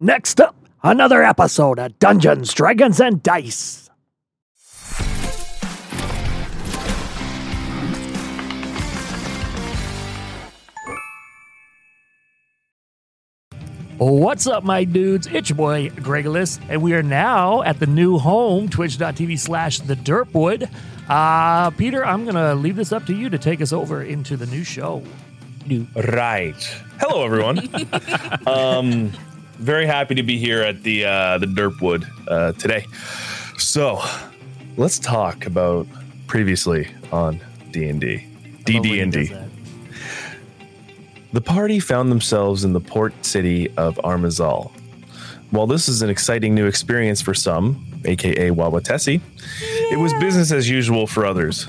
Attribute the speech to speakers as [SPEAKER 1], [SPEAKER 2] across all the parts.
[SPEAKER 1] Next up, another episode of Dungeons, Dragons, and Dice. What's up, my dudes? It's your boy, Gregalis, and we are now at the new home, twitch.tv slash the Dirtwood. Uh, Peter, I'm going to leave this up to you to take us over into the new show. New.
[SPEAKER 2] Right. Hello, everyone. um, very happy to be here at the uh, the Derpwood uh, today. So, let's talk about previously on D and D, DD and E D.
[SPEAKER 1] uh,
[SPEAKER 2] The party found themselves in the port city of Armazal. While this is an exciting new experience for some, aka Wawatessi, it was business as usual for others.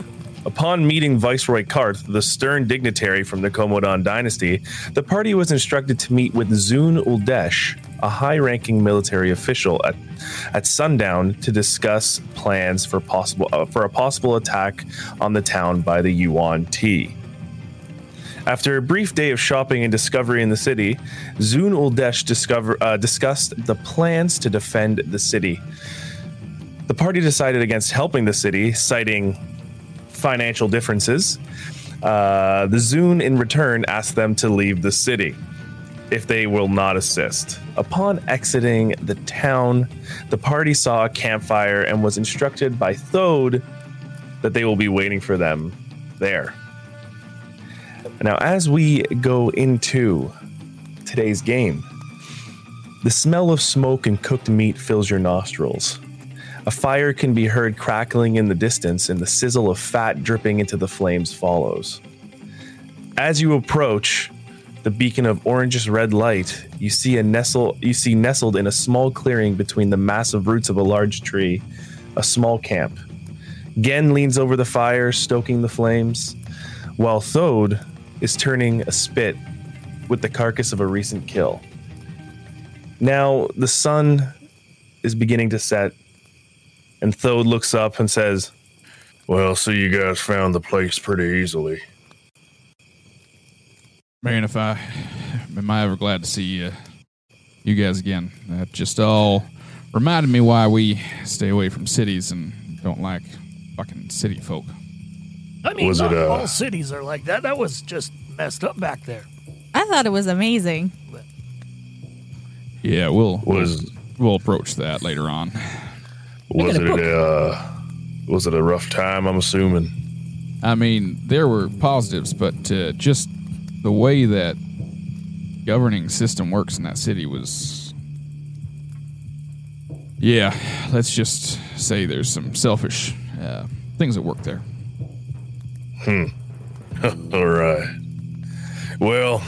[SPEAKER 2] Upon meeting Viceroy Karth, the stern dignitary from the Komodan dynasty, the party was instructed to meet with Zun Uldesh, a high ranking military official at, at sundown to discuss plans for, possible, uh, for a possible attack on the town by the Yuan Ti. After a brief day of shopping and discovery in the city, Zun Uldesh discover, uh, discussed the plans to defend the city. The party decided against helping the city, citing financial differences. Uh, the Zun, in return, asked them to leave the city if they will not assist. Upon exiting the town, the party saw a campfire and was instructed by Thode that they will be waiting for them there. Now, as we go into today's game, the smell of smoke and cooked meat fills your nostrils. A fire can be heard crackling in the distance, and the sizzle of fat dripping into the flames follows. As you approach the beacon of orangish red light, you see a nestle you see nestled in a small clearing between the massive roots of a large tree, a small camp. Gen leans over the fire, stoking the flames, while Thode is turning a spit with the carcass of a recent kill. Now the sun is beginning to set, and Thode looks up and says, Well, so you guys found the place pretty easily.
[SPEAKER 3] Man, if I am I ever glad to see uh, you guys again. That just all reminded me why we stay away from cities and don't like fucking city folk.
[SPEAKER 1] I mean,
[SPEAKER 2] Was it,
[SPEAKER 1] not
[SPEAKER 2] uh,
[SPEAKER 1] all cities are like that. That was just messed up back there.
[SPEAKER 4] I thought it was amazing.
[SPEAKER 3] Yeah, we'll
[SPEAKER 2] Was
[SPEAKER 3] we'll approach that later on.
[SPEAKER 2] was it uh was it a rough time, I'm assuming?
[SPEAKER 3] I mean, there were positives, but uh, just the way that governing system works in that city was. Yeah, let's just say there's some selfish uh, things at work there.
[SPEAKER 2] All right. Well,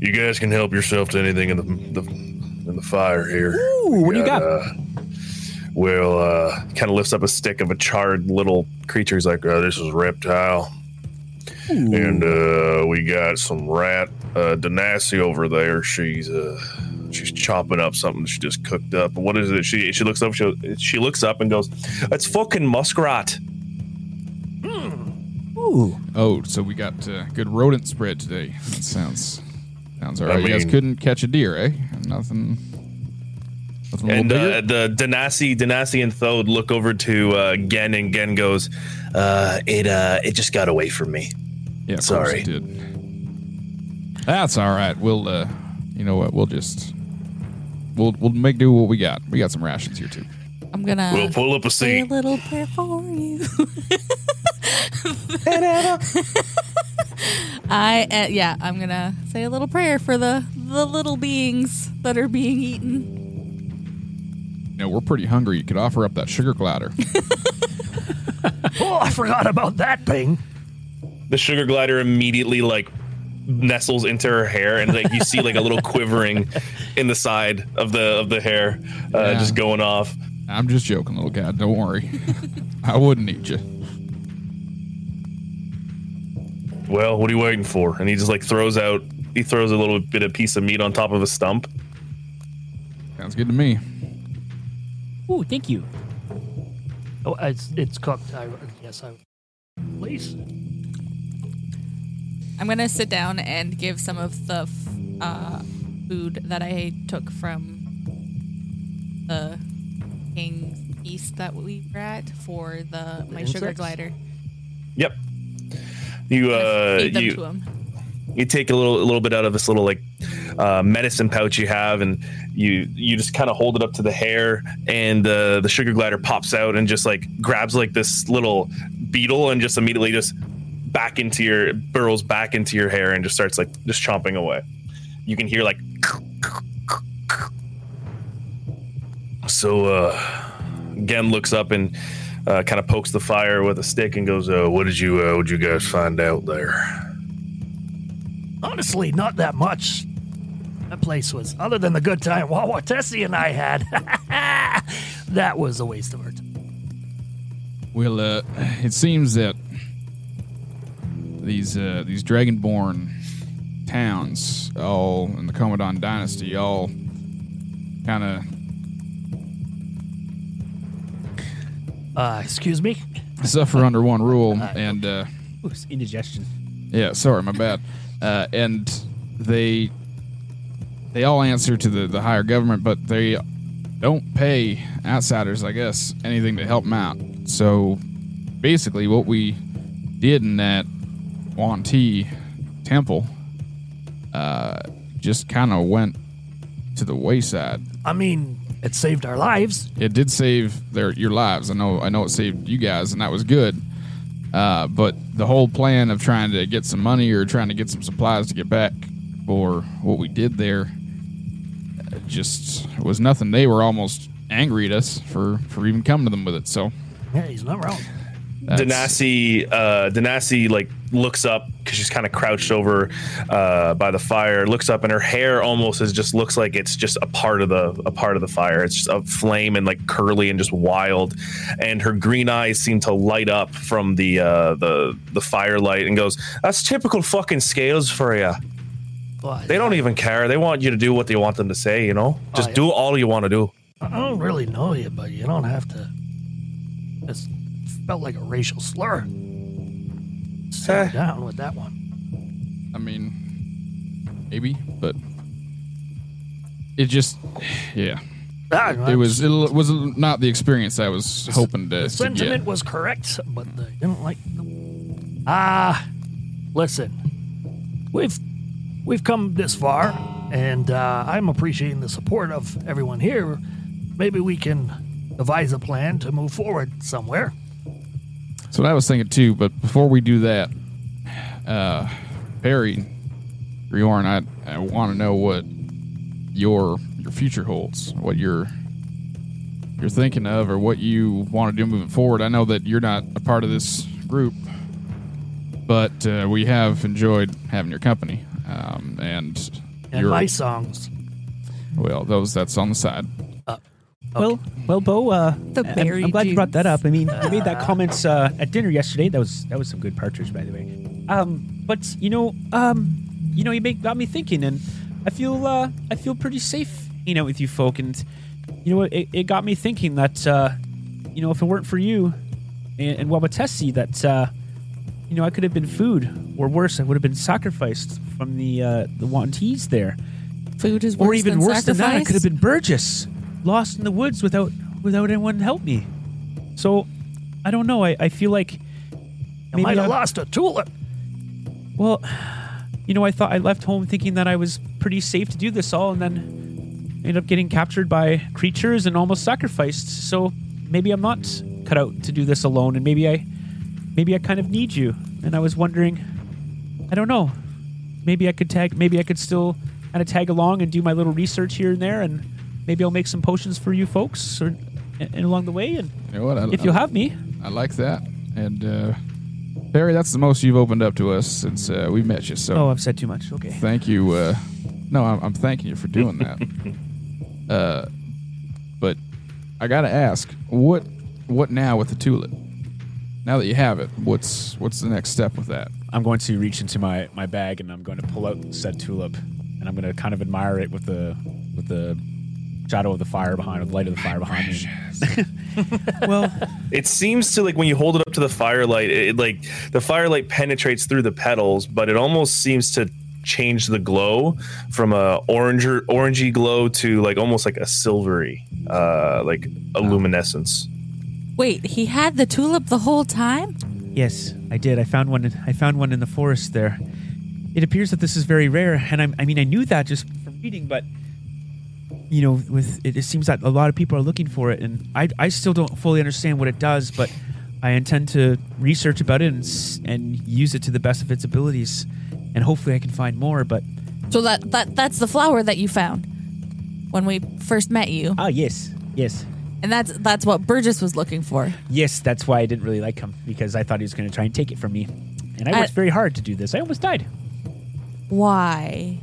[SPEAKER 2] you guys can help yourself to anything in the, the in the fire here. Ooh,
[SPEAKER 5] what do you got?
[SPEAKER 2] Uh, well, uh, kind of lifts up a stick of a charred little creature. He's like, uh, "This is reptile," and uh, we got some rat. Uh, Danasi over there, she's uh, she's chopping up something she just cooked up. What is it? She she looks up. She, she looks up and goes, "It's fucking muskrat."
[SPEAKER 5] Ooh.
[SPEAKER 3] Oh, so we got uh, good rodent spread today. That sounds sounds alright.
[SPEAKER 2] I
[SPEAKER 3] You guys
[SPEAKER 2] mean-
[SPEAKER 3] couldn't catch a deer, eh? Nothing. nothing a little
[SPEAKER 2] And
[SPEAKER 3] bigger?
[SPEAKER 2] uh, the Danasi, Danasi, and Thode look over to uh, Gen, and Gen goes, uh, "It, uh, it just got away from me."
[SPEAKER 3] yeah, of course
[SPEAKER 2] sorry.
[SPEAKER 3] it did. That's all right. We'll, uh, you know what? We'll just we'll we'll make do with what we got. We got some rations here too.
[SPEAKER 4] I'm gonna
[SPEAKER 2] we'll pull up a
[SPEAKER 4] say a
[SPEAKER 2] seat.
[SPEAKER 4] little prayer for you. I uh, yeah, I'm gonna say a little prayer for the the little beings that are being eaten.
[SPEAKER 3] You know, we're pretty hungry. You could offer up that sugar glider.
[SPEAKER 1] Oh, I forgot about that thing.
[SPEAKER 2] The sugar glider immediately like nestles into her hair, and like you see like a little quivering in the side of the of the hair, uh,
[SPEAKER 3] Yeah.
[SPEAKER 2] just going off.
[SPEAKER 3] I'm just joking, little guy. Don't worry. I wouldn't eat you.
[SPEAKER 2] Well, what are you waiting for? And he just like throws out, he throws a little bit of piece of meat on top of a stump.
[SPEAKER 3] Sounds good to me.
[SPEAKER 5] Ooh, thank you.
[SPEAKER 1] Oh, it's, it's cooked. I, yes, I. Please.
[SPEAKER 4] I'm gonna sit down and give some of the f- uh, food that I took from the King's East that we were at for the my sugar
[SPEAKER 1] insects?
[SPEAKER 4] glider.
[SPEAKER 2] Yep. You uh,
[SPEAKER 4] Feed them to
[SPEAKER 2] you
[SPEAKER 4] 'em.
[SPEAKER 2] you take a little a little bit out of this little like uh, medicine pouch you have, and you you just kind of hold it up to the hair, and uh, the sugar glider pops out and just like grabs like this little beetle and just immediately just back into your burrows back into your hair and just starts like just chomping away. You can hear like. So uh, Gem looks up and uh, kind of pokes the fire with a stick and goes, uh, "What did you uh, what did you guys find out there?"
[SPEAKER 1] Honestly, not that much. That place was, other than the good time Wawa Tessie and I had, that was a waste of our time.
[SPEAKER 3] Well, uh, it seems that these uh, these dragonborn towns, all in the Commodon dynasty, all kind of
[SPEAKER 1] Uh, excuse me?
[SPEAKER 3] suffer under one rule, and uh,
[SPEAKER 6] Oops, indigestion.
[SPEAKER 3] yeah, sorry, my bad. Uh, and they they all answer to the, the higher government, but they don't pay outsiders, I guess, anything to help them out. So basically, what we did in that Wanti temple uh, just kind of went to the wayside.
[SPEAKER 1] I mean, it saved our lives.
[SPEAKER 3] It did save their your lives. I know. I know it saved you guys, and that was good. Uh, but the whole plan of trying to get some money or trying to get some supplies to get back for what we did there uh, just was nothing. They were almost angry at us for for even coming to them with it. So
[SPEAKER 1] Yeah, he's not wrong.
[SPEAKER 3] that's-
[SPEAKER 2] Danassi, uh, Danassi, like looks up because she's kind of crouched over uh, by the fire. Looks up, and her hair almost is just looks like it's just a part of the a part of the fire. It's just a flame and like curly and just wild. And her green eyes seem to light up from the uh, the the firelight, and goes, "That's typical fucking scales for you.
[SPEAKER 1] But
[SPEAKER 2] They don't even care. They want you to do what they want them to say. You know, just
[SPEAKER 1] Oh, yeah.
[SPEAKER 2] do all you want to do."
[SPEAKER 1] I don't really know you, but you don't have to. This felt like a racial slur. Sit
[SPEAKER 2] Eh.
[SPEAKER 1] down with that one.
[SPEAKER 3] I mean, maybe, but it just yeah.
[SPEAKER 1] Ah,
[SPEAKER 3] It was it was not the experience I was hoping to,
[SPEAKER 1] The
[SPEAKER 3] to get.
[SPEAKER 1] sentiment was correct, but they didn't like. the- Ah, listen, we've we've come this far, and uh, I'm appreciating the support of everyone here. Maybe we can devise a plan to move forward somewhere.
[SPEAKER 3] That's what I was thinking too. But before we do that, uh, Barry, Riorn, I, I want to know what your your future holds, what you're you're thinking of, or what you want to do moving forward. I know that you're not a part of this group, but uh, we have enjoyed having your company, um, and,
[SPEAKER 1] And
[SPEAKER 3] your
[SPEAKER 1] my songs.
[SPEAKER 3] well, those that's on the side.
[SPEAKER 6] Well, well, Bo. Uh,
[SPEAKER 4] The
[SPEAKER 6] I'm-
[SPEAKER 4] berry
[SPEAKER 6] I'm, glad you brought
[SPEAKER 4] juice.
[SPEAKER 6] that up. I mean, I made that comments uh, at dinner yesterday. That was that was some good partridge, by the way. Um, but you know, um, you know, you make, got me thinking, and I feel uh, I feel pretty safe, you know, with you folk, and you know, what, it, it got me thinking that uh, you know, if it weren't for you and, and Wabatesi, that uh, you know, I could have been food, or worse, I would have been sacrificed from the uh, the Wantees there
[SPEAKER 4] Food is worse
[SPEAKER 6] or even
[SPEAKER 4] than
[SPEAKER 6] worse than that, I
[SPEAKER 4] sacrifice.
[SPEAKER 6] could have been Burgess, lost in the woods without without anyone to help me. So, I don't know. I, I feel like
[SPEAKER 1] I might have
[SPEAKER 6] I'm-
[SPEAKER 1] lost a tulip.
[SPEAKER 6] well, you know, I thought I left home thinking that I was pretty safe to do this all, and then ended up getting captured by creatures and almost sacrificed. So maybe I'm not cut out to do this alone, and maybe I, maybe I kind of need you. And I was wondering, I don't know, maybe I could tag, maybe I could still kind of tag along and do my little research here and there, and maybe I'll make some potions for you folks, or and, and along the way, and
[SPEAKER 3] You know what? I,
[SPEAKER 6] if you
[SPEAKER 3] I-
[SPEAKER 6] have me.
[SPEAKER 3] I like that, and uh, Barry, that's the most you've opened up to us since uh, we met you. So
[SPEAKER 6] Oh, I've said too much. Okay.
[SPEAKER 3] thank you. Uh, no, I'm, I'm thanking you for doing that. uh, but I gotta ask, what what now with the tulip? Now that you have it, what's what's the next step with that?
[SPEAKER 7] I'm going to reach into my, my bag and I'm going to pull out said tulip and I'm going to kind of admire it with the with the shadow of the fire behind, or the light of the fire behind me.
[SPEAKER 6] Well.
[SPEAKER 2] it seems to like when you hold it up to the firelight it, it, like the firelight penetrates through the petals but it almost seems to
[SPEAKER 5] change the glow from a oranger orangey glow to like almost like a silvery uh like a luminescence.
[SPEAKER 4] Wait, he had the tulip the whole time?
[SPEAKER 8] Yes, I did. I found one. I found one in the forest there. It appears that this is very rare, and I'm, I mean, I knew that just from reading, but you know, with it, it seems that a lot of people are looking for it, and I, I still don't fully understand what it does, but I intend to research about it and, s- and use it to the best of its abilities, and hopefully, I can find more. But
[SPEAKER 4] So that, that that's the flower that you found when we first met you.
[SPEAKER 8] ah, yes, yes,
[SPEAKER 4] And that's that's what Burgess was looking for.
[SPEAKER 8] yes. That's why I didn't really like him because I thought he was going to try and take it from me, and I
[SPEAKER 4] I-
[SPEAKER 8] worked very hard to do this. I almost died.
[SPEAKER 4] Why?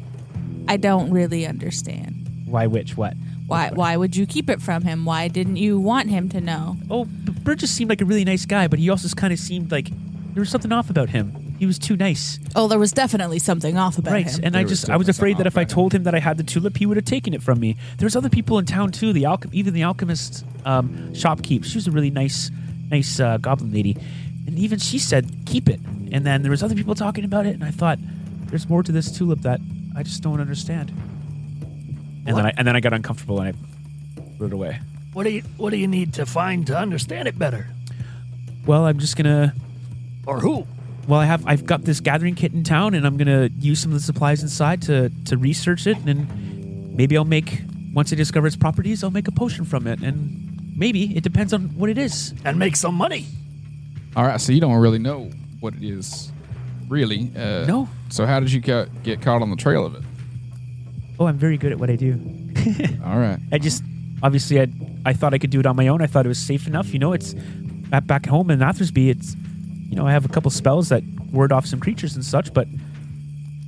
[SPEAKER 4] I don't really understand.
[SPEAKER 8] Why? Which? What?
[SPEAKER 4] Why why would you keep it from him? Why didn't you want him to know?
[SPEAKER 8] Oh, B- Burgess seemed like a really nice guy, but he also kind of seemed like there was something off about him. He was too nice,
[SPEAKER 4] Oh, there was definitely something off about
[SPEAKER 8] right?
[SPEAKER 4] him.
[SPEAKER 8] And I
[SPEAKER 3] There was
[SPEAKER 8] just I was
[SPEAKER 3] definitely
[SPEAKER 8] afraid that
[SPEAKER 3] something
[SPEAKER 8] if I
[SPEAKER 3] off about
[SPEAKER 8] told him that I had the tulip, he would have taken it from me. There's other people in town too. The alchem even the alchemist um, shopkeep. She was a really nice, nice uh, goblin lady, and even she said keep it. And then there was other people talking about it, and I thought there's more to this tulip that I just don't understand.
[SPEAKER 6] And then I and then I got uncomfortable and I threw it away.
[SPEAKER 1] What do you What do you need to find to understand it better?
[SPEAKER 8] Well, I'm just gonna
[SPEAKER 1] Or who?
[SPEAKER 8] well i have i've got this gathering kit in town and i'm gonna use some of the supplies inside to to research it and maybe i'll make once i discover its properties i'll make a potion from it and maybe it depends on what it is
[SPEAKER 1] And make some money.
[SPEAKER 3] All right, so you don't really know what it is, really. Uh,
[SPEAKER 8] No.
[SPEAKER 3] So how did you ca- get caught on the trail of it?
[SPEAKER 8] oh i'm very good at what i do
[SPEAKER 3] All right.
[SPEAKER 8] i just obviously i i thought i could do it on my own i thought it was safe enough you know it's at back home in athersby it's you know i have a couple spells that ward off some creatures and such but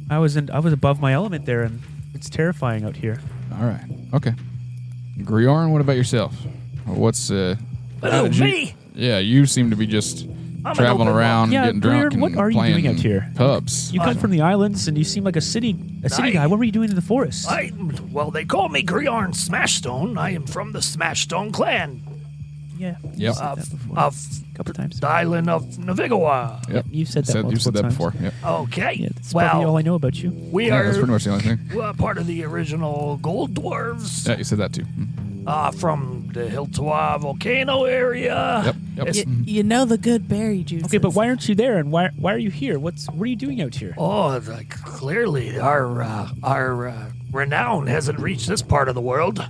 [SPEAKER 8] i was in, i was above my element there and it's terrifying out here
[SPEAKER 3] All right. Okay. Griorn, what about yourself? What's uh? how
[SPEAKER 1] Oh,
[SPEAKER 3] did you-
[SPEAKER 1] me?
[SPEAKER 3] Yeah, you seem to be just
[SPEAKER 1] an open
[SPEAKER 3] traveling around,
[SPEAKER 8] book. Yeah,
[SPEAKER 3] getting drunk,
[SPEAKER 8] Griorn, what
[SPEAKER 3] and
[SPEAKER 8] are you
[SPEAKER 3] playing
[SPEAKER 8] doing out here?
[SPEAKER 3] Pubs.
[SPEAKER 8] You come from the islands, and you seem like a city a city
[SPEAKER 1] I-
[SPEAKER 8] guy. What were you doing in the forest?
[SPEAKER 1] I well, they call me Griorn Smashstone. I am from the Smashstone clan
[SPEAKER 8] yeah,
[SPEAKER 3] Yep.
[SPEAKER 8] said that before.
[SPEAKER 1] of
[SPEAKER 8] couple times.
[SPEAKER 1] the island of Navigawa.
[SPEAKER 3] Yep.
[SPEAKER 8] You've said that.
[SPEAKER 3] you said
[SPEAKER 8] multiple
[SPEAKER 3] that
[SPEAKER 8] times.
[SPEAKER 3] before. Yep.
[SPEAKER 1] Okay.
[SPEAKER 8] Yeah, that's probably all
[SPEAKER 1] well,
[SPEAKER 8] I know about you.
[SPEAKER 1] we
[SPEAKER 3] Yeah,
[SPEAKER 1] are
[SPEAKER 3] that's pretty much the only thing.
[SPEAKER 1] uh, part of the original Gold Dwarves.
[SPEAKER 3] Yeah, you said that too. Mm.
[SPEAKER 1] uh, from the Hiltoa volcano area.
[SPEAKER 3] Yep. Yep.
[SPEAKER 4] You, you know the good berry juice.
[SPEAKER 8] Okay, but why aren't you there? And why why are you here? What's what are you doing out here?
[SPEAKER 1] Oh, the, clearly our uh, our uh, renown hasn't reached this part of the world.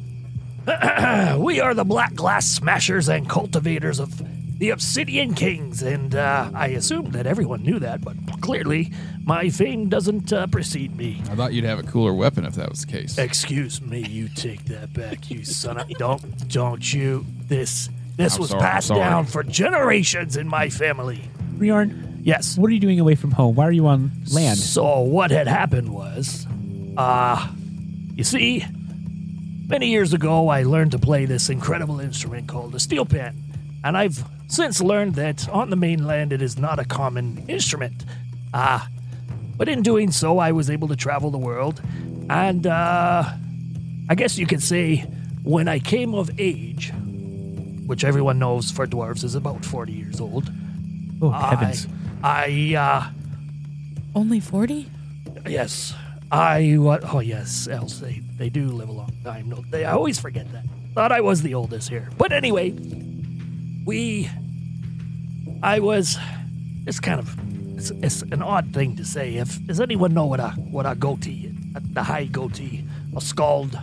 [SPEAKER 1] we are the Black Glass Smashers and cultivators of the Obsidian Kings, and uh, I assumed that everyone knew that, but clearly my fame doesn't uh, precede me.
[SPEAKER 3] I thought you'd have a cooler weapon if that was the case.
[SPEAKER 1] Excuse me, you take that back, you son of don't don't you this this
[SPEAKER 3] I'm
[SPEAKER 1] was
[SPEAKER 3] sorry, I'm
[SPEAKER 1] passed
[SPEAKER 3] sorry.
[SPEAKER 1] down for generations in my family.
[SPEAKER 8] Riarn,
[SPEAKER 1] Yes.
[SPEAKER 8] what are you doing away from home? Why are you on land?
[SPEAKER 1] So what had happened was, uh, you see, many years ago I learned to play this incredible instrument called a steel pan, and I've since learned that on the mainland it is not a common instrument. Ah, but in doing so, I was able to travel the world, and uh, I guess you could say when I came of age, which everyone knows for dwarves is about forty years old.
[SPEAKER 8] Oh heavens!
[SPEAKER 1] I, I uh,
[SPEAKER 4] Only 40?
[SPEAKER 1] Yes. I what? Oh yes, else they they do live a long time. No, they I always forget that. Thought I was the oldest here, but anyway, we. I was. It's kind of it's, it's an odd thing to say. If does anyone know what a what a goatee, a, the high goatee, a scald?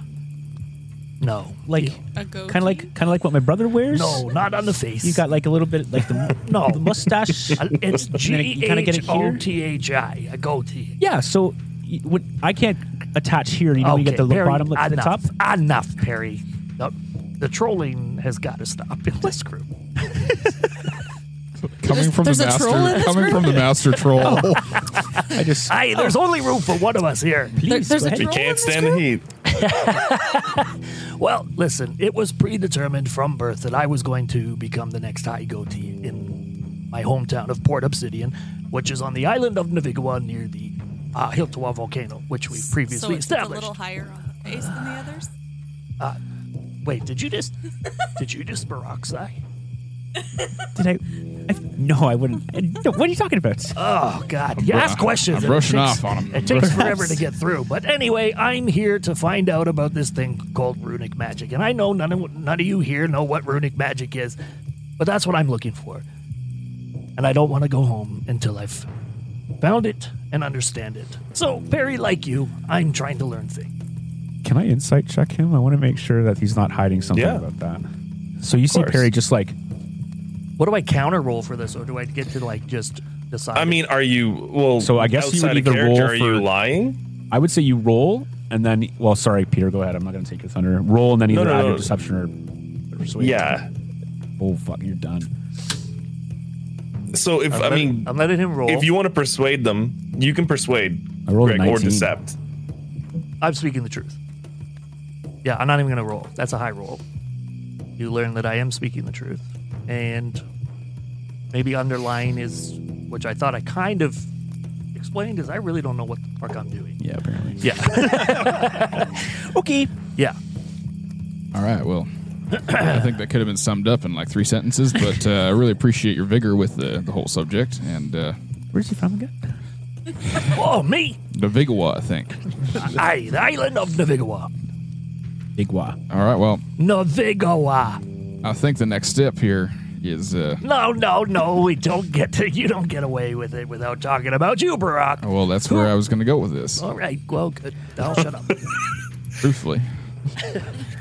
[SPEAKER 1] No,
[SPEAKER 8] Like
[SPEAKER 4] A
[SPEAKER 8] kind of like kind of like what my brother wears.
[SPEAKER 1] no, not on the face.
[SPEAKER 8] you got like a little bit like the
[SPEAKER 1] no.
[SPEAKER 8] the mustache.
[SPEAKER 1] It's
[SPEAKER 8] And then
[SPEAKER 1] G
[SPEAKER 8] you kinda get it
[SPEAKER 1] H O
[SPEAKER 8] here?
[SPEAKER 1] T H I, a goatee.
[SPEAKER 8] yeah, so y- what I can't attach here. You know, you get the
[SPEAKER 1] Perry,
[SPEAKER 8] bottom lip to the top.
[SPEAKER 1] enough, Enough, Perry. No, the trolling has got to stop in this group.
[SPEAKER 3] coming
[SPEAKER 4] There's-
[SPEAKER 3] from
[SPEAKER 4] there's
[SPEAKER 3] the
[SPEAKER 4] a
[SPEAKER 3] master,
[SPEAKER 4] troll in this
[SPEAKER 3] coming from the master troll.
[SPEAKER 8] I just
[SPEAKER 1] Hey, there's only room for one of us here.
[SPEAKER 4] There- there's a
[SPEAKER 5] We
[SPEAKER 8] Oh,
[SPEAKER 4] troll in
[SPEAKER 5] can't
[SPEAKER 4] this
[SPEAKER 5] stand the
[SPEAKER 4] group?
[SPEAKER 5] heat.
[SPEAKER 1] Well, listen, it was predetermined from birth that I was going to become the next high goatee in my hometown of Port Obsidian, which is on the island of Navigawa near the uh, Hiltawa volcano, which we previously
[SPEAKER 4] so it's a
[SPEAKER 1] established.
[SPEAKER 4] little higher on the face than the others?
[SPEAKER 1] Wait, did you just did you just peroxide?
[SPEAKER 8] Did I? I no, I wouldn't. I- no, what are you talking about?
[SPEAKER 1] Oh God! You
[SPEAKER 3] bru-
[SPEAKER 1] ask questions. and
[SPEAKER 3] I'm
[SPEAKER 1] it
[SPEAKER 3] brushing
[SPEAKER 1] takes-
[SPEAKER 3] off on 'em.
[SPEAKER 1] It takes
[SPEAKER 3] Brushing
[SPEAKER 1] forever
[SPEAKER 8] off.
[SPEAKER 1] to get through. But anyway, I'm here to find out about this thing called runic magic, and I know none of none of you here know what runic magic is, but that's what I'm looking for. And I don't want to go home until I've found it and understand it. So, Perry, like you, I'm trying to learn things.
[SPEAKER 6] Can I insight check him? I want to make sure that he's not hiding something
[SPEAKER 2] Yeah.
[SPEAKER 6] about that. So you see
[SPEAKER 2] course.
[SPEAKER 6] Perry just like
[SPEAKER 1] What do I counter roll for this, or do I get to like just decide?
[SPEAKER 2] I mean, are you well?
[SPEAKER 6] So I guess you
[SPEAKER 2] outside
[SPEAKER 6] would
[SPEAKER 2] of
[SPEAKER 6] either
[SPEAKER 2] character,
[SPEAKER 6] roll
[SPEAKER 2] Are you
[SPEAKER 6] for-
[SPEAKER 2] lying?
[SPEAKER 6] I would say you roll and then well, sorry, Peter, go ahead. I'm not gonna take your thunder. Roll and then
[SPEAKER 2] No,
[SPEAKER 6] either
[SPEAKER 2] no,
[SPEAKER 6] add
[SPEAKER 2] no,
[SPEAKER 6] your
[SPEAKER 2] no.
[SPEAKER 6] deception or persuade.
[SPEAKER 2] Yeah.
[SPEAKER 6] Oh fuck, you're done.
[SPEAKER 2] So if
[SPEAKER 1] I'm
[SPEAKER 2] I
[SPEAKER 1] let-
[SPEAKER 2] mean,
[SPEAKER 1] I'm letting him roll.
[SPEAKER 2] if you want to persuade them, you can persuade
[SPEAKER 6] I rolled a
[SPEAKER 2] Greg or
[SPEAKER 6] 19.
[SPEAKER 2] decept.
[SPEAKER 1] I'm speaking the truth. Yeah, I'm not even going to roll. That's a high roll. You learn that I am speaking the truth. And maybe underlying is, which I thought I kind of explained, is I really don't know what the fuck I'm doing.
[SPEAKER 6] Yeah, apparently.
[SPEAKER 1] Yeah.
[SPEAKER 8] Okay.
[SPEAKER 1] yeah.
[SPEAKER 3] All right, well, I think that could have been summed up in like three sentences, but uh, I really appreciate your vigor with the, the whole subject and uh,
[SPEAKER 8] Where's he from again?
[SPEAKER 1] Oh, me.
[SPEAKER 3] the Vigawa, I think.
[SPEAKER 1] I, the island of Navigawa.
[SPEAKER 6] Igwa.
[SPEAKER 3] All right, well,
[SPEAKER 1] Navigawa.
[SPEAKER 3] I think the next step here is uh,
[SPEAKER 1] No, no, no. We don't get to, you don't get away with it without talking about you, Barack.
[SPEAKER 3] well, that's where I was going to go with this,
[SPEAKER 1] All right. Well, good. I'll shut up.
[SPEAKER 3] truthfully.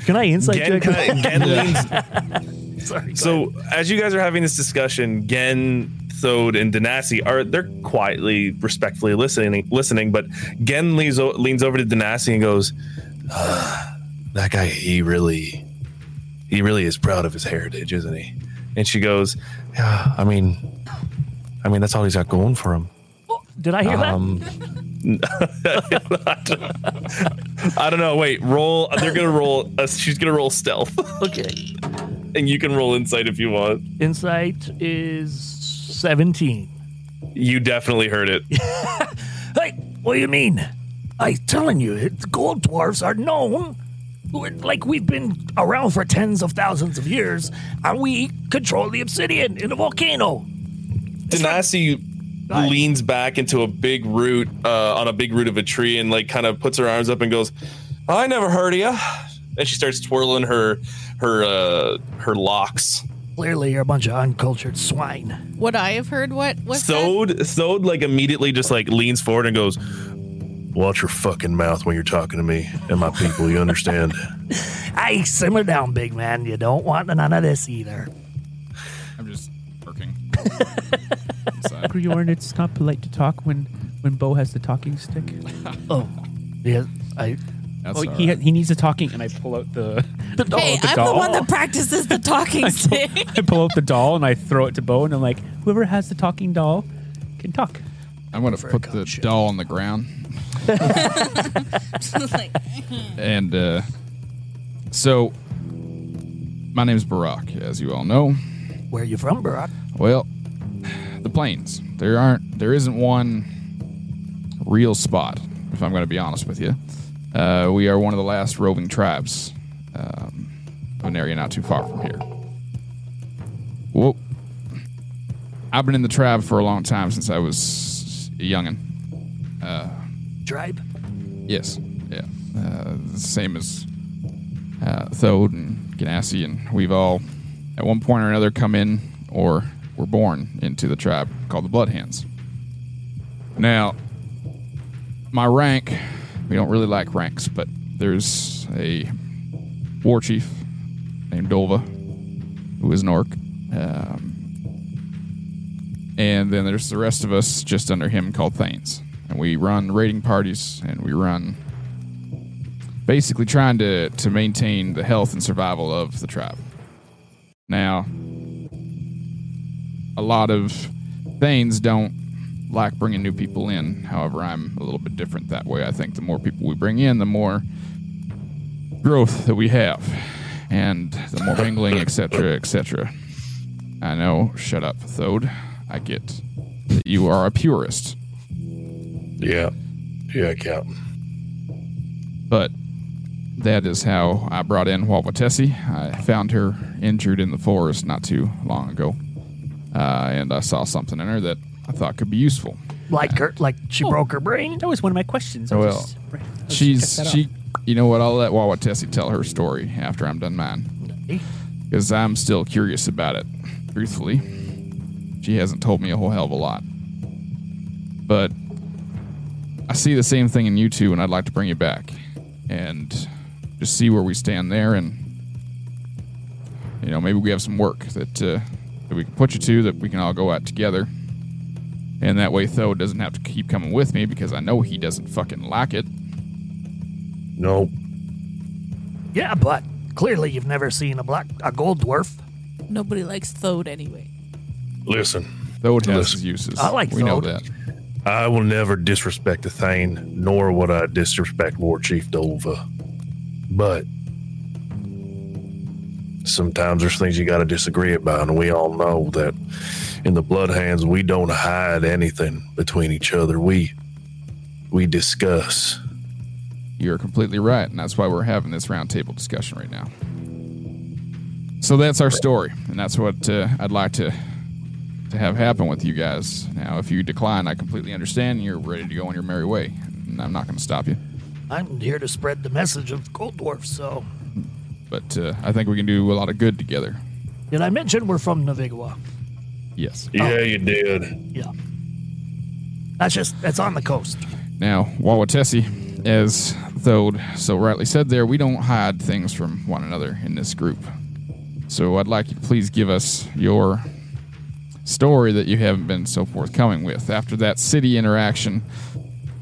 [SPEAKER 1] Can I insight
[SPEAKER 2] Gen,
[SPEAKER 1] check?
[SPEAKER 2] kinda- Gen leans
[SPEAKER 1] Sorry. go
[SPEAKER 2] So as you guys are having this discussion, Gen, Thode, and Danassi are they're quietly, respectfully listening, listening. But Gen leans, o- leans over to Danassi and goes, "Ah, "That guy, he really, he really is proud of his heritage, isn't he?" And she goes, "Yeah, I mean, I mean that's all he's got going for him."
[SPEAKER 1] ahead. Did I hear that?
[SPEAKER 2] Um, I don't know. Wait, roll. They're gonna roll. Uh, she's gonna roll stealth,
[SPEAKER 1] Okay.
[SPEAKER 2] and you can roll insight if you want.
[SPEAKER 1] Insight is 17.
[SPEAKER 2] You definitely heard it.
[SPEAKER 1] Hey, what do you mean? i telling you, it, gold dwarves are known. We're- like, we've been around for tens of thousands of years, and we control the obsidian in a volcano.
[SPEAKER 2] Denasi
[SPEAKER 1] Nice.
[SPEAKER 2] leans back into a big root uh, on a big root of a tree and like kind of puts her arms up and goes, "I never heard of ya." And she starts twirling her her uh, her locks.
[SPEAKER 1] Clearly, you're a bunch of uncultured swine.
[SPEAKER 4] Would I have heard what was that?
[SPEAKER 2] Thode Thode like immediately just like leans forward and goes, "Watch your fucking mouth when you're talking to me and my people. You understand?"
[SPEAKER 1] Hey, simmer down, big man. You don't want none of this either.
[SPEAKER 3] I'm just working.
[SPEAKER 8] Bjorn, it's not polite to talk when when Bo has the talking stick.
[SPEAKER 1] Oh, yeah, I.
[SPEAKER 3] That's
[SPEAKER 8] Oh,
[SPEAKER 3] all
[SPEAKER 8] he
[SPEAKER 3] right.
[SPEAKER 8] he needs a talking, and I
[SPEAKER 6] pull out the
[SPEAKER 1] The dog.
[SPEAKER 4] Hey, I'm the one that practices the talking stick.
[SPEAKER 6] I pull out the doll and I throw it to Bo and I'm like,
[SPEAKER 8] like whoever has the talking doll can talk.
[SPEAKER 3] I'm going to put the
[SPEAKER 1] gotcha.
[SPEAKER 3] doll on the ground.
[SPEAKER 4] Like,
[SPEAKER 3] And uh, so, my name's Barack, as you all know.
[SPEAKER 1] Where you from, Barack?
[SPEAKER 3] Well, the plains. There aren't. There isn't one real spot. If I'm going to be honest with you, uh, we are one of the last roving tribes um, of an area not too far from here. Whoa! I've been in the tribe for a long time since I was a youngin.
[SPEAKER 1] Tribe?
[SPEAKER 3] Yes. Yeah. Uh, the same as uh, Thode and Ganassi, and we've all, at one point or another, come in or were born into the tribe called the Bloodhands. Now, my rank, we don't really like ranks, but there's a war chief named Dolva, who is an orc. Um, and then there's the rest of us just under him called Thanes. And we run raiding parties and we run basically trying to, to maintain the health and survival of the tribe. Now, a lot of Thanes don't like bringing new people in. However, I'm a little bit different that way. I think the more people we bring in, the more growth that we have, and the more mingling, etc., etc. I know. Shut up, Thode. I get that you are a purist,
[SPEAKER 2] yeah, yeah, Captain.
[SPEAKER 3] but That is how I brought in Walvatessi. I found her injured in the forest not too long ago, uh, and I saw something in her that I thought could be useful.
[SPEAKER 1] Like her, like she broke her brain.
[SPEAKER 8] That was one of my questions. I
[SPEAKER 3] Well,
[SPEAKER 8] just, right, I just
[SPEAKER 3] She's
[SPEAKER 8] checked that
[SPEAKER 3] she. You know what? I'll let Wawatessi tell her story after I'm done mine, because I'm still curious about it. Truthfully, she hasn't told me a whole hell of a lot, but I see the same thing in you two, and I'd like to bring you back and just see where we stand there, and you know maybe we have some work that uh, that we can put you to that we can all go out together. And that way, Tho doesn't have to keep coming with me because I know he doesn't fucking like it.
[SPEAKER 5] No.
[SPEAKER 1] Yeah, but clearly you've never seen a black a gold dwarf.
[SPEAKER 4] Nobody likes Thode anyway.
[SPEAKER 5] Listen,
[SPEAKER 3] Though it has
[SPEAKER 5] Listen.
[SPEAKER 3] its uses.
[SPEAKER 1] I like
[SPEAKER 3] We know
[SPEAKER 1] Thoth.
[SPEAKER 3] that.
[SPEAKER 5] I will never disrespect a thane, nor would I disrespect War Chief Dolva. But sometimes there's things you got to disagree about, and we all know that in the Bloodhands we don't hide anything between each other. We we discuss.
[SPEAKER 3] You're completely right, and that's why we're having this roundtable discussion right now. So that's our story, and that's what uh, I'd like to to have happen with you guys. Now, if you decline, I completely understand. You're ready to go on your merry way, and I'm not going to stop you.
[SPEAKER 1] I'm here to spread the message of gold dwarfs. So,
[SPEAKER 3] But uh, I think we can do a lot of good together.
[SPEAKER 1] did I mention we're from Navigua?
[SPEAKER 3] Yes.
[SPEAKER 5] Yeah, you did.
[SPEAKER 1] Yeah. That's just that's on the coast.
[SPEAKER 3] Now, Wawatessi, as Thode so rightly said there, we don't hide things from one another in this group. So I'd like you to please give us your story that you haven't been so forthcoming with. After that city interaction,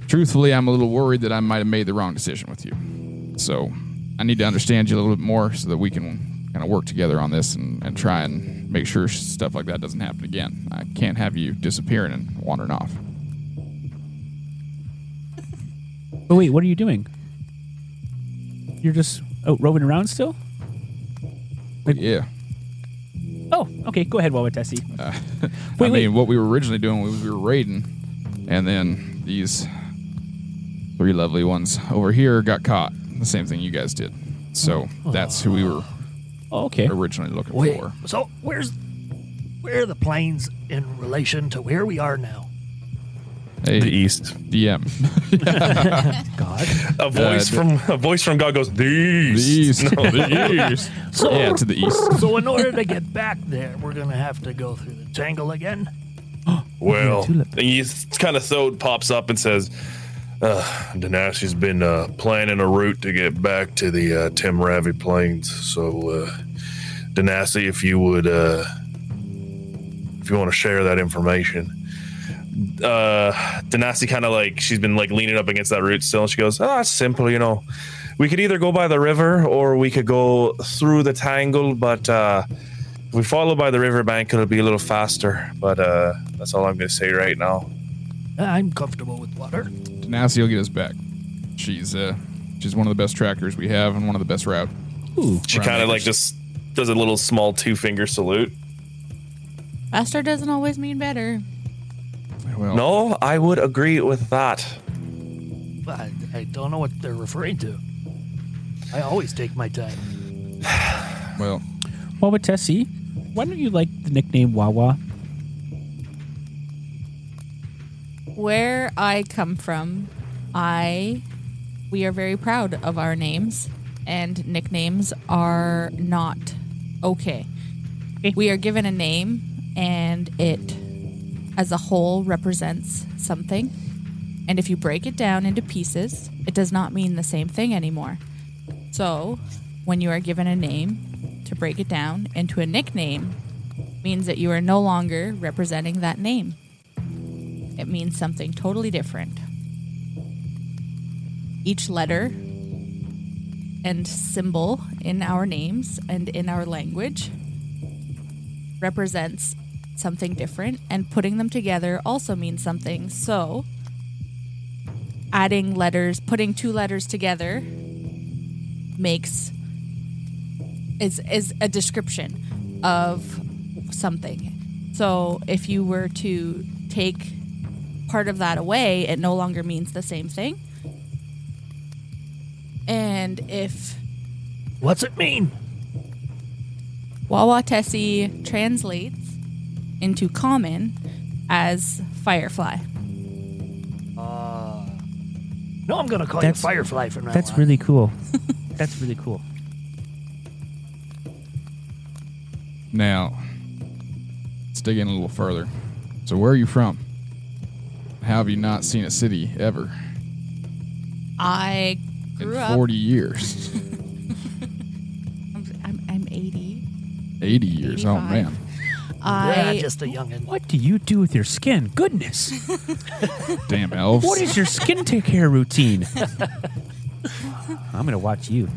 [SPEAKER 3] truthfully, I'm a little worried that I might have made the wrong decision with you. So I need to understand you a little bit more so that we can kind of work together on this and, and try and make sure stuff like that doesn't happen again. I can't have you disappearing and wandering off.
[SPEAKER 8] out. Oh wait, what are you doing? You're just
[SPEAKER 6] oh,
[SPEAKER 8] out roving around still?
[SPEAKER 3] yeah. Uh,
[SPEAKER 8] Oh, okay. Go ahead, Wawatessi.
[SPEAKER 3] I
[SPEAKER 8] Wait, wait.
[SPEAKER 3] mean, what we were originally doing was we were raiding, and then these three lovely ones over here got caught. The same thing you guys did. So that's who we were
[SPEAKER 8] Oh, okay.
[SPEAKER 3] originally looking
[SPEAKER 1] Wait,
[SPEAKER 3] for.
[SPEAKER 1] so where's where are the plains in relation to where we are now?
[SPEAKER 5] The
[SPEAKER 3] Hey,
[SPEAKER 5] East.
[SPEAKER 3] DM.
[SPEAKER 8] God.
[SPEAKER 5] A voice
[SPEAKER 3] the-
[SPEAKER 5] from a voice from God goes the
[SPEAKER 3] The
[SPEAKER 5] East.
[SPEAKER 3] East.
[SPEAKER 5] No, the East.
[SPEAKER 1] So,
[SPEAKER 3] yeah, to the East.
[SPEAKER 1] so in order to get back there, we're gonna have to go through the tangle again.
[SPEAKER 5] Well,
[SPEAKER 8] Tulip.
[SPEAKER 5] he's kind of Thode pops up and says, uh, Denashi's been uh, planning a route to get back to the uh, Tim Ravi Plains. So, uh, Denasi, if you would, uh, if you want to share that information, uh, Denasi kind of like she's been like leaning up against that root still, and she goes, "Ah, it's simple, you know. We could either go by the river or we could go through the tangle, but uh, if we follow by the riverbank, it'll be a little faster. But uh, that's all I'm gonna say right now.
[SPEAKER 1] I'm comfortable with water.
[SPEAKER 3] Denasi will get us back. She's uh, she's one of the best trackers we have and one of the best route.
[SPEAKER 5] She kind of like just does a little small two finger salute.
[SPEAKER 4] Faster doesn't always mean better.
[SPEAKER 3] Well,
[SPEAKER 5] No, I would agree with that.
[SPEAKER 1] I, I don't know what they're referring to. I always take my time.
[SPEAKER 3] well,
[SPEAKER 8] Wawatessi, why don't you like the nickname Wawa?
[SPEAKER 4] Where I come from, I we are very proud of our names and nicknames are not okay.
[SPEAKER 8] Okay.
[SPEAKER 4] We are given a name and it as a whole represents something. And if you break it down into pieces, it does not mean the same thing anymore. So, when you are given a name, to break it down into a nickname means that you are no longer representing that name. It means something totally different. Each letter and symbol in our names and in our language represents something different, and putting them together also means something. So, adding letters, putting two letters together makes is is a description of something. So, if you were to take part of that away, it no longer means the same thing. And And if
[SPEAKER 1] What's it mean?
[SPEAKER 4] Wawa Tessie translates into common as firefly.
[SPEAKER 1] No, I'm gonna call
[SPEAKER 2] That's-
[SPEAKER 1] you Firefly from now
[SPEAKER 2] That's
[SPEAKER 1] on.
[SPEAKER 2] really cool. That's really cool.
[SPEAKER 3] Now, let's dig in a little further. So, where are you from? How have you not seen a city ever
[SPEAKER 4] I grew
[SPEAKER 3] in
[SPEAKER 4] up.
[SPEAKER 3] 40 years?
[SPEAKER 4] I'm, I'm, I'm 80.
[SPEAKER 3] 80 years? Oh,
[SPEAKER 4] 85.
[SPEAKER 3] man.
[SPEAKER 1] yeah,
[SPEAKER 4] I
[SPEAKER 1] just a youngin.
[SPEAKER 8] What do you do with your skin? Goodness.
[SPEAKER 3] Damn elves.
[SPEAKER 8] What is your skin take care routine? I'm going to watch you.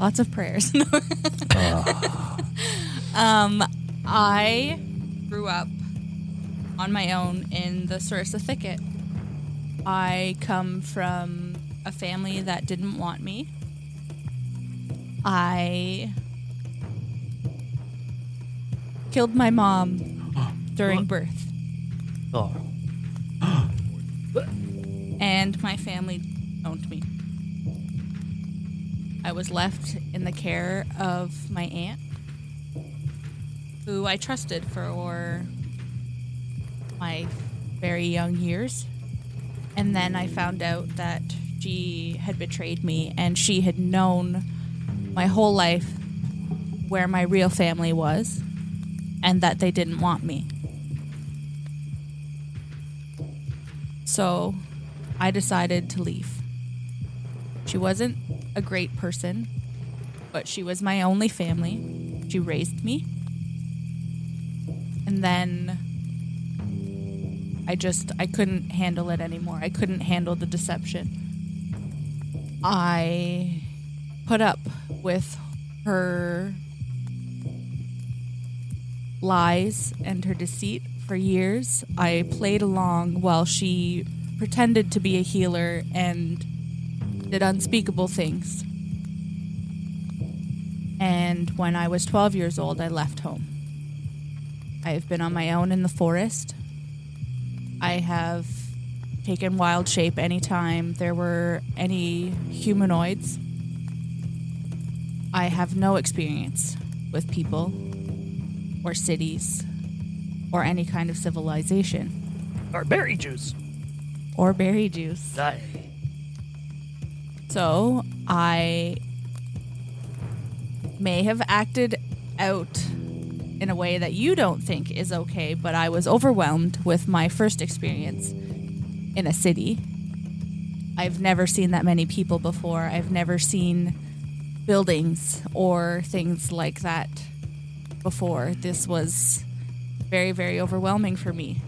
[SPEAKER 4] lots of prayers. um, I grew up on my own in the Sarissa Thicket. I come from a family that didn't want me. I killed my mom during birth.
[SPEAKER 1] Oh.
[SPEAKER 4] and my family owned me. I was left in the care of my aunt, who I trusted for my very young years. And then I found out that she had betrayed me, and she had known my whole life where my real family was and that they didn't want me. So I decided to leave. She wasn't a great person, but she was my only family. She raised me. And then I just I couldn't handle it anymore. I couldn't handle the deception. I put up with her lies and her deceit for years. I played along while she pretended to be a healer and did unspeakable things. And when I was 12 years old, I left home. I have been on my own in the forest. I have taken wild shape anytime there were any humanoids. I have no experience with people or cities or any kind of civilization
[SPEAKER 1] Or berry juice.
[SPEAKER 4] or berry juice.
[SPEAKER 1] I-
[SPEAKER 4] So I may have acted out in a way that you don't think is okay, but I was overwhelmed with my first experience in a city. I've never seen that many people before. I've never seen buildings or things like that before. This was very, very overwhelming for me.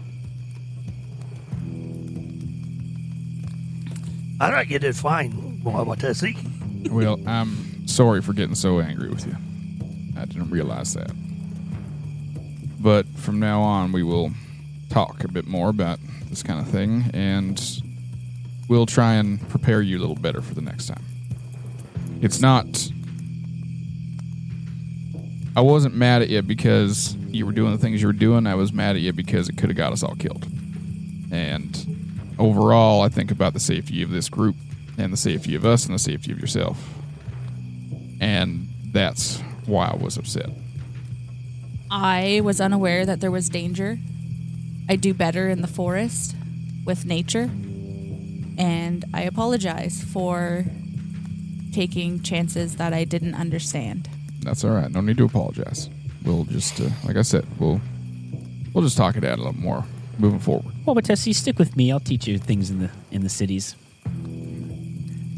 [SPEAKER 1] I thought you did fine, Wawa Tessie.
[SPEAKER 3] well, I'm sorry for getting so angry with you. I didn't realize that. But from now on, we will talk a bit more about this kind of thing, and we'll try and prepare you a little better for the next time. It's not. I wasn't mad at you because you were doing the things you were doing. I was mad at you because it could have got us all killed. And overall, I think about the safety of this group and the safety of us and the safety of yourself. And that's why I was upset.
[SPEAKER 4] I was unaware that there was danger. I do better in the forest with nature. And I apologize for taking chances that I didn't understand.
[SPEAKER 3] That's all right. No need to apologize. We'll just, uh, like I said, we'll we'll just talk it out a little more moving forward.
[SPEAKER 2] Well, but Tessie, stick with me. I'll teach you things in the in the cities.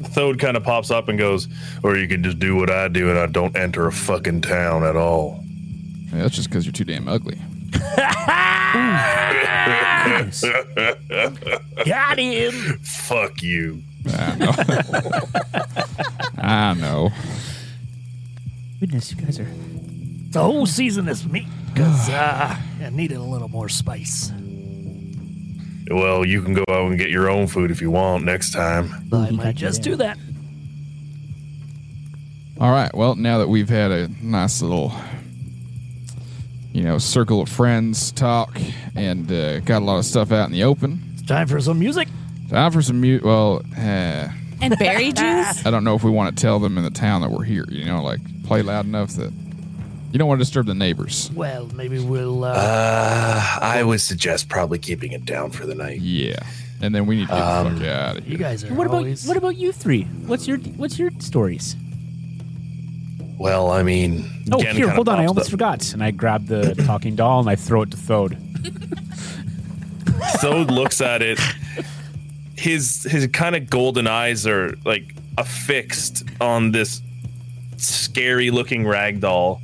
[SPEAKER 5] Thode kind of pops up and goes, or you can just do what I do and I don't enter a fucking town at all.
[SPEAKER 3] Yeah, that's just because you're too damn ugly.
[SPEAKER 1] Got him.
[SPEAKER 5] Fuck you.
[SPEAKER 3] I know.
[SPEAKER 2] Goodness, you guys are.
[SPEAKER 1] The whole season is me because uh, I needed a little more spice.
[SPEAKER 5] Well, you can go out and get your own food if you want next time.
[SPEAKER 1] I
[SPEAKER 2] got you
[SPEAKER 1] might just
[SPEAKER 2] there.
[SPEAKER 1] do that.
[SPEAKER 3] All right. Well, now that we've had a nice little, you know, circle of friends talk and uh, got a lot of stuff out in the open,
[SPEAKER 1] It's time for some music.
[SPEAKER 3] time for some mute. Well, uh,
[SPEAKER 4] and berry juice.
[SPEAKER 3] I don't know if we want to tell them in the town that we're here. You know, like play loud enough that you don't want to disturb the neighbors.
[SPEAKER 1] Well, maybe we'll. Uh,
[SPEAKER 5] I would suggest probably keeping it down for the night.
[SPEAKER 3] Yeah, and then we need to get
[SPEAKER 5] Um,
[SPEAKER 3] the fuck out of
[SPEAKER 1] you
[SPEAKER 3] here.
[SPEAKER 1] guys are.
[SPEAKER 2] What about
[SPEAKER 1] always-
[SPEAKER 2] what about you three? What's your what's your stories?
[SPEAKER 5] Well, I mean,
[SPEAKER 6] Oh,
[SPEAKER 5] Gannon
[SPEAKER 6] here,
[SPEAKER 5] kinda
[SPEAKER 6] hold on. I
[SPEAKER 5] pops
[SPEAKER 6] almost
[SPEAKER 5] up.
[SPEAKER 6] forgot. And I grab the talking doll and I throw it to Thode.
[SPEAKER 5] Thode looks at it. His his kind of golden eyes are like affixed on this scary looking rag doll,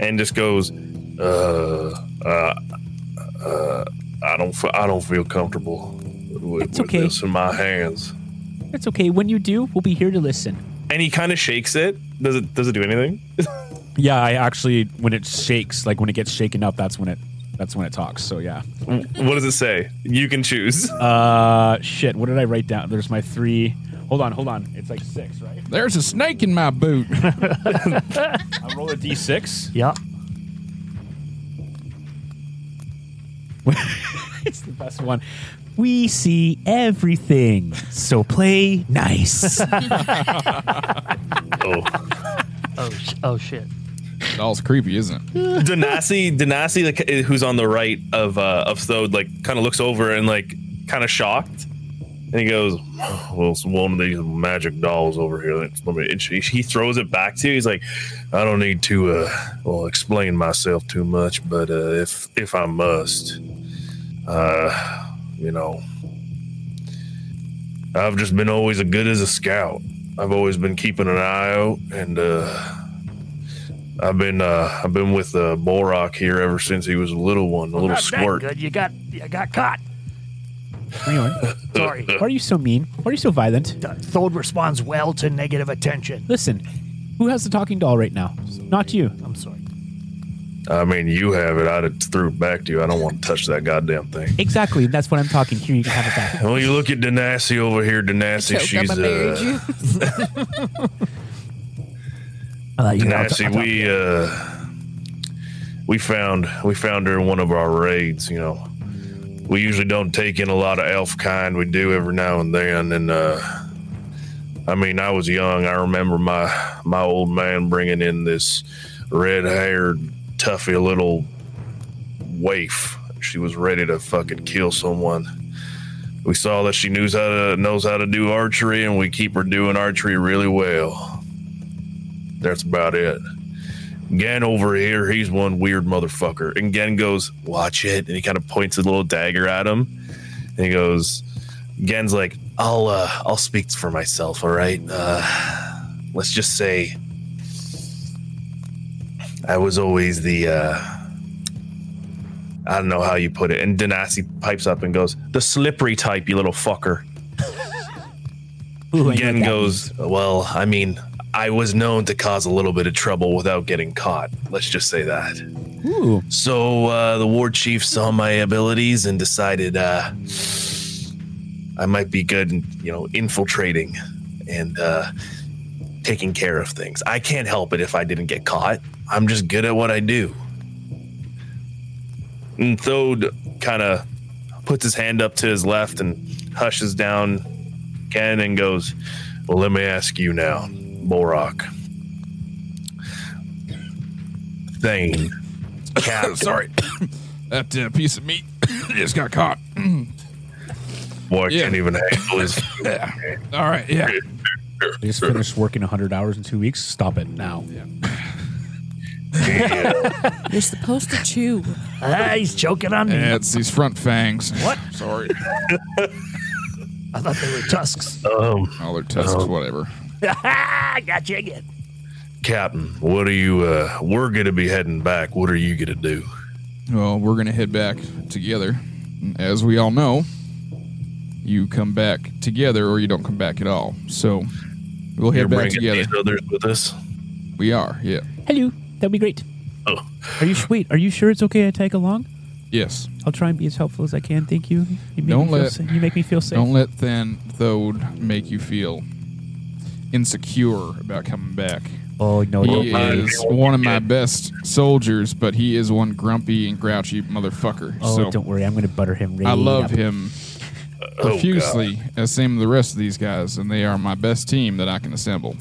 [SPEAKER 5] and just goes, uh, uh, uh I don't fe- I don't feel comfortable with,
[SPEAKER 8] It's
[SPEAKER 5] with
[SPEAKER 8] okay.
[SPEAKER 5] this in my hands.
[SPEAKER 8] That's okay. When you do, we'll be here to listen.
[SPEAKER 5] And he kind of shakes it. Does it does it do anything?
[SPEAKER 6] Yeah, I actually, when it shakes, like when it gets shaken up, that's when it. That's when it talks. So yeah.
[SPEAKER 5] What does it say? You can choose.
[SPEAKER 6] Uh, shit. What did I write down? There's my three. Hold on, hold on. It's like six, right?
[SPEAKER 3] There's a snake in my boot.
[SPEAKER 6] I roll a d6.
[SPEAKER 1] Yeah.
[SPEAKER 6] it's the best one. We see everything, so play nice.
[SPEAKER 5] oh.
[SPEAKER 1] Oh, sh- oh shit.
[SPEAKER 3] It all's creepy, isn't it?
[SPEAKER 5] Danasi, Danasi, like, eh, who's on the right of uh, of Thode, like kind of looks over and like kind of shocked, and he goes, oh, "Well, it's one of these magic dolls over here." That's, let me. and she- he throws it back to you. He's like, "I don't need to uh, well explain myself too much, but uh, if if I must, uh, you know, I've just been always as good as a scout. I've always been keeping an eye out and." uh I've been uh, I've been with uh, Borok here ever since he was a little one, a little
[SPEAKER 1] Not that
[SPEAKER 5] squirt.
[SPEAKER 1] Good. You got you got caught.
[SPEAKER 2] Leon,
[SPEAKER 1] Sorry.
[SPEAKER 5] Uh,
[SPEAKER 2] why are you so mean? Why are you so violent?
[SPEAKER 1] Thode responds well to negative attention.
[SPEAKER 2] Listen, who has the talking doll right now? Not you.
[SPEAKER 1] I'm sorry.
[SPEAKER 5] I mean, you have it. I just threw it back to you. I don't want to touch that goddamn thing.
[SPEAKER 2] Exactly. That's what I'm talking. Here, you can have it back.
[SPEAKER 5] Well, you look at Danasi over here. Danasi, she's uh,
[SPEAKER 2] I'll let you know. I'll t-
[SPEAKER 5] Danasi. We uh, we found we found her in one of our raids. You know, we usually don't take in a lot of elf kind. We do every now and then, and uh, I mean, I was young. I remember my my old man bringing in this red haired, toughy little waif. She was ready to fucking kill someone. We saw that she knows how to knows how to do archery, and we keep her doing archery really well. That's about it. Gan over here, he's one weird motherfucker. And Gan goes, "Watch it," and he kind of points a little dagger at him, and he goes, Gen's like, I'll uh, I'll speak for myself, all right? Uh, let's just say I was always the uh, I don't know how you put it. And Danasi pipes up and goes, The slippery type, you little fucker.
[SPEAKER 2] Ooh, I know
[SPEAKER 5] Gen
[SPEAKER 2] that.
[SPEAKER 5] goes, Well, I mean, I was known to cause a little bit of trouble without getting caught. Let's just say that.
[SPEAKER 2] Ooh,
[SPEAKER 5] So uh, the war chief saw my abilities and decided uh, I might be good, in, you know, infiltrating and uh, taking care of things. I can't help it if I didn't get caught. I'm just good at what I do. And Thode kind of puts his hand up to his left and hushes down Ken and goes, "Well, let me ask you now, Borok." Thane, Captain,
[SPEAKER 3] Sorry, that uh, piece of meat just got caught.
[SPEAKER 5] Boy, I
[SPEAKER 3] Yeah.
[SPEAKER 5] can't even handle his.
[SPEAKER 3] All right, yeah.
[SPEAKER 6] I just finished working 100 hours in two weeks. Stop it now.
[SPEAKER 4] You're supposed to chew.
[SPEAKER 1] Ah, he's choking on me.
[SPEAKER 5] Uh.
[SPEAKER 3] Yeah, it's these front fangs. What? Sorry.
[SPEAKER 1] I thought they were tusks.
[SPEAKER 5] um,
[SPEAKER 3] All their tusks, whatever.
[SPEAKER 1] Got you again.
[SPEAKER 5] Captain, what are you? Uh, we're gonna be heading back. What are you gonna do?
[SPEAKER 3] Well, we're gonna head back together. As we all know, you come back together or you don't come back at all. So we'll head
[SPEAKER 5] You're
[SPEAKER 3] back
[SPEAKER 5] bringing
[SPEAKER 3] together.
[SPEAKER 5] these others with us.
[SPEAKER 3] We are, yeah.
[SPEAKER 2] hello. That'd be great.
[SPEAKER 5] Oh,
[SPEAKER 8] Are you wait? Are you sure it's okay I tag along?
[SPEAKER 3] Yes.
[SPEAKER 8] I'll try and be as helpful as I can. Thank you. You make
[SPEAKER 3] Don't
[SPEAKER 8] me feel
[SPEAKER 3] let-
[SPEAKER 8] sa- you make me feel safe.
[SPEAKER 3] Don't let Than Thode make you feel insecure about coming back.
[SPEAKER 2] Oh no, no.
[SPEAKER 3] He is one of my best soldiers, but he is one grumpy and grouchy motherfucker.
[SPEAKER 2] Oh,
[SPEAKER 3] so
[SPEAKER 2] don't worry. I'm going to butter him. Right
[SPEAKER 3] I love
[SPEAKER 2] up.
[SPEAKER 3] him profusely as same the rest of these guys, and they are my best team that I can assemble.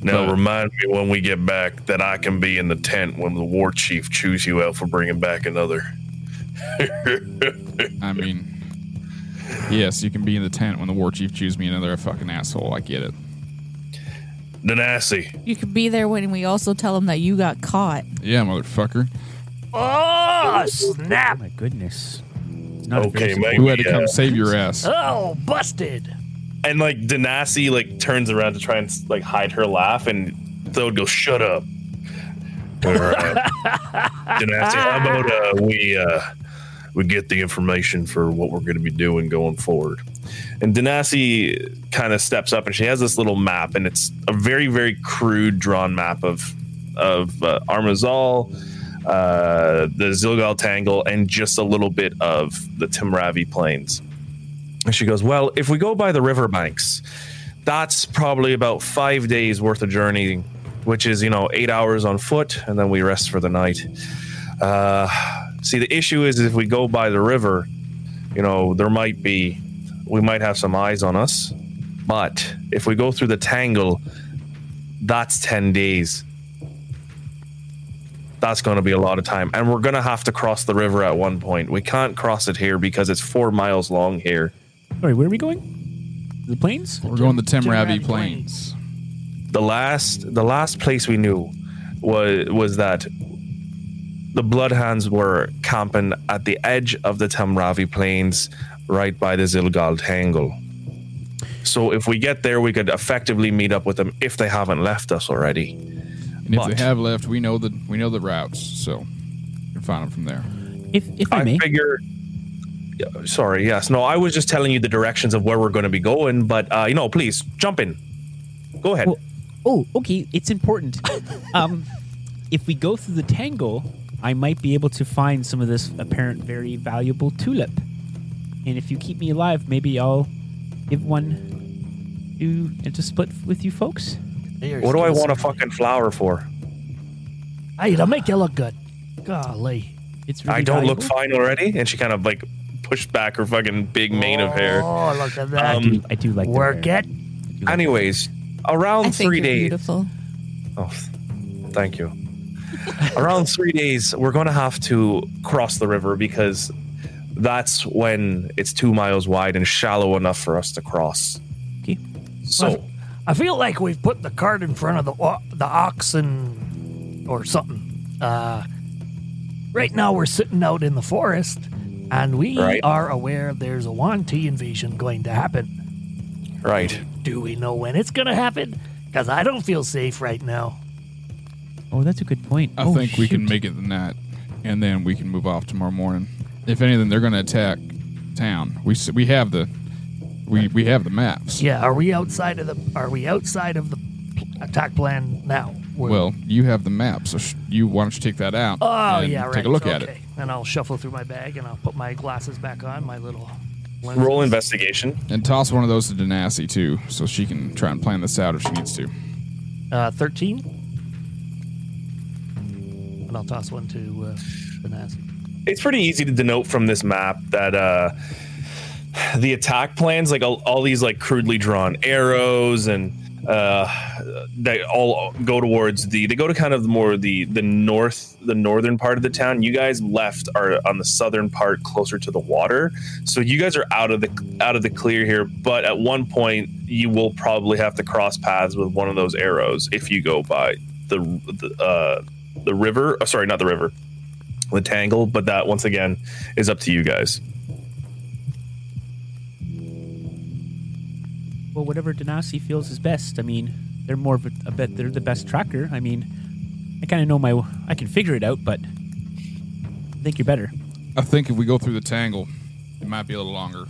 [SPEAKER 2] Now
[SPEAKER 3] But-
[SPEAKER 2] remind me when we get back that I can be in the tent when the war chief chews you out for bringing back another.
[SPEAKER 3] I mean, yes, you can be in the tent when the war chief chews me another fucking asshole. I get it.
[SPEAKER 2] Denassi,
[SPEAKER 4] You could be there when we also tell them that you got caught.
[SPEAKER 3] Yeah, motherfucker.
[SPEAKER 1] Oh, snap.
[SPEAKER 6] My goodness. It's not a
[SPEAKER 2] okay,
[SPEAKER 6] very-
[SPEAKER 2] maybe.
[SPEAKER 3] Who had to
[SPEAKER 2] uh,
[SPEAKER 3] come save your ass?
[SPEAKER 1] Oh, busted.
[SPEAKER 2] and like Denassi like turns around to try and like hide her laugh, and Thode goes, "Shut up." All right, Denassi, how about uh, we uh, we get the information for what we're going to be doing going forward? And Denassi kind of steps up, and she has this little map, and it's a very very crude drawn map of of uh, Armazal. Uh, the Zilgal Tangle and just a little bit of the Timravi Plains. And she goes, Well, if we go by the riverbanks, that's probably about five days worth of journeying, which is, you know, eight hours on foot, and then we rest for the night. Uh, see, the issue is if we go by the river, you know, there might be, we might have some eyes on us. But if we go through the tangle, that's 10 days. That's going to be a lot of time. And we're going to have to cross the river at one point. We can't cross it here because it's four miles long here.
[SPEAKER 8] All right, where are we going? The plains?
[SPEAKER 3] We're going to
[SPEAKER 4] Timravi
[SPEAKER 3] Timravi Plains.
[SPEAKER 2] the last the last place we knew was was that the bloodhounds were camping at the edge of the Tamravi plains right by the Zilgal Tangle. So if we get there we could effectively meet up with them if they haven't left us already.
[SPEAKER 3] And if
[SPEAKER 2] But-
[SPEAKER 3] they have left, we know the we know the routes, so you can find them from there.
[SPEAKER 6] If, if I,
[SPEAKER 2] I
[SPEAKER 6] may,
[SPEAKER 2] figure Yeah, sorry, yes. No, I was just telling you the directions of where we're going to be going, but uh you know, please jump in. Go ahead.
[SPEAKER 8] Well-
[SPEAKER 6] oh, okay, it's important. um, if we go through the tangle, I might be able to find some of this apparent very valuable tulip. And if you keep me alive, maybe I'll give one to and to split with you folks.
[SPEAKER 2] what do I want a fucking flower for?
[SPEAKER 1] Hey, to make you look good. Golly.
[SPEAKER 6] It's really
[SPEAKER 2] I don't look
[SPEAKER 6] valuable.
[SPEAKER 2] fine already. And she kind of like pushed back her fucking big mane of hair.
[SPEAKER 1] Oh, look at that.
[SPEAKER 2] Um,
[SPEAKER 6] I do like the
[SPEAKER 1] Work
[SPEAKER 6] hair.
[SPEAKER 1] it.
[SPEAKER 2] Anyways, around
[SPEAKER 4] I think
[SPEAKER 2] three
[SPEAKER 4] you're
[SPEAKER 2] days.
[SPEAKER 4] beautiful.
[SPEAKER 2] Oh, th- thank you. around three days, we're going to have to cross the river because that's when it's two miles wide and shallow enough for us to cross.
[SPEAKER 6] Okay.
[SPEAKER 2] So,
[SPEAKER 1] I feel like we've put the cart in front of the o- the oxen or something. Uh, right now, we're sitting out in the forest, and we
[SPEAKER 2] Right.
[SPEAKER 1] are aware there's a Wanti invasion going to happen.
[SPEAKER 2] right.
[SPEAKER 1] Do we know when it's going to happen? Because I don't feel safe right now.
[SPEAKER 6] Oh, that's a good point.
[SPEAKER 3] I
[SPEAKER 6] Oh,
[SPEAKER 3] think we can
[SPEAKER 6] shoot.
[SPEAKER 3] make it the night, and then we can move off tomorrow morning. If anything, they're going to attack town. We s- we have the we we have the maps.
[SPEAKER 1] Yeah, are we outside of the? Are we outside of the pl- attack plan now? We're-
[SPEAKER 3] Well, you have the map, so sh- you why don't you take that out?
[SPEAKER 1] oh
[SPEAKER 3] and
[SPEAKER 1] yeah, right.
[SPEAKER 3] Take a look at
[SPEAKER 1] okay.
[SPEAKER 3] it.
[SPEAKER 1] And I'll shuffle through my bag, and I'll put my glasses back on. My little lenses.
[SPEAKER 2] Roll investigation.
[SPEAKER 3] And toss one of those to Denassi too, so she can try and plan this out if she needs to.
[SPEAKER 1] Uh, 13. And I'll toss one to uh, Benazzi.
[SPEAKER 2] It's pretty easy to denote from this map that uh, the attack plans, like all, all these like crudely drawn arrows and uh, they all go towards the they go to kind of more the the north the northern part of the town you guys left are on the southern part closer to the water so you guys are out of the out of the clear here but at one point you will probably have to cross paths with one of those arrows if you go by the the uh the river oh, sorry not the river the tangle but that once again is up to you guys
[SPEAKER 8] Well, whatever Denasi feels is best. I mean, they're more of a, a bet. They're the best tracker. I mean, I kind of know my. I can figure it out, but I think you're better.
[SPEAKER 3] I think if we go through the tangle, it might be a little longer,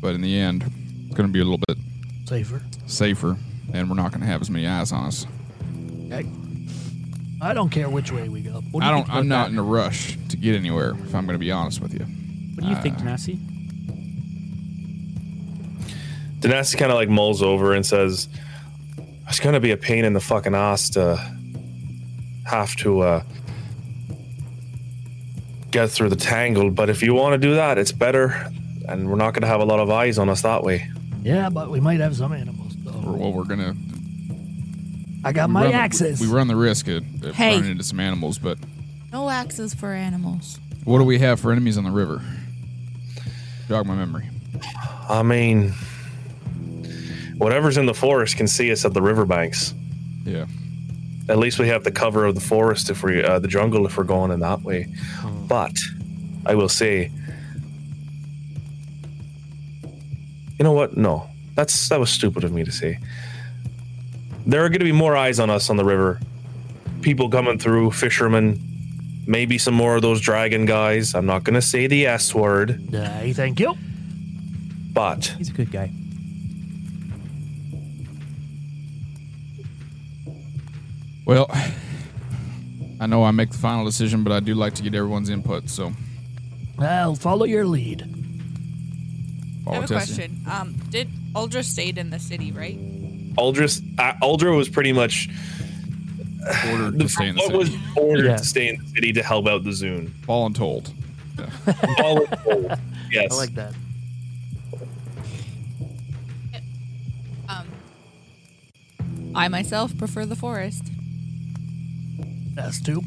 [SPEAKER 3] but in the end, it's going to be a little bit
[SPEAKER 1] Safer.
[SPEAKER 3] safer, and we're not going to have as many eyes on us.
[SPEAKER 1] I don't care which way we go. What do
[SPEAKER 3] I
[SPEAKER 1] you
[SPEAKER 3] don't.
[SPEAKER 1] think about
[SPEAKER 3] I'm not in a rush to get anywhere. If I'm going to be honest with you,
[SPEAKER 8] What do you think, Denasi?
[SPEAKER 2] Danassi kind of like mulls over and says, "It's gonna be a pain in the fucking ass to have to uh, get through the tangle, but if you want to do that, it's better
[SPEAKER 5] and we're not going to have a lot of eyes on us that way.
[SPEAKER 1] Yeah, but we might have some animals.
[SPEAKER 3] Or,
[SPEAKER 1] Though.
[SPEAKER 3] well, we're gonna.
[SPEAKER 1] I got
[SPEAKER 3] we
[SPEAKER 1] my
[SPEAKER 3] run,
[SPEAKER 1] axes.
[SPEAKER 3] We run the risk of, of
[SPEAKER 4] Hey.
[SPEAKER 3] running into some animals, but
[SPEAKER 4] No axes for animals.
[SPEAKER 3] what do we have for enemies on the river? Jog my memory.
[SPEAKER 5] I mean, whatever's in the forest can see us at the riverbanks.
[SPEAKER 3] Yeah.
[SPEAKER 5] At least we have the cover of the forest if we, uh, the jungle if we're going in that way.
[SPEAKER 1] Hmm.
[SPEAKER 5] But I will say, you know what? No, that's that was stupid of me to say. There are going to be more eyes on us on the river. People coming through, fishermen, maybe some more of those dragon guys. I'm not going to say the S word,
[SPEAKER 1] Aye, thank you.
[SPEAKER 5] but
[SPEAKER 2] He's a good guy.
[SPEAKER 3] Well, I know I make the final decision, but I do like to get everyone's input. So,
[SPEAKER 1] I'll follow your lead.
[SPEAKER 4] I
[SPEAKER 3] follow
[SPEAKER 4] have a
[SPEAKER 3] Tessie.
[SPEAKER 4] question. Um, did Aldra stayed in the city, right?
[SPEAKER 5] Aldris, uh, Aldra was pretty much
[SPEAKER 3] Ordered to stay in the
[SPEAKER 5] what was
[SPEAKER 3] city.
[SPEAKER 5] ordered
[SPEAKER 1] Yeah.
[SPEAKER 5] to stay in the city to help out the Zune.
[SPEAKER 3] Fallen told.
[SPEAKER 5] All in all, yes.
[SPEAKER 1] I like that.
[SPEAKER 4] Um, I myself prefer the forest.
[SPEAKER 1] That's two.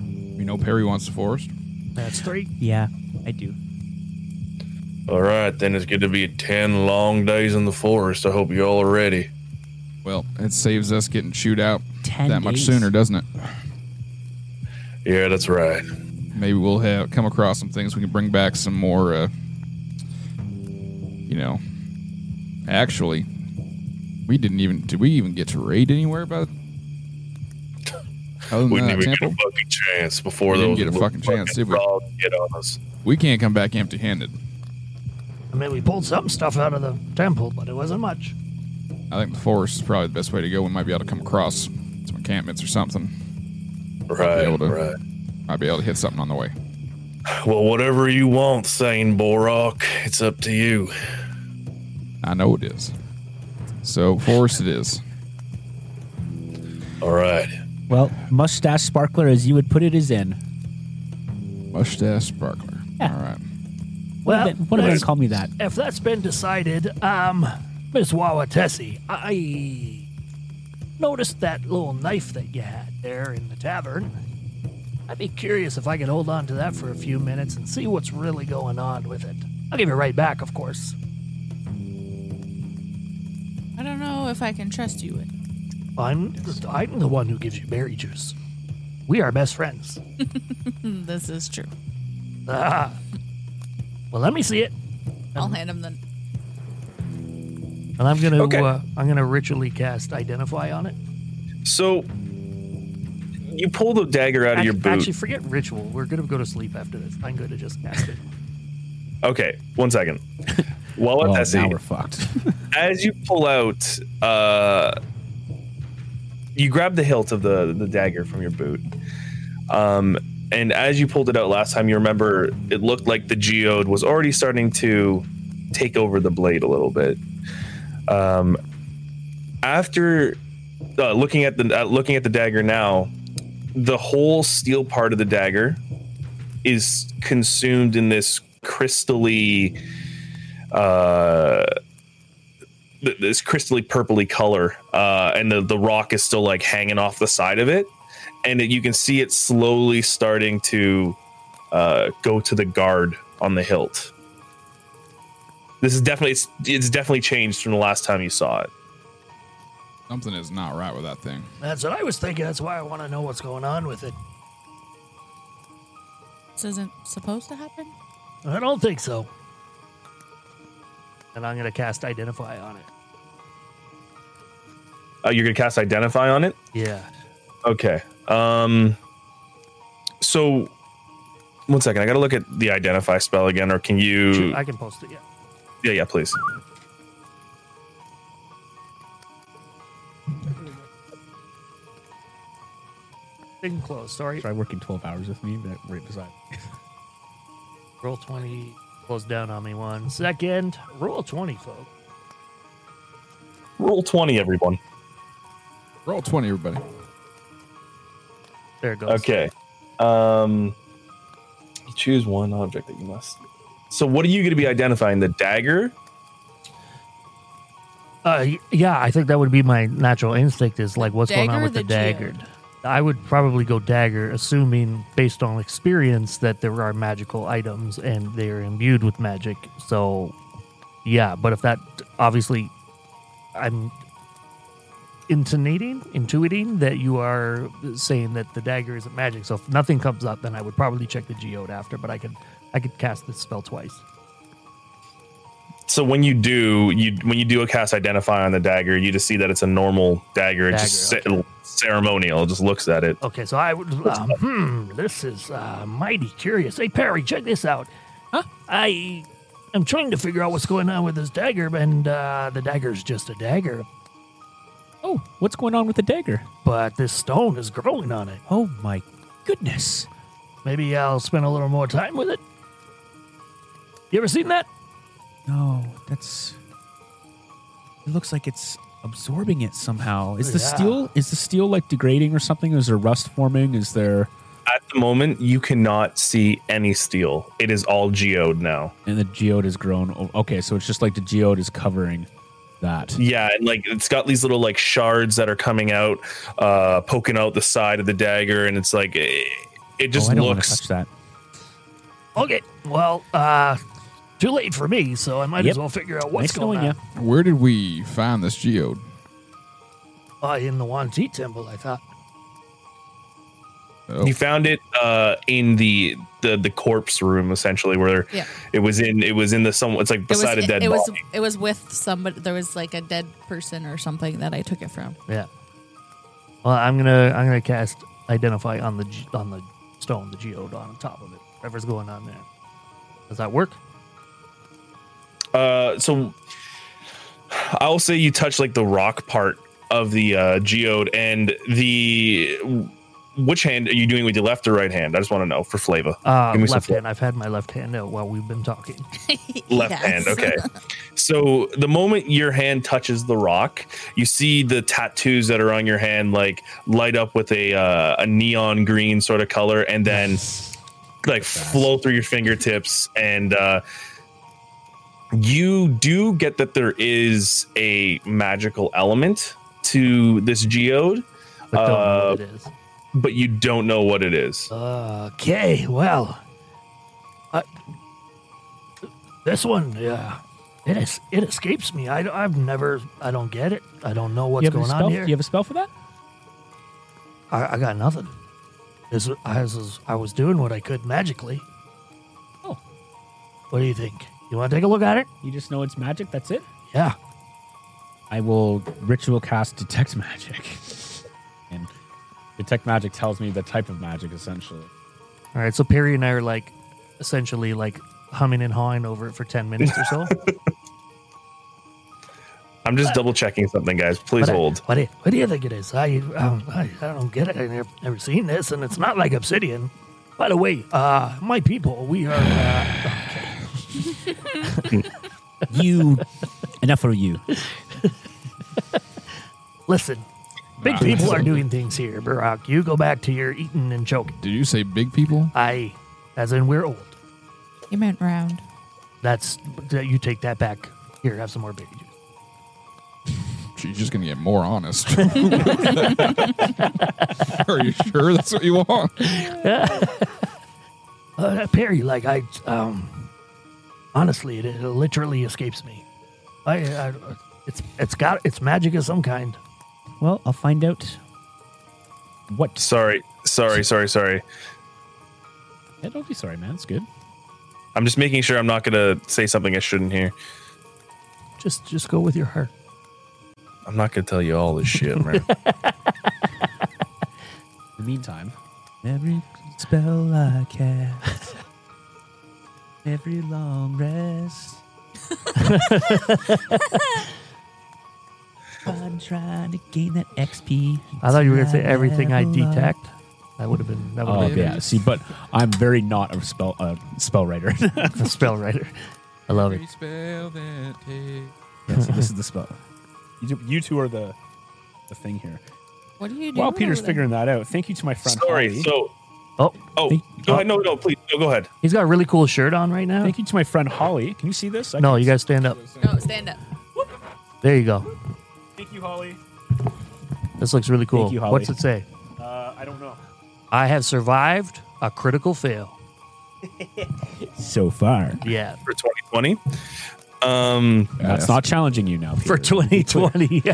[SPEAKER 3] You know, Perry wants the forest.
[SPEAKER 1] That's three.
[SPEAKER 2] Yeah, I do.
[SPEAKER 5] All right, then it's going to be 10 long days in the forest. I hope you all are ready.
[SPEAKER 3] Well, it saves us getting chewed out
[SPEAKER 2] Ten
[SPEAKER 3] that much
[SPEAKER 2] days.
[SPEAKER 3] sooner, doesn't it?
[SPEAKER 5] Yeah, that's right.
[SPEAKER 3] Maybe we'll have come across some things we can bring back some more. Uh, you know, actually, we didn't even. Did we even get to raid anywhere? About other than
[SPEAKER 5] We
[SPEAKER 3] that
[SPEAKER 5] didn't even
[SPEAKER 3] temple?
[SPEAKER 5] get a fucking chance before
[SPEAKER 3] We didn't
[SPEAKER 5] those
[SPEAKER 3] get a
[SPEAKER 5] little
[SPEAKER 3] fucking chance, did we?
[SPEAKER 5] frogs get on us.
[SPEAKER 3] we can't come back empty-handed.
[SPEAKER 1] I mean, we pulled some stuff out of the temple, but it wasn't much.
[SPEAKER 3] I think the forest is probably the best way to go. We might be able to come across some encampments or something.
[SPEAKER 5] Right,
[SPEAKER 3] able to-
[SPEAKER 5] right.
[SPEAKER 3] Might be able to hit something on the way.
[SPEAKER 5] Well, whatever you want, Thane Borok, it's up to you.
[SPEAKER 3] I know it is. So forest it is.
[SPEAKER 5] All right.
[SPEAKER 2] Well, mustache sparkler, as you would put it, is in.
[SPEAKER 3] Mustache sparkler.
[SPEAKER 2] Yeah.
[SPEAKER 3] All right.
[SPEAKER 1] Well,
[SPEAKER 2] One of them- one of them
[SPEAKER 1] that's-
[SPEAKER 2] called me that.
[SPEAKER 1] if that's been decided, um, Miss Wawatessi, I noticed that little knife that you had there in the tavern. I'd be curious if I could hold on to that for a few minutes and see what's really going on with it. I'll give it right back, of course.
[SPEAKER 4] I don't know if I can trust you. With.
[SPEAKER 1] I'm I'm the one who gives you berry juice. We are best friends.
[SPEAKER 4] This is true.
[SPEAKER 1] Ah. Well, let me see it,
[SPEAKER 5] Um,
[SPEAKER 4] I'll hand him the.
[SPEAKER 1] and I'm gonna
[SPEAKER 5] Okay.
[SPEAKER 1] uh, I'm gonna ritually cast identify on it.
[SPEAKER 5] So you pull the dagger out of your
[SPEAKER 1] Act-
[SPEAKER 5] boot.
[SPEAKER 1] Actually, forget ritual. We're gonna go to sleep after this. I'm gonna just cast it.
[SPEAKER 5] okay, one second. Well,
[SPEAKER 6] Well,
[SPEAKER 5] that's
[SPEAKER 6] Oh, now
[SPEAKER 5] it.
[SPEAKER 6] we're fucked.
[SPEAKER 5] as you pull out, uh, you grab the hilt of the the dagger from your boot. Um, and as you pulled it out last time, you remember it looked like the geode was already starting to take over the blade a little bit. Um, after uh, looking at the uh, looking at the dagger now, the whole steel part of the dagger is consumed in this crystally. Uh, th- this crystally purpley color, uh, and the, the rock is still like hanging off the side of it, and it, you can see it slowly starting to uh, go to the guard on the hilt. This is definitely it's, it's definitely changed from the last time you saw it.
[SPEAKER 3] Something is not right with that thing.
[SPEAKER 1] That's what I was thinking. That's why I want to know what's going on with it.
[SPEAKER 4] This isn't supposed to happen.
[SPEAKER 1] I don't think so. And I'm gonna cast identify on it.
[SPEAKER 5] Uh, you're gonna cast identify on it.
[SPEAKER 1] Yeah.
[SPEAKER 5] Okay. Um. So, one second. I gotta look at the identify spell again, or can you?
[SPEAKER 1] Shoot, I can post it. Yeah.
[SPEAKER 5] Yeah, yeah, please.
[SPEAKER 1] Thing closed. Sorry.
[SPEAKER 6] Try working 12 hours with me, but right beside.
[SPEAKER 1] Roll 20. Close down on me one second. Roll 20, folks.
[SPEAKER 5] Roll twenty, everyone.
[SPEAKER 3] Roll twenty, everybody.
[SPEAKER 1] There it goes.
[SPEAKER 5] Okay. Um, choose one object that you must So what are you going to be identifying? The dagger?
[SPEAKER 1] Uh, y- yeah, I think that would be my natural instinct is like, what's going
[SPEAKER 4] dagger
[SPEAKER 1] on
[SPEAKER 4] or
[SPEAKER 1] with the,
[SPEAKER 4] the
[SPEAKER 1] dagger?
[SPEAKER 4] geode?
[SPEAKER 1] I would probably go dagger, assuming based on experience that there are magical items and they are imbued with magic. So, yeah, but if that obviously, I'm intonating, intuiting that you are saying that the dagger isn't magic. So if nothing comes up, then I would probably check the geode after. But I could, I could cast this spell twice.
[SPEAKER 5] So when you do, you when you do a cast identify on the dagger, you just see that it's a normal dagger. It's just
[SPEAKER 1] Dagger,
[SPEAKER 5] ce- ceremonial. It just looks at it.
[SPEAKER 1] Okay, so I would. Um, hmm, this is uh, mighty curious. Hey, Perry, check this out. Huh? I am trying to figure out what's going on with this dagger, and uh, the dagger's just a dagger,
[SPEAKER 8] Oh, what's going on with the dagger?
[SPEAKER 1] but this stone is growing on it.
[SPEAKER 8] Oh my goodness.
[SPEAKER 1] Maybe I'll spend a little more time with it. You ever seen that?
[SPEAKER 8] No, that's. It looks like it's absorbing it somehow.
[SPEAKER 2] Is
[SPEAKER 8] Is
[SPEAKER 2] the
[SPEAKER 1] Yeah.
[SPEAKER 2] steel is the steel like degrading or something? Is there rust forming? Is there
[SPEAKER 5] At the moment, you cannot see any steel. It is all geode now.
[SPEAKER 2] and the geode has grown? o- Okay, so it's just like the geode is covering that. Oh,
[SPEAKER 5] Yeah, and like it's got these little like shards that are coming out, uh, poking out the side of the dagger, and it's like it, it just
[SPEAKER 2] oh, I don't want to touch
[SPEAKER 5] looks.
[SPEAKER 2] that.
[SPEAKER 1] Okay, well, uh, too late for me, so I might
[SPEAKER 2] Yep.
[SPEAKER 1] as well figure out what's
[SPEAKER 2] nice
[SPEAKER 1] going
[SPEAKER 2] knowing you.
[SPEAKER 1] on
[SPEAKER 3] Where did we find this geode?
[SPEAKER 1] uh, in the Wanji Temple. I thought.
[SPEAKER 3] Oh,
[SPEAKER 5] You found it uh, in the, the the corpse room essentially, where
[SPEAKER 4] Yeah.
[SPEAKER 5] it was in it was in the some. It's like beside
[SPEAKER 4] it was,
[SPEAKER 5] a dead
[SPEAKER 4] it, it was
[SPEAKER 5] body.
[SPEAKER 4] it was with somebody. There was like a dead person or something that I took it from.
[SPEAKER 1] Yeah. Well, I'm gonna I'm gonna cast identify on the g- on the stone, the geode on top of it. Whatever's going on there. Does that work?
[SPEAKER 5] Uh, so I'll say you touch like the rock part of the uh, geode and the which hand are you doing with your left or right hand? I just want to know for flavor.
[SPEAKER 1] Uh,
[SPEAKER 5] Give me some
[SPEAKER 1] left
[SPEAKER 5] fl-
[SPEAKER 1] hand. I've had my left hand out while we've been talking.
[SPEAKER 5] left
[SPEAKER 4] Yes.
[SPEAKER 5] hand okay so the moment your hand touches the rock you see the tattoos that are on your hand like light up with a uh, a neon green sort of color and then like flow through your fingertips and uh you do get that there is a magical element to this geode
[SPEAKER 1] But don't know
[SPEAKER 5] Uh,
[SPEAKER 1] what it is.
[SPEAKER 5] but you don't know what it is
[SPEAKER 1] Okay. Well. I, this one, yeah. It is. It escapes me. I, have never. I don't get it. I don't know what's
[SPEAKER 8] you have
[SPEAKER 1] going
[SPEAKER 8] a spell?
[SPEAKER 1] on here.
[SPEAKER 8] You have a spell for that?
[SPEAKER 1] I, I got nothing. This was, I was I was doing what I could magically.
[SPEAKER 8] Oh.
[SPEAKER 1] What do you think? You want to take a look at it?
[SPEAKER 8] You just know it's magic. That's it.
[SPEAKER 1] Yeah.
[SPEAKER 2] I will ritual cast detect magic.
[SPEAKER 6] And detect magic tells me the type of magic essentially.
[SPEAKER 1] All right. So Perry and I are like, essentially like humming and hawing over it for ten minutes or so.
[SPEAKER 5] i'm just double checking something guys please
[SPEAKER 1] What I-
[SPEAKER 5] hold
[SPEAKER 1] What do, you- what do you think it is? I, um, I I don't get it. I've never, never seen this, and it's not like obsidian. By the way, uh, my people, we are. Uh,
[SPEAKER 2] You enough of you.
[SPEAKER 1] listen, big
[SPEAKER 3] Nah.
[SPEAKER 1] people are doing things here, Barack. You go back to your eating and choking.
[SPEAKER 3] Did you say big people?
[SPEAKER 1] I, as in, we're old.
[SPEAKER 4] You meant round.
[SPEAKER 1] That's you take that back. Here, have some more baby juice.
[SPEAKER 3] She's just gonna get more honest. Are you sure that's what you want?
[SPEAKER 1] Uh, Perry, like I, um, honestly, it, it literally escapes me. I, I, it's it's got it's magic of some kind.
[SPEAKER 8] Well, I'll find out. What?
[SPEAKER 5] sorry sorry sorry sorry
[SPEAKER 2] Yeah, don't be sorry, man. It's good.
[SPEAKER 5] i'm just making sure i'm not gonna say something i shouldn't hear
[SPEAKER 1] Just just go with your heart.
[SPEAKER 5] I'm not gonna tell you all this shit, man.
[SPEAKER 2] In the meantime,
[SPEAKER 8] Every spell I cast, every long rest. I'm trying to gain that XP.
[SPEAKER 1] I thought you were gonna say
[SPEAKER 8] Until I
[SPEAKER 1] everything I
[SPEAKER 8] level up.
[SPEAKER 1] detect. That would have been that would
[SPEAKER 6] Oh
[SPEAKER 1] have been
[SPEAKER 6] yeah, see, but I'm very not a spell uh, spell writer.
[SPEAKER 1] the spell writer. I love it.
[SPEAKER 6] Yeah, so this is the spell. You, two- you two are the the thing here.
[SPEAKER 4] What do you do?
[SPEAKER 6] While Peter's figuring that out, thank you to my friend.
[SPEAKER 5] Sorry.
[SPEAKER 6] Holly.
[SPEAKER 5] So
[SPEAKER 1] Oh,
[SPEAKER 5] Oh, go ahead. No, no, please. No, go ahead.
[SPEAKER 1] he's got a really cool shirt on right now.
[SPEAKER 6] Thank you to my friend Holly. Can you see this? I
[SPEAKER 1] No,
[SPEAKER 6] can-
[SPEAKER 1] you guys stand up.
[SPEAKER 4] No, stand up.
[SPEAKER 1] There you go.
[SPEAKER 6] Thank you, Holly.
[SPEAKER 1] This looks really cool.
[SPEAKER 6] Thank you, Holly.
[SPEAKER 1] What's it say?
[SPEAKER 6] Uh, I don't know.
[SPEAKER 1] I have survived a critical fail.
[SPEAKER 6] So far,
[SPEAKER 1] Yeah.
[SPEAKER 5] For 2020. Um,
[SPEAKER 6] that's
[SPEAKER 3] Yes.
[SPEAKER 6] not challenging you now.
[SPEAKER 1] For
[SPEAKER 6] Peter.
[SPEAKER 1] 2020. Yeah.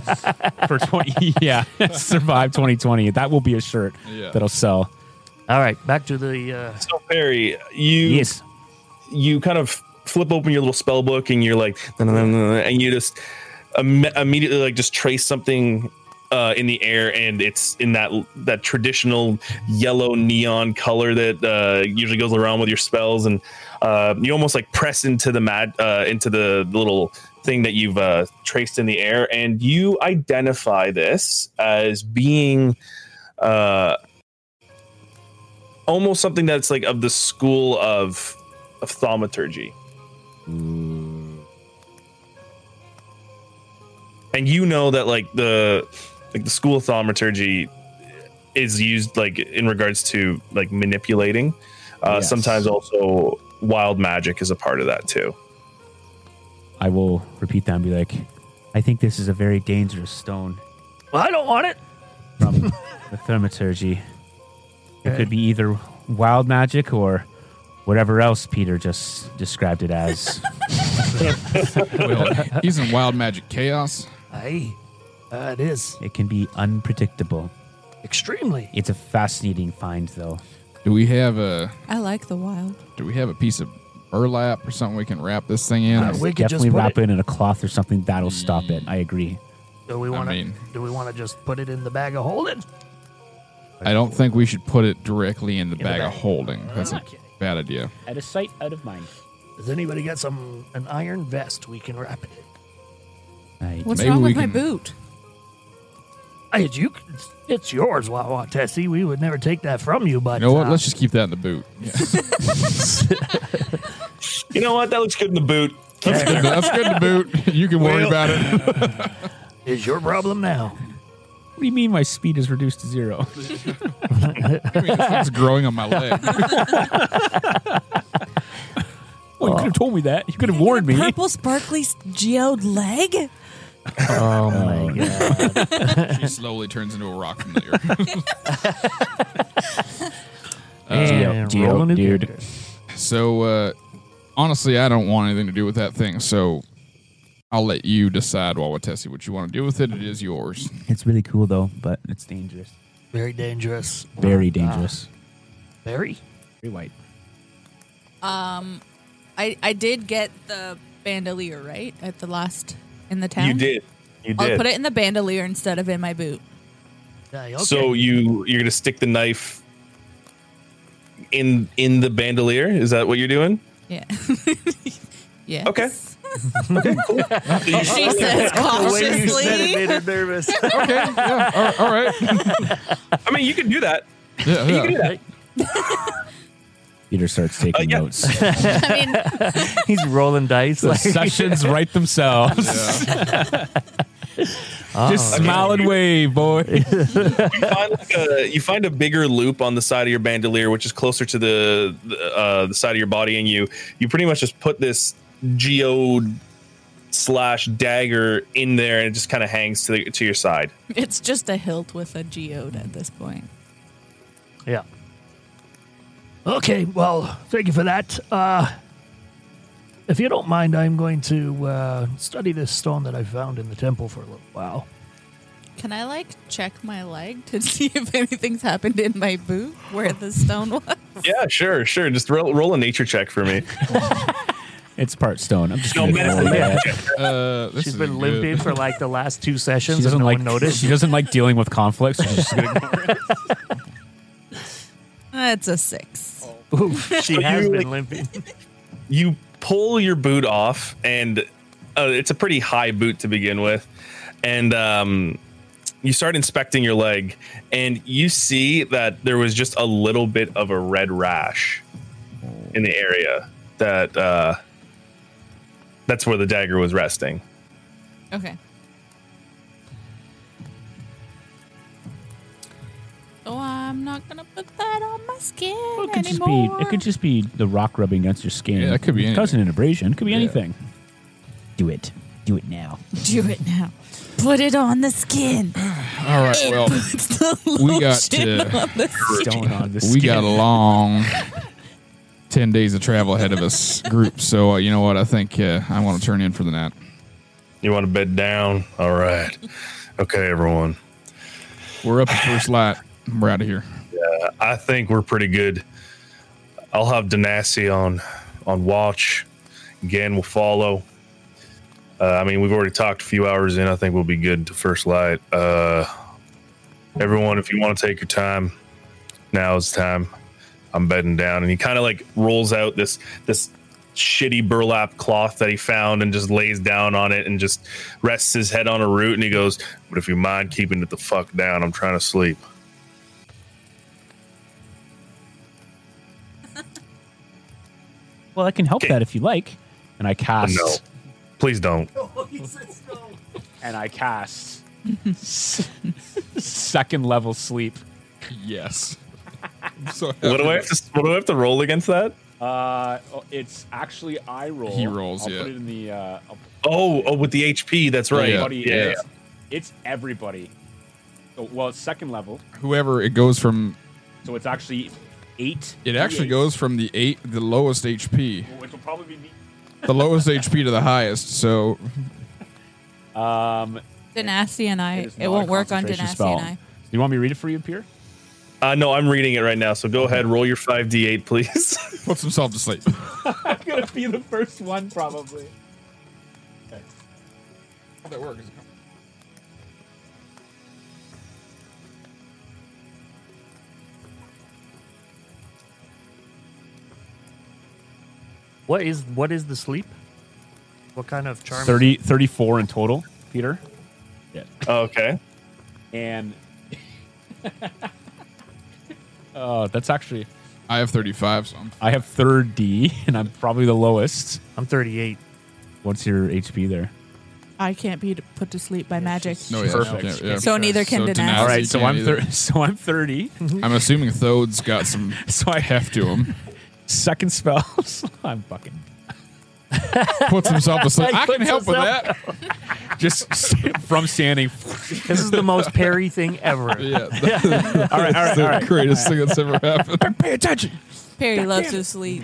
[SPEAKER 6] for twenty, yeah, survive twenty twenty. That will be a shirt
[SPEAKER 3] Yeah.
[SPEAKER 6] that'll sell.
[SPEAKER 1] All right. Back to the. Uh,
[SPEAKER 5] so Perry, you you kind of flip open your little spell book and you're like, "Na, na, na, na, na," and you just imme- immediately like just trace something uh, in the air, and it's in that that traditional yellow neon color that uh, usually goes around with your spells, and uh, you almost like press into the mad uh, into the little thing that you've uh, traced in the air, and you identify this as being. Uh, almost something that's like of the school of of thaumaturgy. Hmm. And you know that like the like the school of thaumaturgy is used like in regards to like manipulating. Uh,
[SPEAKER 6] Yes.
[SPEAKER 5] Sometimes also wild magic is a part of that too.
[SPEAKER 2] I will repeat that and be like, I think this is a very dangerous stone
[SPEAKER 1] well, I don't want it.
[SPEAKER 2] from the thermaturgy. It could be either wild magic or whatever else Peter just described it as.
[SPEAKER 3] Well, he's in wild magic chaos.
[SPEAKER 1] Aye. Uh, it is.
[SPEAKER 2] it can be unpredictable.
[SPEAKER 1] Extremely.
[SPEAKER 2] It's a fascinating find, though.
[SPEAKER 3] Do we have a
[SPEAKER 4] I like the wild.
[SPEAKER 3] Do we have a piece of burlap or something we can wrap this thing in?
[SPEAKER 1] Uh, we could just
[SPEAKER 2] Definitely
[SPEAKER 1] put
[SPEAKER 2] wrap
[SPEAKER 1] it.
[SPEAKER 2] it in a cloth or something. That'll stop it. I agree.
[SPEAKER 1] Do we want to?
[SPEAKER 3] mean-
[SPEAKER 1] do we want to just put it in the bag of holding?
[SPEAKER 3] I don't think we should put it directly in the bag of
[SPEAKER 1] bag.
[SPEAKER 3] holding. That's a
[SPEAKER 1] Okay.
[SPEAKER 3] bad idea.
[SPEAKER 2] At a sight, out of mind.
[SPEAKER 1] Does anybody got some an iron vest we can wrap it? in?
[SPEAKER 2] I,
[SPEAKER 4] What's
[SPEAKER 3] Maybe
[SPEAKER 4] wrong
[SPEAKER 3] we
[SPEAKER 4] with my
[SPEAKER 3] can-
[SPEAKER 4] boot?
[SPEAKER 1] Hey, it's you. It's, it's yours, Wawa Tessie. We would never take that from you, but
[SPEAKER 3] You know what?
[SPEAKER 1] uh,
[SPEAKER 3] Let's just keep that in the boot. Yeah.
[SPEAKER 5] You know what? That looks good in the boot.
[SPEAKER 3] That's good to boot. You can worry
[SPEAKER 1] Well-
[SPEAKER 3] about it.
[SPEAKER 1] is your problem now.
[SPEAKER 2] what do you mean my speed is reduced to zero?
[SPEAKER 3] I mean, it's growing on my leg.
[SPEAKER 2] well, you could have told me that. You could have warned me.
[SPEAKER 4] Purple sparkly s- geode leg?
[SPEAKER 3] Oh my god! she slowly turns into a rock from the earth.
[SPEAKER 1] And
[SPEAKER 6] Geo,
[SPEAKER 1] roll a new
[SPEAKER 6] dude.
[SPEAKER 1] character.
[SPEAKER 3] So, uh, honestly, I don't want anything to do with that thing. So, I'll let you decide, Wawatessi, what you want to do with it. It is yours.
[SPEAKER 2] It's really cool, though, but it's dangerous.
[SPEAKER 1] Very dangerous.
[SPEAKER 2] Very dangerous.
[SPEAKER 1] Very.
[SPEAKER 2] Ah, Very white.
[SPEAKER 4] I, I did get the bandolier, right? At the last in the town?
[SPEAKER 5] You did. You did.
[SPEAKER 4] I'll put it in the bandolier instead of in my boot.
[SPEAKER 1] Aye,
[SPEAKER 5] So
[SPEAKER 1] okay.
[SPEAKER 5] you you're gonna stick the knife in in the bandolier? Is that what you're doing?
[SPEAKER 4] Yeah. yeah.
[SPEAKER 5] Okay. Oh,
[SPEAKER 4] She says cautiously.
[SPEAKER 1] made her nervous.
[SPEAKER 3] Okay. Yeah. All, all right.
[SPEAKER 5] I mean, you can do that.
[SPEAKER 3] Yeah,
[SPEAKER 5] You
[SPEAKER 3] yeah.
[SPEAKER 5] can do that.
[SPEAKER 6] Peter starts
[SPEAKER 2] Oh,
[SPEAKER 6] taking
[SPEAKER 5] yeah.
[SPEAKER 6] notes.
[SPEAKER 4] I mean,
[SPEAKER 1] He's rolling dice.
[SPEAKER 6] the
[SPEAKER 1] Like,
[SPEAKER 6] sessions write themselves.
[SPEAKER 3] Yeah.
[SPEAKER 1] Oh.
[SPEAKER 6] Just smile and wave, boy.
[SPEAKER 5] You find, like a, you find a bigger loop on the side of your bandolier, which is closer to the the, uh, the side of your body, and you you pretty much just put this geode slash dagger in there, and it just kind of hangs to the, to your side.
[SPEAKER 4] it's just a hilt with a geode at this point.
[SPEAKER 1] yeah. Okay. Well, thank you for that. Uh, if you don't mind, I'm going to uh, study this stone that I found in the temple for a little while.
[SPEAKER 4] Can I like check my leg to see if anything's happened in my boot where the stone was?
[SPEAKER 5] Yeah, sure, sure. Just roll, roll a nature check for me.
[SPEAKER 6] It's part stone. I'm just
[SPEAKER 5] No
[SPEAKER 6] gonna
[SPEAKER 5] medicine.
[SPEAKER 6] roll it.
[SPEAKER 5] man.
[SPEAKER 3] Uh, this
[SPEAKER 1] She's
[SPEAKER 3] is
[SPEAKER 1] been
[SPEAKER 3] good.
[SPEAKER 1] limping for like the last two
[SPEAKER 6] She
[SPEAKER 1] sessions, and
[SPEAKER 6] doesn't
[SPEAKER 1] no
[SPEAKER 6] like
[SPEAKER 1] one noticed.
[SPEAKER 6] she doesn't like dealing with conflicts. She's just gonna ignore it.
[SPEAKER 4] That's a six.
[SPEAKER 1] Oof, she has
[SPEAKER 5] you,
[SPEAKER 1] been
[SPEAKER 5] like-
[SPEAKER 1] limping.
[SPEAKER 5] you pull your boot off and uh, it's a pretty high boot to begin with and um, you start inspecting your leg and you see that there was just a little bit of a red rash in the area that uh, that's where the dagger was resting
[SPEAKER 4] Okay. So Oh, I'm not gonna put that on my skin
[SPEAKER 2] Well, it could just be
[SPEAKER 4] anymore.
[SPEAKER 2] it could just be the rock rubbing against your skin.
[SPEAKER 3] Yeah, that could be
[SPEAKER 2] It's causing an abrasion. It could be
[SPEAKER 3] Yeah.
[SPEAKER 2] anything. Do it. Do it now.
[SPEAKER 4] do it now. Put it on the skin.
[SPEAKER 3] All right, well, we got to,
[SPEAKER 6] Stone on the
[SPEAKER 3] we
[SPEAKER 6] skin.
[SPEAKER 3] got a long ten days of travel ahead of us, group. So uh, you know what? I think uh, I want to turn in for the night.
[SPEAKER 5] You want to bed down? All right. Okay, everyone.
[SPEAKER 3] We're up at first light. We're out of here.
[SPEAKER 5] I think we're pretty good. I'll have Danassi on on watch. Gan will follow. Uh, I mean, we've already talked a few hours in. I think we'll be good to first light. Uh, everyone, if you want to take your time, now is time. I'm bedding down, and he kind of like rolls out this this shitty burlap cloth that he found and just lays down on it and just rests his head on a root and he goes, "But if you mind keeping it the fuck down, I'm trying to sleep."
[SPEAKER 2] Well, I can help
[SPEAKER 5] Okay.
[SPEAKER 2] that if you like.
[SPEAKER 6] and
[SPEAKER 3] Oh,
[SPEAKER 6] I cast
[SPEAKER 5] No, please don't.
[SPEAKER 6] and I cast s- second level sleep.
[SPEAKER 3] Yes. I'm so
[SPEAKER 5] What do I have
[SPEAKER 3] happy.
[SPEAKER 5] to? What do I have to roll against that?
[SPEAKER 6] Uh, oh, it's actually I roll.
[SPEAKER 3] He rolls,
[SPEAKER 6] I'll
[SPEAKER 3] yeah.
[SPEAKER 6] Put it in the. Uh, I'll
[SPEAKER 5] Oh, oh, with the HP. That's right.
[SPEAKER 3] Yeah,
[SPEAKER 5] Yeah,
[SPEAKER 6] everybody
[SPEAKER 5] yeah.
[SPEAKER 6] It's, it's everybody. So, well, it's second level,
[SPEAKER 3] Whoever it goes from,
[SPEAKER 6] so it's actually eight.
[SPEAKER 3] it actually
[SPEAKER 6] D8,
[SPEAKER 3] goes from the eight, the lowest HP,
[SPEAKER 6] Which will probably be me.
[SPEAKER 3] the lowest HP to the highest. So
[SPEAKER 6] Um,
[SPEAKER 4] Denassi and I.
[SPEAKER 6] it
[SPEAKER 4] It,
[SPEAKER 6] is not
[SPEAKER 4] won't
[SPEAKER 6] a
[SPEAKER 4] work on
[SPEAKER 6] concentration
[SPEAKER 4] Denassi
[SPEAKER 6] spell.
[SPEAKER 4] and I.
[SPEAKER 6] Do you want me to read it for you, Pierre?
[SPEAKER 5] Uh, no, I'm reading it right now. So go ahead, roll your five d8, please.
[SPEAKER 3] puts himself to sleep.
[SPEAKER 6] I'm gonna be the first one, probably.
[SPEAKER 3] that works.
[SPEAKER 1] What is what is the sleep? What kind of charm?
[SPEAKER 6] 30, 34 in total, Peter.
[SPEAKER 5] okay.
[SPEAKER 6] And oh, that's actually
[SPEAKER 3] I have 35, so I'm
[SPEAKER 6] I have third D, and I'm probably the lowest.
[SPEAKER 1] I'm 38.
[SPEAKER 6] What's your HP there?
[SPEAKER 4] I can't be put to sleep by magic.
[SPEAKER 3] no, yeah,
[SPEAKER 6] Perfect.
[SPEAKER 3] yeah, yeah.
[SPEAKER 4] So neither can
[SPEAKER 3] So
[SPEAKER 4] Denassi.
[SPEAKER 3] Denali-
[SPEAKER 6] All
[SPEAKER 3] You
[SPEAKER 6] right, so
[SPEAKER 3] can't
[SPEAKER 6] I'm
[SPEAKER 3] either.
[SPEAKER 6] thir- so I'm thirty.
[SPEAKER 3] I'm assuming Thode's got some
[SPEAKER 6] So I have
[SPEAKER 3] heft to him.
[SPEAKER 6] second spells. I'm fucking
[SPEAKER 3] Puts himself to sleep. I can
[SPEAKER 1] Puts
[SPEAKER 3] help with that.
[SPEAKER 1] himself-
[SPEAKER 6] just from standing.
[SPEAKER 1] This is the most parry thing ever.
[SPEAKER 3] Yeah, that's
[SPEAKER 6] All right, all right, all
[SPEAKER 3] the
[SPEAKER 6] right.
[SPEAKER 3] greatest thing that's ever happened.
[SPEAKER 6] Pay attention.
[SPEAKER 4] Perry loves to sleep.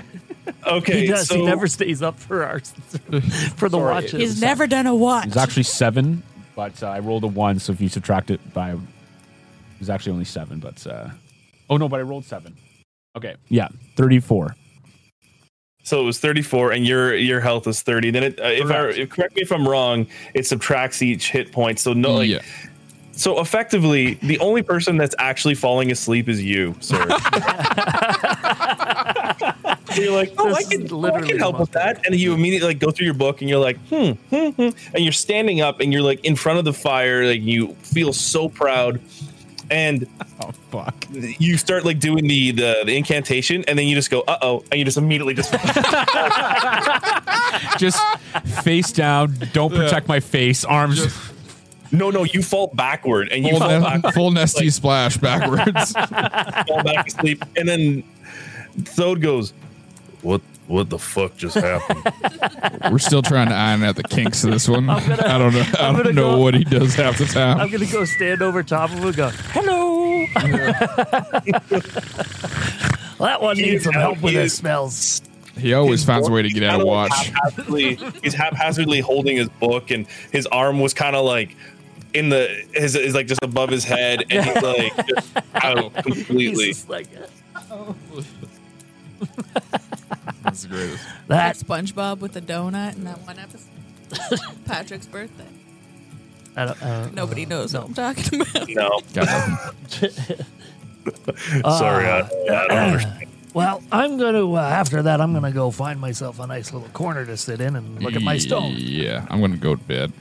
[SPEAKER 5] Okay.
[SPEAKER 1] He does.
[SPEAKER 5] So
[SPEAKER 1] he never stays up for our for the watches.
[SPEAKER 4] He's never done a watch.
[SPEAKER 6] It's actually seven, but uh, I rolled a one. So if you subtract it by, it was actually only seven. But uh, oh no, but I rolled seven. Okay, yeah, thirty-four.
[SPEAKER 5] so it was 34, and your your health is 30. Then it, uh, if I
[SPEAKER 6] Correct.
[SPEAKER 5] if, correct me if I'm wrong, it subtracts each hit point. So no, like,
[SPEAKER 3] yeah.
[SPEAKER 5] so effectively, the only person that's actually falling asleep is you, sir. So you're like, oh, I
[SPEAKER 1] This
[SPEAKER 5] can,
[SPEAKER 1] is
[SPEAKER 5] oh, I
[SPEAKER 1] literally
[SPEAKER 5] can
[SPEAKER 1] the
[SPEAKER 5] help with
[SPEAKER 1] most
[SPEAKER 5] that. And you immediately like go through your book and you're like, hmm, hmm, hmm. And you're standing up and you're like in front of the fire. Like you feel so proud. And
[SPEAKER 6] Oh fuck!
[SPEAKER 5] you start like doing the the, the incantation and then you just go, uh oh. And you just immediately just
[SPEAKER 6] Just face down. Don't protect my face. Arms.
[SPEAKER 3] Just
[SPEAKER 5] no, no, you fall backward and you
[SPEAKER 3] full,
[SPEAKER 5] fall back,
[SPEAKER 3] ne- full nesty splash backwards.
[SPEAKER 5] fall back asleep. And then Thode goes, what, what the fuck just happened?
[SPEAKER 3] We're still trying to iron out the kinks of this one. I don't know. I
[SPEAKER 1] gonna
[SPEAKER 3] don't know
[SPEAKER 1] go-
[SPEAKER 3] what he does half the time.
[SPEAKER 1] I'm gonna go stand over top of him and go, "Hello." that one needs some help with his smells.
[SPEAKER 3] He always finds a way to get out of watch.
[SPEAKER 5] Haphazardly, he's haphazardly holding his book, and his arm was kind of like in the his is like just above his head, and he's like just out
[SPEAKER 1] He's
[SPEAKER 5] completely.
[SPEAKER 1] just like
[SPEAKER 3] That's the greatest.
[SPEAKER 1] that.
[SPEAKER 4] Like SpongeBob with a donut in that one episode. Patrick's birthday.
[SPEAKER 1] I don't, uh, I don't-
[SPEAKER 4] Nobody knows what I'm talking about.
[SPEAKER 5] No,
[SPEAKER 3] God, nothing.
[SPEAKER 5] sorry, I, I don't understand.
[SPEAKER 1] Well, I'm gonna uh, after that. I'm gonna go find myself a nice little corner to sit in and look at my stone.
[SPEAKER 3] Yeah, I'm gonna go to bed.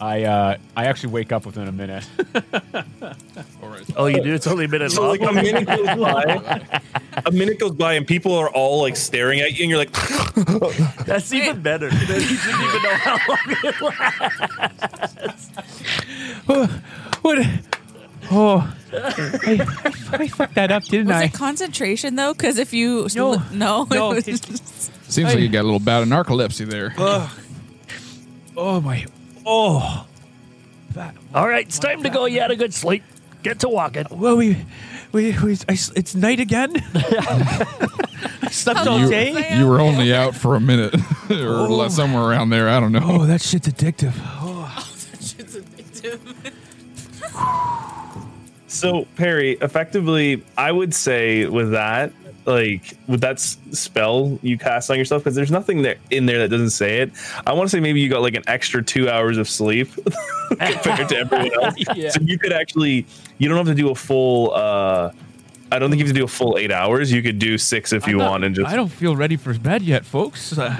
[SPEAKER 6] I uh, I actually wake up within a minute.
[SPEAKER 3] All right.
[SPEAKER 1] Oh, you do? It's only been a
[SPEAKER 5] So like a minute goes by, a minute goes by, and people are all like staring at you, and you're like,
[SPEAKER 1] That's even better. He didn't even know how long it was.
[SPEAKER 2] What? Oh,
[SPEAKER 8] I, I fucked that up, didn't
[SPEAKER 4] Was
[SPEAKER 8] I?
[SPEAKER 4] it concentration though? Because if you
[SPEAKER 8] No.
[SPEAKER 4] no,
[SPEAKER 8] No,
[SPEAKER 4] it was
[SPEAKER 8] it-
[SPEAKER 4] just-
[SPEAKER 3] Seems like you got a little bout of narcolepsy there.
[SPEAKER 8] oh my! Oh,
[SPEAKER 1] All right, it's time to go. You had a good sleep. Get to walking.
[SPEAKER 8] well, we, we, we I s it's night again. I slept all
[SPEAKER 3] You,
[SPEAKER 8] day.
[SPEAKER 3] you were only out for a minute or le- somewhere around there. I don't know.
[SPEAKER 8] Oh, that shit's addictive.
[SPEAKER 5] So Perry, effectively, I would say with that, like with that s- spell you cast on yourself, because there's nothing there in there that doesn't say it. I want to say maybe you got like an extra two hours of sleep compared to everyone else. So you could actually, you don't have to do a full. uh I don't think you have to do a full eight hours. You could do six if you want, and just
[SPEAKER 6] I don't feel ready for bed yet, folks. Uh,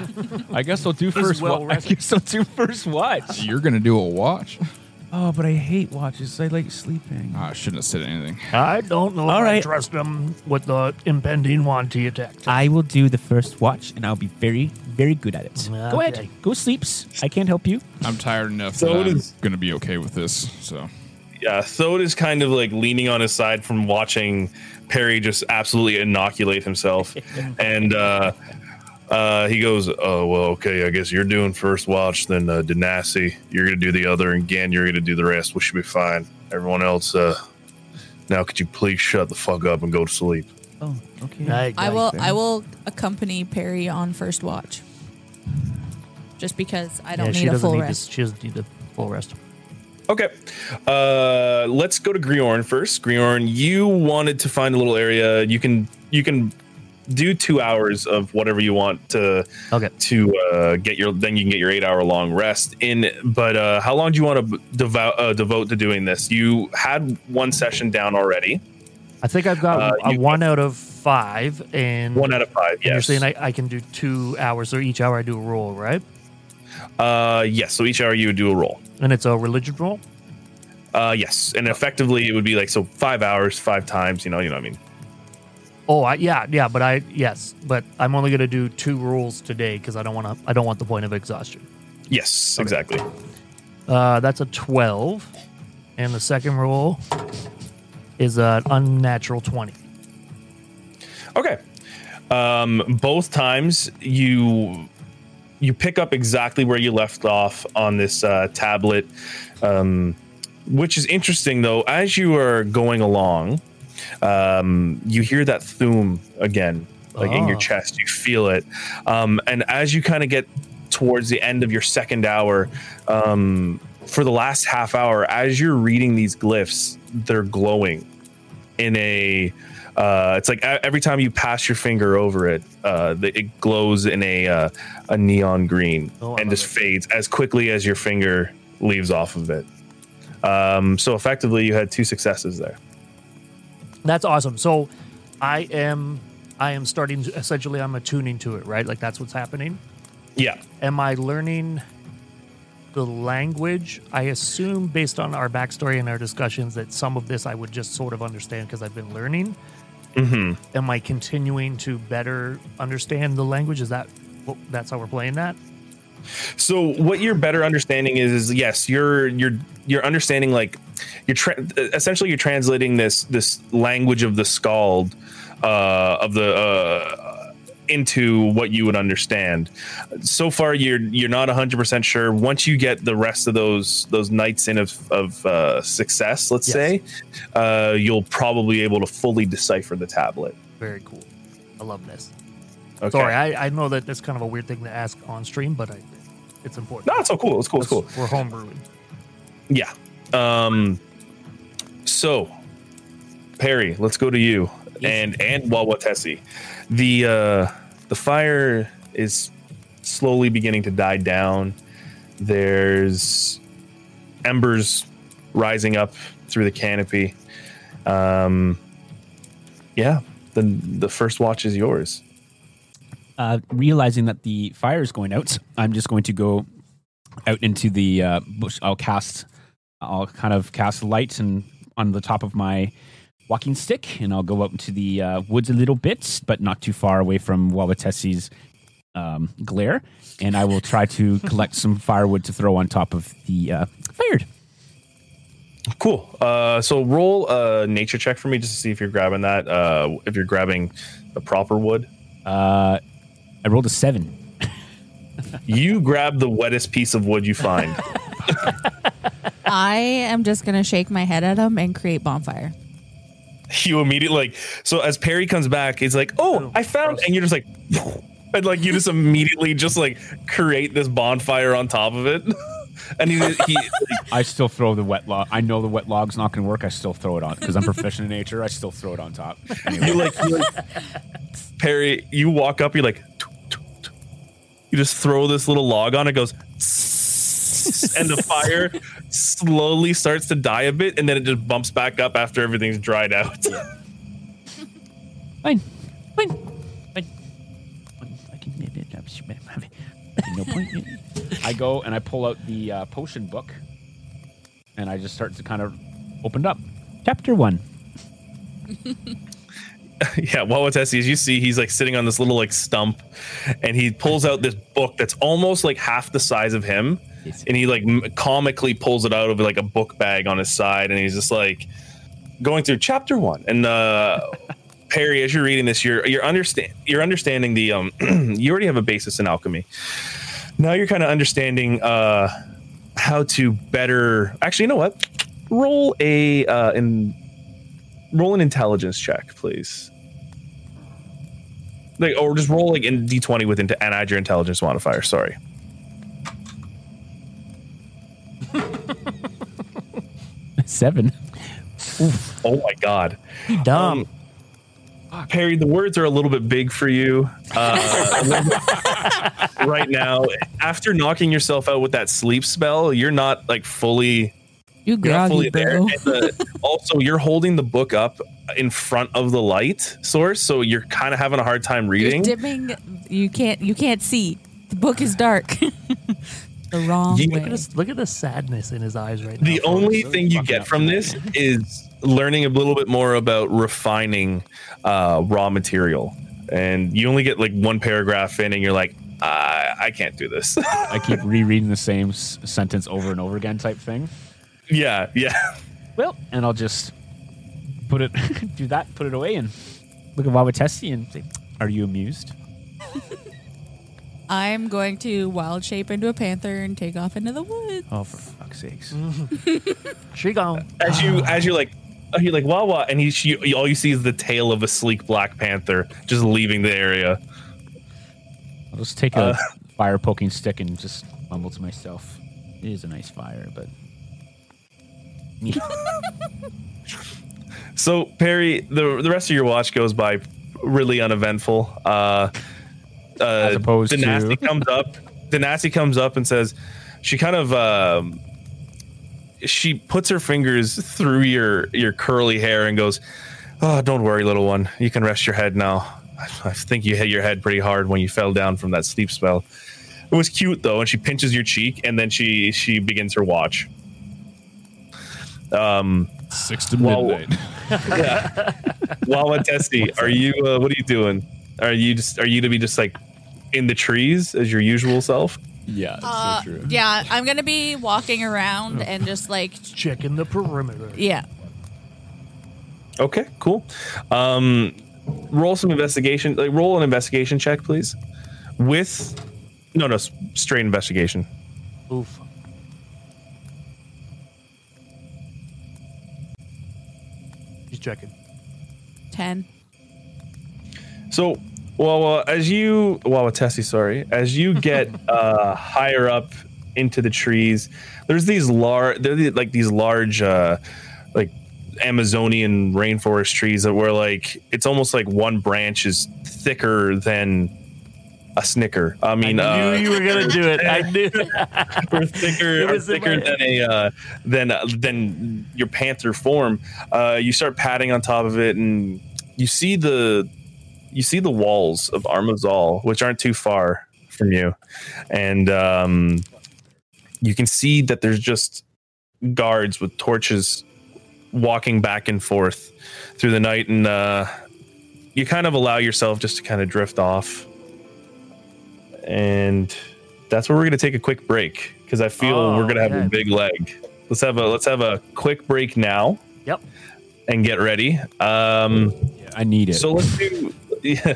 [SPEAKER 6] I guess I'll do first.
[SPEAKER 1] well
[SPEAKER 6] wa- I guess I'll do first watch.
[SPEAKER 3] You're going to do a watch?
[SPEAKER 6] Oh, but I hate watches. I like sleeping.
[SPEAKER 3] Ah, I shouldn't have said anything.
[SPEAKER 1] I don't know. if
[SPEAKER 8] All
[SPEAKER 1] I
[SPEAKER 8] right.
[SPEAKER 1] trust him with the impending wanty attack.
[SPEAKER 2] I will do the first watch, and I'll be very, very good at it. Go
[SPEAKER 1] Okay.
[SPEAKER 2] ahead, go sleeps. I can't help you.
[SPEAKER 3] I'm tired enough
[SPEAKER 5] So
[SPEAKER 3] that
[SPEAKER 5] it
[SPEAKER 3] I'm
[SPEAKER 5] is-
[SPEAKER 3] going to be okay with this. So
[SPEAKER 5] Yeah, Thode is kind of like leaning on his side from watching Perry just absolutely inoculate himself, and uh, uh, he goes, "Oh well, okay, I guess you're doing first watch, then uh, Denasi, you're gonna do the other, and Gan, you're gonna do the rest. We should be fine. Everyone else, uh, now could you please shut the fuck up and go to sleep?"
[SPEAKER 2] Oh, okay.
[SPEAKER 1] Night,
[SPEAKER 4] I
[SPEAKER 1] night.
[SPEAKER 4] will. I will accompany Perry on first watch. Just because I
[SPEAKER 1] Yeah,
[SPEAKER 4] don't
[SPEAKER 1] she
[SPEAKER 4] need a
[SPEAKER 1] doesn't
[SPEAKER 4] full
[SPEAKER 1] need
[SPEAKER 4] rest.
[SPEAKER 1] To, she doesn't need the full rest.
[SPEAKER 5] Okay, uh, let's go to Griorn first. Griorn, you wanted to find a little area. You can you can do two hours of whatever you want to.
[SPEAKER 1] Okay.
[SPEAKER 5] to uh, get your then you can get your eight hour long rest in but uh, how long do you want to devote uh, devote to doing this you had one session down already
[SPEAKER 1] I think I've got
[SPEAKER 5] Uh,
[SPEAKER 1] a
[SPEAKER 5] you-
[SPEAKER 1] one out of five, and
[SPEAKER 5] one out of five
[SPEAKER 1] and You're
[SPEAKER 5] yes
[SPEAKER 1] saying I, I can do two hours, so each hour I do a roll, right?
[SPEAKER 5] uh, yes so each hour you would do a roll
[SPEAKER 1] And it's a religion roll.
[SPEAKER 5] uh, yes and effectively it would be like so five hours five times you know you know what i mean
[SPEAKER 1] Oh, I, yeah, yeah, but I yes, but I'm only gonna do two rolls today because I don't want to. I don't want the point of exhaustion.
[SPEAKER 5] yes exactly
[SPEAKER 1] Uh, that's a twelve, and the second roll is an unnatural twenty.
[SPEAKER 5] Okay. Um, both times you you pick up exactly where you left off on this uh, tablet, um, which is interesting though. As you are going along, um, you hear that thum again, like in your
[SPEAKER 1] Ah.
[SPEAKER 5] chest. You feel it, um, and as you kind of get towards the end of your second hour, um, for the last half hour, as you're reading these glyphs, they're glowing in a uh, it's like e- every time you pass your finger over it, uh, the, it glows in a uh, a neon green
[SPEAKER 1] Oh, I love
[SPEAKER 5] and just
[SPEAKER 1] it.
[SPEAKER 5] fades as quickly as your finger leaves off of it. Um, so effectively, you had two successes there.
[SPEAKER 1] That's awesome. So I am I am starting to- essentially I'm attuning to it, right? Like that's what's happening.
[SPEAKER 5] Yeah,
[SPEAKER 1] Am I learning the language? I assume based on our backstory and our discussions that some of this I would just sort of understand because I've been learning. Mm-hmm. Am I continuing to better understand the language? Is that well, that's how we're playing that?
[SPEAKER 5] so what your better understanding is is yes you're you're you're understanding like you're tra- essentially you're translating this this language of the scald uh of the uh into what you would understand so far you're you're not 100% sure once you get the rest of those those nights in of, of uh, success let's
[SPEAKER 1] Yes.
[SPEAKER 5] say uh, you'll probably able to fully decipher the tablet
[SPEAKER 1] Very cool. I love this.
[SPEAKER 5] okay
[SPEAKER 1] Sorry, I, I know that that's kind of a weird thing to ask on stream, but I, it's important.
[SPEAKER 5] no it's so cool it's cool it's cool
[SPEAKER 1] We're homebrewing.
[SPEAKER 5] Yeah. Um so Perry, let's go to you and and Wawatesi. The uh the fire is slowly beginning to die down. There's embers rising up through the canopy. Um yeah, the the first watch is yours.
[SPEAKER 6] Uh, realizing that the fire is going out, I'm just going to go out into the uh, bush. I'll cast, I'll kind of cast light and on the top of my walking stick, and I'll go out into the uh, woods a little bit, but not too far away from Wawatesi's um, glare. And I will try to collect some firewood to throw on top of the uh, fire.
[SPEAKER 5] Cool. Uh, so roll a nature check for me just to see if you're grabbing that. Uh, if you're grabbing the proper wood,
[SPEAKER 6] Uh, I rolled a seven.
[SPEAKER 5] you grab the wettest piece of wood you find.
[SPEAKER 4] I am just gonna shake my head at him and create bonfire.
[SPEAKER 5] you immediately like. So as Perry comes back, he's like, "Oh, I found," and you're just like, and like you just immediately just like create this bonfire on top of it. And he, he
[SPEAKER 6] I still throw the wet log. I know the wet log's not going to work. I still throw it on because I'm proficient in nature. I still throw it on top. Anyway.
[SPEAKER 5] you like, you, like- Perry, you walk up, you're like, you just throw this little log on, it goes, and the fire slowly starts to die a bit, and then it just bumps back up after everything's dried out.
[SPEAKER 8] Fine. Fine. Fine. One second.
[SPEAKER 6] no point. I go and I pull out the uh, potion book, and I just start to kind of open it up. Chapter one.
[SPEAKER 5] yeah, while with Tessie, as you see, he's like sitting on this little like stump, and he pulls out this book that's almost like half the size of him, and he like m- comically pulls it out of like a book bag on his side, and he's just like going through chapter one. And uh, Perry, as you're reading this, you're you're understand you're understanding the um you already have a basis in alchemy. Now you're kind of understanding uh how to better. Actually, you know what? Roll a uh, in roll an intelligence check, please like or just roll like in d20 with into and add your intelligence modifier sorry
[SPEAKER 6] Seven.
[SPEAKER 5] oh my god
[SPEAKER 8] Um,
[SPEAKER 1] Dumb.
[SPEAKER 5] perry the words are a little bit big for you uh, a little bit- right now after knocking yourself out with that sleep spell you're not like fully
[SPEAKER 4] You
[SPEAKER 5] you're not
[SPEAKER 4] groggy
[SPEAKER 5] fully there
[SPEAKER 4] bro.
[SPEAKER 5] And the- also you're holding the book up in front of the light source so you're kind of having a hard time
[SPEAKER 4] You're
[SPEAKER 5] reading
[SPEAKER 4] dimming. You can't. You can't see. The book is dark. the wrong
[SPEAKER 5] You-
[SPEAKER 1] Look at,
[SPEAKER 4] way.
[SPEAKER 1] this, look at the sadness in his eyes right now.
[SPEAKER 5] the only thing you get from this is learning a little bit more about refining uh, raw material and you only get like one paragraph in and you're like i, I can't do this
[SPEAKER 6] I keep rereading the same s- sentence over and over again, type thing.
[SPEAKER 5] yeah yeah
[SPEAKER 6] Well, and I'll just put it, do that, put it away, and look at Wabatesti and say, "Are you amused?"
[SPEAKER 4] I'm going to wild shape into a panther and take off into the woods.
[SPEAKER 6] Oh, for fuck's sakes!
[SPEAKER 1] Mm. She gone.
[SPEAKER 5] as you as you're like uh, you're like wah wah and he, she, all you see is the tail of a sleek black panther just leaving the area
[SPEAKER 6] I'll just take
[SPEAKER 1] Uh.
[SPEAKER 6] a fire poking stick and just mumble to myself, "It is a nice fire, but."
[SPEAKER 5] So Perry, the the rest of your watch goes by really uneventful. Uh, uh, As
[SPEAKER 6] opposed to-
[SPEAKER 5] Denassi comes up. Denassi comes up and says, she kind of um, she puts her fingers through your your curly hair and goes, "Oh, don't worry, little one. You can rest your head now. I, I think you hit your head pretty hard when you fell down from that sleep spell. It was cute though." And she pinches your cheek and then she she begins her watch.
[SPEAKER 3] Six to
[SPEAKER 5] Well-
[SPEAKER 3] midnight.
[SPEAKER 5] Wawa Testy, are you? Uh, what are you doing? Are you just? Are you to be just like in the trees as your usual self?
[SPEAKER 3] yeah, it's so true.
[SPEAKER 4] Uh, Yeah, I'm gonna be walking around and just like,
[SPEAKER 1] Checking the perimeter.
[SPEAKER 4] yeah.
[SPEAKER 5] Okay, cool. Um, roll some investigation. Like roll an investigation check, please. With no, no, s- straight investigation.
[SPEAKER 1] Oof. He's checking.
[SPEAKER 4] Ten.
[SPEAKER 5] So, Wawa, as you Wawa Tessie, sorry, as you get uh, higher up into the trees, there's these large, they're the- like these large, uh, like Amazonian rainforest trees that were like it's almost like one branch is thicker than a snicker. I mean, uh,
[SPEAKER 1] I knew you were gonna do it. I knew.
[SPEAKER 5] or thicker,
[SPEAKER 1] It
[SPEAKER 5] or
[SPEAKER 1] was in
[SPEAKER 5] thicker
[SPEAKER 1] my-
[SPEAKER 5] than a uh, than uh, than your panther form. Uh, you start patting on top of it, and you see the you see the walls of Armazal, which aren't too far from you, and um, you can see that there's just guards with torches walking back and forth through the night, and uh, you kind of allow yourself just to kind of drift off. And that's where we're going to take a quick break because I feel
[SPEAKER 1] Oh,
[SPEAKER 5] we're going to have a
[SPEAKER 1] okay.
[SPEAKER 5] big leg. Let's have a let's have a quick break now
[SPEAKER 1] Yep.
[SPEAKER 5] and get ready. Um,
[SPEAKER 6] I need it.
[SPEAKER 5] so let's do. Yeah.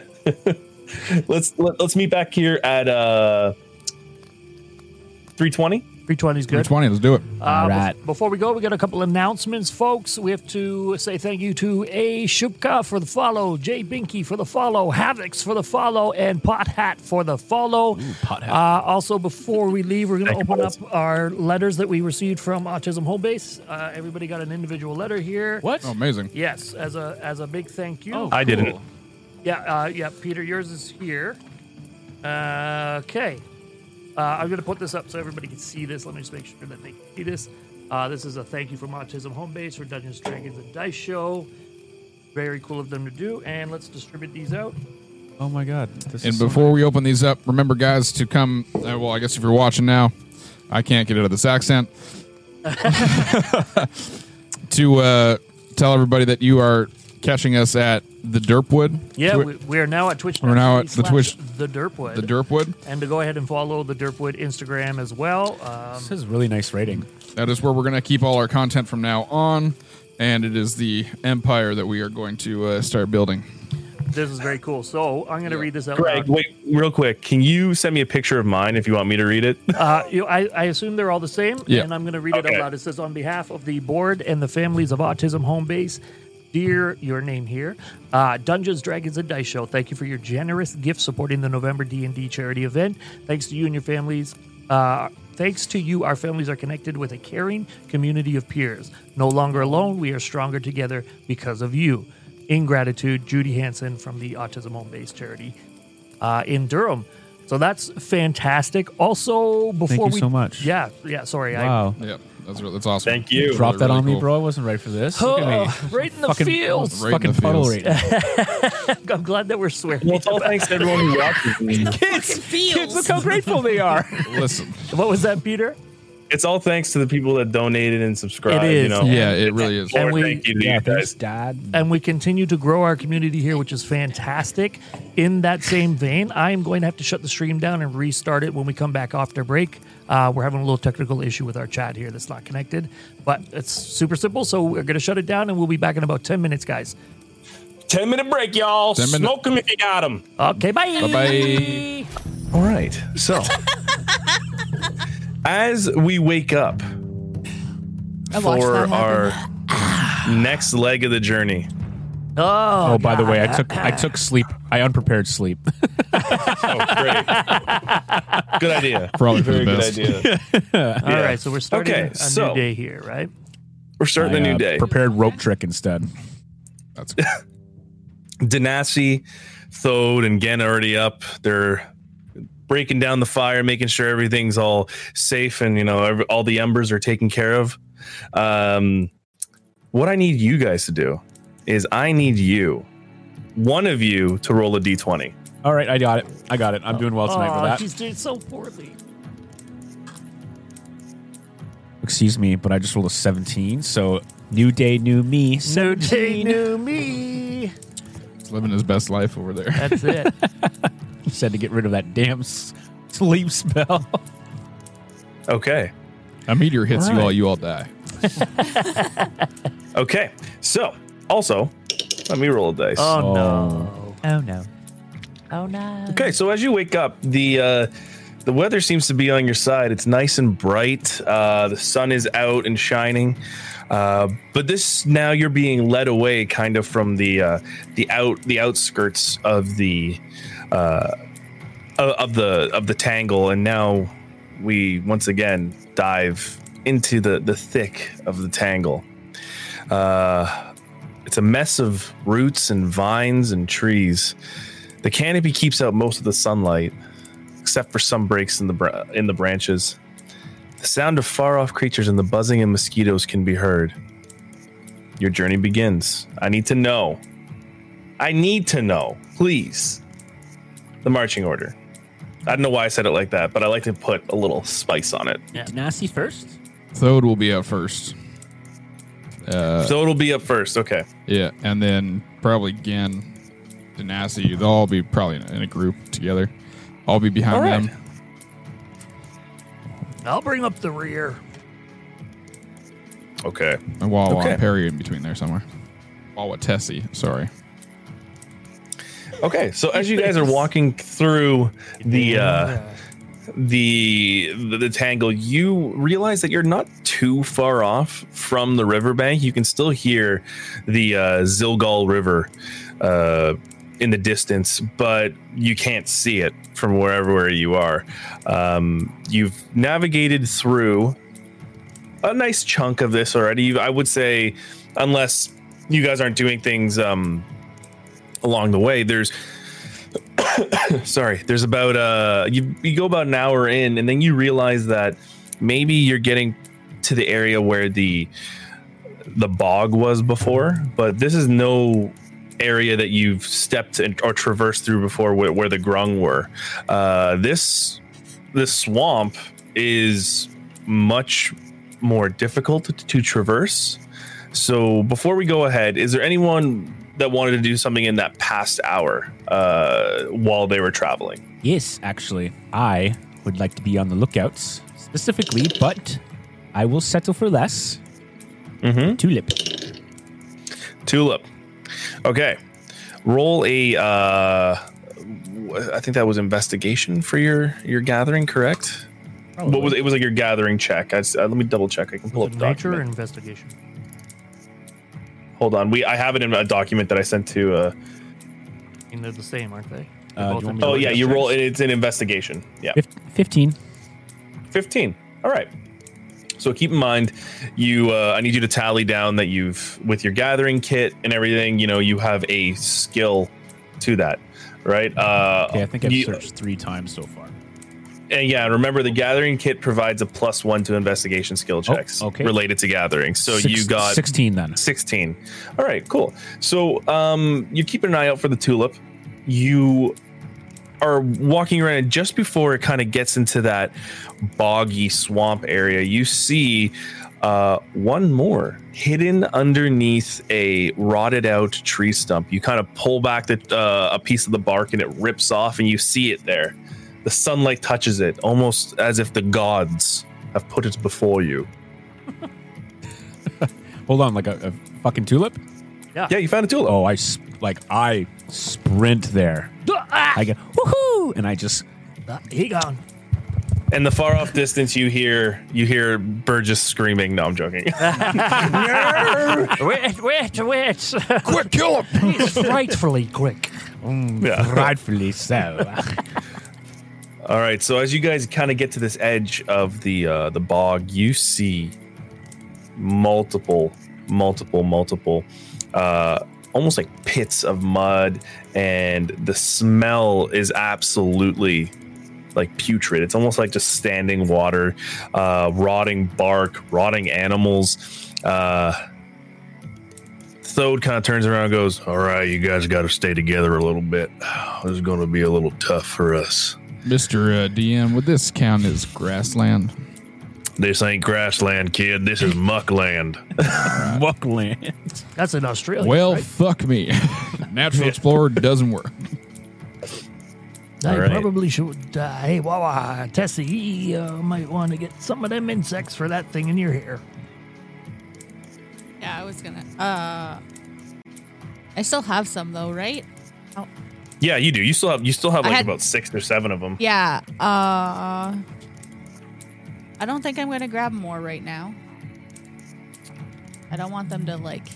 [SPEAKER 5] let's let, let's meet back here at uh, three twenty.
[SPEAKER 1] 320 is good.
[SPEAKER 3] 320, let's do it.
[SPEAKER 1] Uh, bef-
[SPEAKER 6] All right.
[SPEAKER 1] Before we go, we got a couple announcements, folks. We have to say thank you to A. Shupka for the follow, Jay Binky for the follow, Havix for the follow, and Pot Hat for the follow.
[SPEAKER 6] Pot Hat.
[SPEAKER 1] Uh, also, before we leave, we're going to
[SPEAKER 5] Thank you,
[SPEAKER 1] open up
[SPEAKER 5] boys.
[SPEAKER 1] our letters that we received from Autism Home Base. Uh, everybody got an individual letter here.
[SPEAKER 6] what? Oh,
[SPEAKER 3] Oh, amazing.
[SPEAKER 1] Yes, as a as a big thank you.
[SPEAKER 5] I didn't.
[SPEAKER 1] Yeah, uh, yeah, Peter, yours is here. Uh, okay. Uh, I'm going to put this up so everybody can see this. Let me just make sure that they can see this. Uh, this is a thank you from Autism Home Base for Dungeons, Dragons, and Dice Show. Very cool of them to do. And let's distribute these out.
[SPEAKER 8] Oh my god. This
[SPEAKER 3] And before we open these up, remember, guys, to come. Uh, well, I guess if you're watching now, I can't get out of this accent. to uh, tell everybody that you are catching us at the Derpwood.
[SPEAKER 1] Yeah,
[SPEAKER 3] Twi-
[SPEAKER 1] we, we are now at Twitch.
[SPEAKER 3] We're now at the Twitch-
[SPEAKER 1] The Derpwood.
[SPEAKER 3] the Derpwood.
[SPEAKER 1] And to go ahead and follow the Derpwood Instagram as well. Um,
[SPEAKER 6] This is really nice rating.
[SPEAKER 3] That is where we're going to keep all our content from now on. And it is the empire that we are going to uh, start building.
[SPEAKER 1] this is very cool. So I'm going to read this out.
[SPEAKER 5] Greg,
[SPEAKER 1] loud.
[SPEAKER 5] wait, real quick. Can you send me a picture of mine if you want me to read it?
[SPEAKER 1] Uh, you, I, I assume they're all the same,
[SPEAKER 3] Yeah.
[SPEAKER 1] and I'm going to read it
[SPEAKER 5] Okay.
[SPEAKER 1] out loud. It says, "On behalf of the board and the families of Autism Home Base, dear your name here, uh, Dungeons, Dragons, and Dice Show. Thank you for your generous gift supporting the November D and D charity event. Thanks to you and your families." Uh, Thanks to you, our families are connected with a caring community of peers. No longer alone, we are stronger together because of you. In gratitude, Judy Hansen from the Autism Home Base Charity uh, in Durham. So that's fantastic. Also, before
[SPEAKER 2] you
[SPEAKER 1] we
[SPEAKER 2] so much.
[SPEAKER 1] yeah, yeah. Sorry,
[SPEAKER 2] Wow.
[SPEAKER 3] Yep, that's, re- that's awesome.
[SPEAKER 5] Thank you.
[SPEAKER 3] Drop
[SPEAKER 2] Drop that
[SPEAKER 3] really
[SPEAKER 2] on me,
[SPEAKER 3] cool.
[SPEAKER 2] bro. I wasn't ready for this.
[SPEAKER 1] I
[SPEAKER 2] Look at me.
[SPEAKER 1] Oh, right in the
[SPEAKER 2] Fucking-
[SPEAKER 1] fields.
[SPEAKER 3] Right in
[SPEAKER 2] fucking
[SPEAKER 3] the
[SPEAKER 2] puddle
[SPEAKER 3] fields.
[SPEAKER 2] right now.
[SPEAKER 1] I'm glad that we're swearing.
[SPEAKER 5] Well, it's all thanks to everyone who watches.
[SPEAKER 6] Kids,
[SPEAKER 4] Feels.
[SPEAKER 6] kids, look how grateful they are.
[SPEAKER 3] Listen,
[SPEAKER 1] What was that, Peter?
[SPEAKER 5] It's all thanks to the people that donated and subscribed.
[SPEAKER 1] It is.
[SPEAKER 5] You know,
[SPEAKER 3] yeah, it really is.
[SPEAKER 1] And
[SPEAKER 5] Lord,
[SPEAKER 1] we-
[SPEAKER 5] thank you to you guys.
[SPEAKER 6] Dad.
[SPEAKER 1] And we continue to grow our community here, which is fantastic. In that same vein, I am going to have to shut the stream down and restart it when we come back after break. Uh, we're having a little technical issue with our chat here that's not connected, but it's super simple. So we're going to shut it down and we'll be back in about 10 minutes, guys.
[SPEAKER 5] Ten minute break, y'all. Smoke 'em
[SPEAKER 3] minute-
[SPEAKER 5] Smoke them if you got them.
[SPEAKER 1] Okay, bye.
[SPEAKER 3] Bye-bye.
[SPEAKER 5] All right. So, as we wake up
[SPEAKER 4] I watched
[SPEAKER 5] for
[SPEAKER 4] that happen.
[SPEAKER 5] our next leg of the journey,
[SPEAKER 1] Oh,
[SPEAKER 6] Oh, by the way, I took I took sleep. I unprepared sleep.
[SPEAKER 5] oh, great. good idea.
[SPEAKER 3] Probably for
[SPEAKER 5] Very
[SPEAKER 3] the
[SPEAKER 5] good
[SPEAKER 3] best.
[SPEAKER 5] idea.
[SPEAKER 1] All
[SPEAKER 5] Yeah.
[SPEAKER 1] right, so we're starting
[SPEAKER 5] Okay,
[SPEAKER 1] a
[SPEAKER 5] so-
[SPEAKER 1] new day here, right?
[SPEAKER 5] We're starting a
[SPEAKER 6] I,
[SPEAKER 5] new
[SPEAKER 6] uh,
[SPEAKER 5] day.
[SPEAKER 6] Prepared rope trick instead.
[SPEAKER 3] That's
[SPEAKER 5] Danassi, Thode, and Gen are already up. They're breaking down the fire, making sure everything's all safe and you know every, all the embers are taken care of. Um, what I need you guys to do is I need you, one of you, to roll a d20.
[SPEAKER 6] All right, I got it. I got it. I'm doing well tonight
[SPEAKER 2] Oh,
[SPEAKER 1] Aw,
[SPEAKER 6] with that.
[SPEAKER 1] she's doing so poorly.
[SPEAKER 6] Excuse me, but I just rolled a 17. So new day, new me.
[SPEAKER 1] No day, new me.
[SPEAKER 3] He's living his best life over there.
[SPEAKER 1] That's it.
[SPEAKER 6] Said to get rid of that damn s- sleep spell.
[SPEAKER 5] Okay.
[SPEAKER 3] A meteor hits you
[SPEAKER 6] Right.
[SPEAKER 3] all, you all die.
[SPEAKER 5] Okay. So also, let me roll a dice.
[SPEAKER 1] oh no.
[SPEAKER 2] Oh no.
[SPEAKER 1] Oh no.
[SPEAKER 5] Okay, so as you wake up, the uh, the weather seems to be on your side. It's nice and bright. Uh, the sun is out and shining. Uh, but this now you're being led away, kind of from the uh, the out the outskirts of the uh, o- of the of the tangle, and now we once again dive into the the thick of the tangle. Uh, it's a mess of roots and vines and trees. The canopy keeps out most of the sunlight, except for some breaks in the br- in the branches. The sound of far-off creatures and the buzzing of mosquitoes can be heard. Your journey begins. I need to know. I need to know, please. The marching order. I don't know why I said it like that, but I like to put a little spice on it.
[SPEAKER 2] Denasi first?
[SPEAKER 3] Thode will be out first.
[SPEAKER 5] so it'll be up first. Okay.
[SPEAKER 3] Yeah, and then probably Gen, Denassi. They'll all be probably in a, in a group together. I'll be behind
[SPEAKER 5] All right.
[SPEAKER 3] them.
[SPEAKER 1] I'll bring up the rear.
[SPEAKER 5] Okay.
[SPEAKER 3] And Wawa
[SPEAKER 5] Okay.
[SPEAKER 3] and Perry in between there somewhere. Wawa Tessie, sorry.
[SPEAKER 5] Okay, so as you guys are walking through the uh, the the the tangle, you realize that you're not too far off from the riverbank. You can still hear the uh, Zilgal River uh, in the distance, but you can't see it from wherever where you are. Um, you've navigated through a nice chunk of this already. You- I would say, unless you guys aren't doing things. Um, along the way there's sorry there's about uh you, you go about an hour in and then you realize that maybe you're getting to the area where the the bog was before but this is no area that you've stepped and, or traversed through before where, where the grung were uh this this swamp is much more difficult to, to traverse so before we go ahead, is there anyone that wanted to do something in that past hour uh, while they were traveling?
[SPEAKER 6] Yes, actually, I would like to be on the lookouts specifically, but I will settle for less.
[SPEAKER 5] Mhm.
[SPEAKER 6] Tulip.
[SPEAKER 5] Tulip. Okay. Roll a. Uh, w- I think that was investigation for your your gathering, correct? What was it? Was like your gathering check? I, s- uh, let me double check. I can pull up the
[SPEAKER 1] Nature or
[SPEAKER 5] document.
[SPEAKER 1] investigation.
[SPEAKER 5] Hold on. We I have it in a document that I sent to. Uh,
[SPEAKER 1] I mean, they're the same, aren't they? They're
[SPEAKER 6] Uh, do
[SPEAKER 1] both
[SPEAKER 6] you want me to
[SPEAKER 5] oh yeah,
[SPEAKER 1] intelligence
[SPEAKER 5] you roll.
[SPEAKER 1] checks.
[SPEAKER 5] It's an investigation. Yeah.
[SPEAKER 6] Fif- 15.
[SPEAKER 5] 15 all right so keep in mind you uh, i need you to tally down that you've with your gathering kit and everything you know you have a skill to that right uh
[SPEAKER 6] Okay, I think I've
[SPEAKER 5] you-
[SPEAKER 6] searched three times so far.
[SPEAKER 5] and yeah remember the gathering kit provides a plus one to investigation skill checks
[SPEAKER 6] Oh, okay.
[SPEAKER 5] related to gathering so
[SPEAKER 6] Six-
[SPEAKER 5] you got
[SPEAKER 6] 16 then.
[SPEAKER 5] 16. All right, cool. So um, you keep an eye out for the tulip. You are walking around, and just before it kind of gets into that boggy swamp area, you see uh, one more hidden underneath a rotted out tree stump. You kind of pull back the, uh, a piece of the bark, and it rips off, and you see it there. The sunlight touches it, almost as if the gods have put it before you.
[SPEAKER 6] Hold on, like a, a fucking tulip?
[SPEAKER 5] Yeah, you found a tulip.
[SPEAKER 6] Oh, I s- like I sprint there. I go woohoo, and I just
[SPEAKER 1] Ah, he gone.
[SPEAKER 5] In the far off distance, you hear you hear Burgess screaming. No, I'm joking.
[SPEAKER 1] Wait, wait, wait.
[SPEAKER 3] Quick, kill him!
[SPEAKER 1] Frightfully quick.
[SPEAKER 5] yeah.
[SPEAKER 6] rightfully so.
[SPEAKER 5] All right. So as you guys kind of get to this edge of the uh, the bog, you see multiple, multiple, multiple, uh, almost like pits of mud, and the smell is absolutely like putrid. It's almost like just standing water, uh, rotting bark, rotting animals. Uh, Thode kind of turns around and goes, All right, you guys got to stay together a little bit. This is going to be a little tough for us.
[SPEAKER 3] Mr. Uh, DM, would this count as grassland?
[SPEAKER 5] This ain't grassland, kid. This is muckland.
[SPEAKER 6] Buckland.
[SPEAKER 1] That's in Australia.
[SPEAKER 3] Well,
[SPEAKER 1] right?
[SPEAKER 3] fuck me. Natural Explorer doesn't work.
[SPEAKER 1] I
[SPEAKER 5] All right.
[SPEAKER 1] probably should. Uh, hey, Wawa, Tessie, he, uh, might want to get some of them insects for that thing in your hair.
[SPEAKER 4] Yeah, I was gonna. Uh, I still have some though, right?
[SPEAKER 5] Yeah, you do. You still have you still have
[SPEAKER 4] I
[SPEAKER 5] like
[SPEAKER 4] had-
[SPEAKER 5] about six or seven of them.
[SPEAKER 4] Yeah. Uh, I don't think I'm gonna grab more right now. I don't want them to like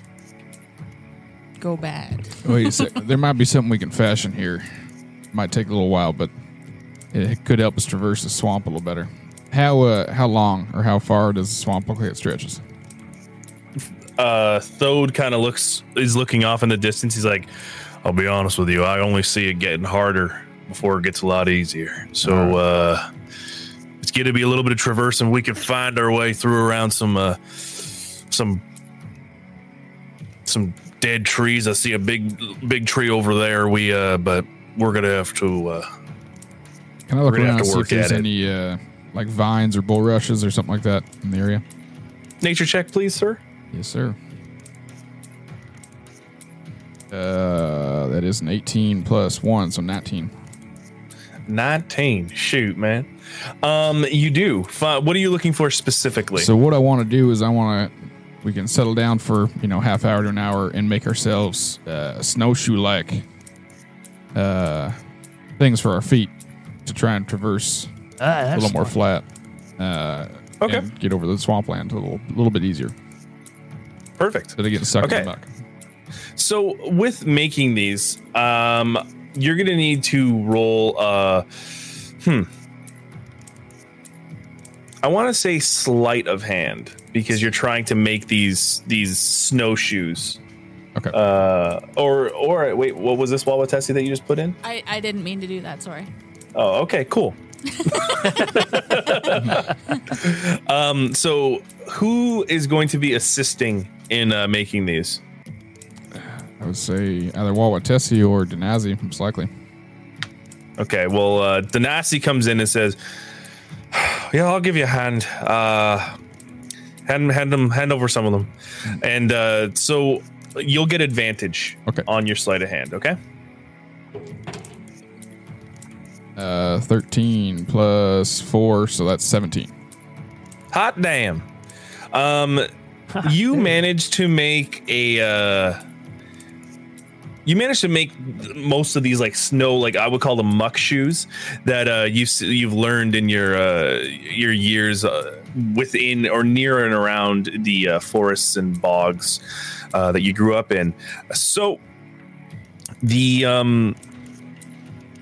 [SPEAKER 4] go bad.
[SPEAKER 3] Wait a sec. There might be something we can fashion here. Might take a little while, but it could help us traverse the swamp a little better. How uh, how long or how far does the swamp look like it stretches?
[SPEAKER 5] Uh Thode kind of looks is looking off in the distance. He's like, I'll be honest with you, I only see it getting harder before it gets a lot easier. So uh it's gonna be a little bit of traversing. We could find our way through around some uh some some dead trees. I see a big big tree over there. We uh but we're gonna have to uh
[SPEAKER 3] Can I look
[SPEAKER 5] We're gonna
[SPEAKER 3] around
[SPEAKER 5] have to
[SPEAKER 3] and see if
[SPEAKER 5] work at
[SPEAKER 3] there's
[SPEAKER 5] it.
[SPEAKER 3] any uh, like vines or bulrushes or something like that in the area?
[SPEAKER 5] nature check, please, sir.
[SPEAKER 3] Yes, sir. Uh, that is an 18 plus 1, so 19.
[SPEAKER 5] 19 shoot man um you do Fi- what are you looking for specifically
[SPEAKER 3] So what I want to do is I want to we can settle down for you know half hour to an hour and make ourselves uh, snowshoe like uh, things for our feet to try and traverse
[SPEAKER 1] Ah,
[SPEAKER 3] a little
[SPEAKER 1] that's
[SPEAKER 3] more flat. Uh,
[SPEAKER 5] Okay.
[SPEAKER 3] And get over the swampland a little, little bit easier
[SPEAKER 5] Perfect.
[SPEAKER 3] instead of getting sucked in
[SPEAKER 5] Okay.
[SPEAKER 3] the muck.
[SPEAKER 5] So with making these, um, you're gonna need to roll. Uh, hmm. I want to say sleight of hand because you're trying to make these these snowshoes.
[SPEAKER 3] Okay.
[SPEAKER 5] Uh, or or wait, what was this Wawatessi that you just put in?
[SPEAKER 4] I, I didn't mean to do that. Sorry.
[SPEAKER 5] Oh, okay, cool. um, so who is going to be assisting in uh, making these?
[SPEAKER 3] I would say either Wawatessi or Denazi, most likely.
[SPEAKER 5] Okay, well, uh, Danasi comes in and says, "Yeah, I'll give you a hand. Uh, hand, hand them, hand over some of them, and uh, so you'll get advantage
[SPEAKER 3] Okay.
[SPEAKER 5] on your sleight of hand. Okay,
[SPEAKER 3] Uh, 13 plus 4, so that's 17.
[SPEAKER 5] hot damn. Um, you managed to make a. Uh, you managed to make most of these like snow, like I would call them muck shoes that uh, you've s- you've learned in your uh, your years uh, within or near and around the uh, forests and bogs uh, that you grew up in. So the um,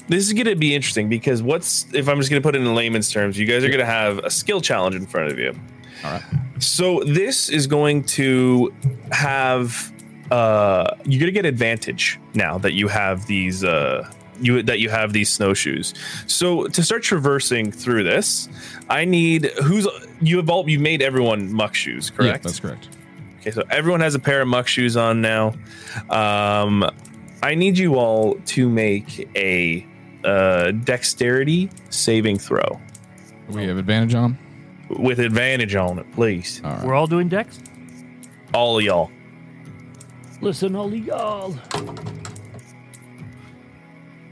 [SPEAKER 5] this is going to be interesting because what's if I'm just going to put it in layman's terms, you guys are going to have a skill challenge in front of you.
[SPEAKER 3] All right.
[SPEAKER 5] So this is going to have uh you're gonna get advantage now that you have these uh you that you have these snowshoes. So to start traversing through this, I need who's you have all you made everyone muck shoes,
[SPEAKER 3] Yeah,
[SPEAKER 5] correct?
[SPEAKER 3] that's correct.
[SPEAKER 5] Okay, so everyone has a pair of muck shoes on now. Um, I need you all to make a uh, dexterity saving throw
[SPEAKER 3] Do we have advantage on them?
[SPEAKER 5] with advantage on it, please.
[SPEAKER 3] All right.
[SPEAKER 1] We're all doing decks.
[SPEAKER 5] All of y'all.
[SPEAKER 1] Listen, all of y'all.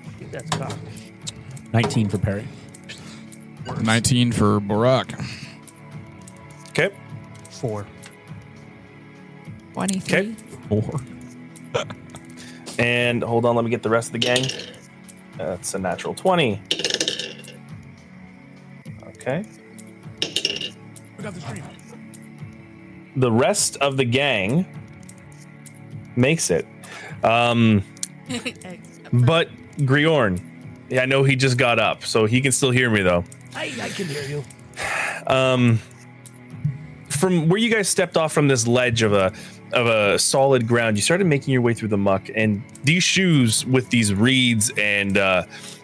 [SPEAKER 1] I think That's cocked.
[SPEAKER 6] 19 for Perry.
[SPEAKER 3] 19 for Barak.
[SPEAKER 5] Okay.
[SPEAKER 1] Four.
[SPEAKER 4] 23.
[SPEAKER 5] Okay. And hold on, let me get the rest of the gang. That's a natural 20. Okay. The rest of the gang makes it. Um, but Griorn, yeah, I know he just got up, so he can still hear me though.
[SPEAKER 1] I, I can hear you.
[SPEAKER 5] Um, from where you guys stepped off from this ledge of a of a solid ground, you started making your way through the muck, and these shoes with these reeds and uh,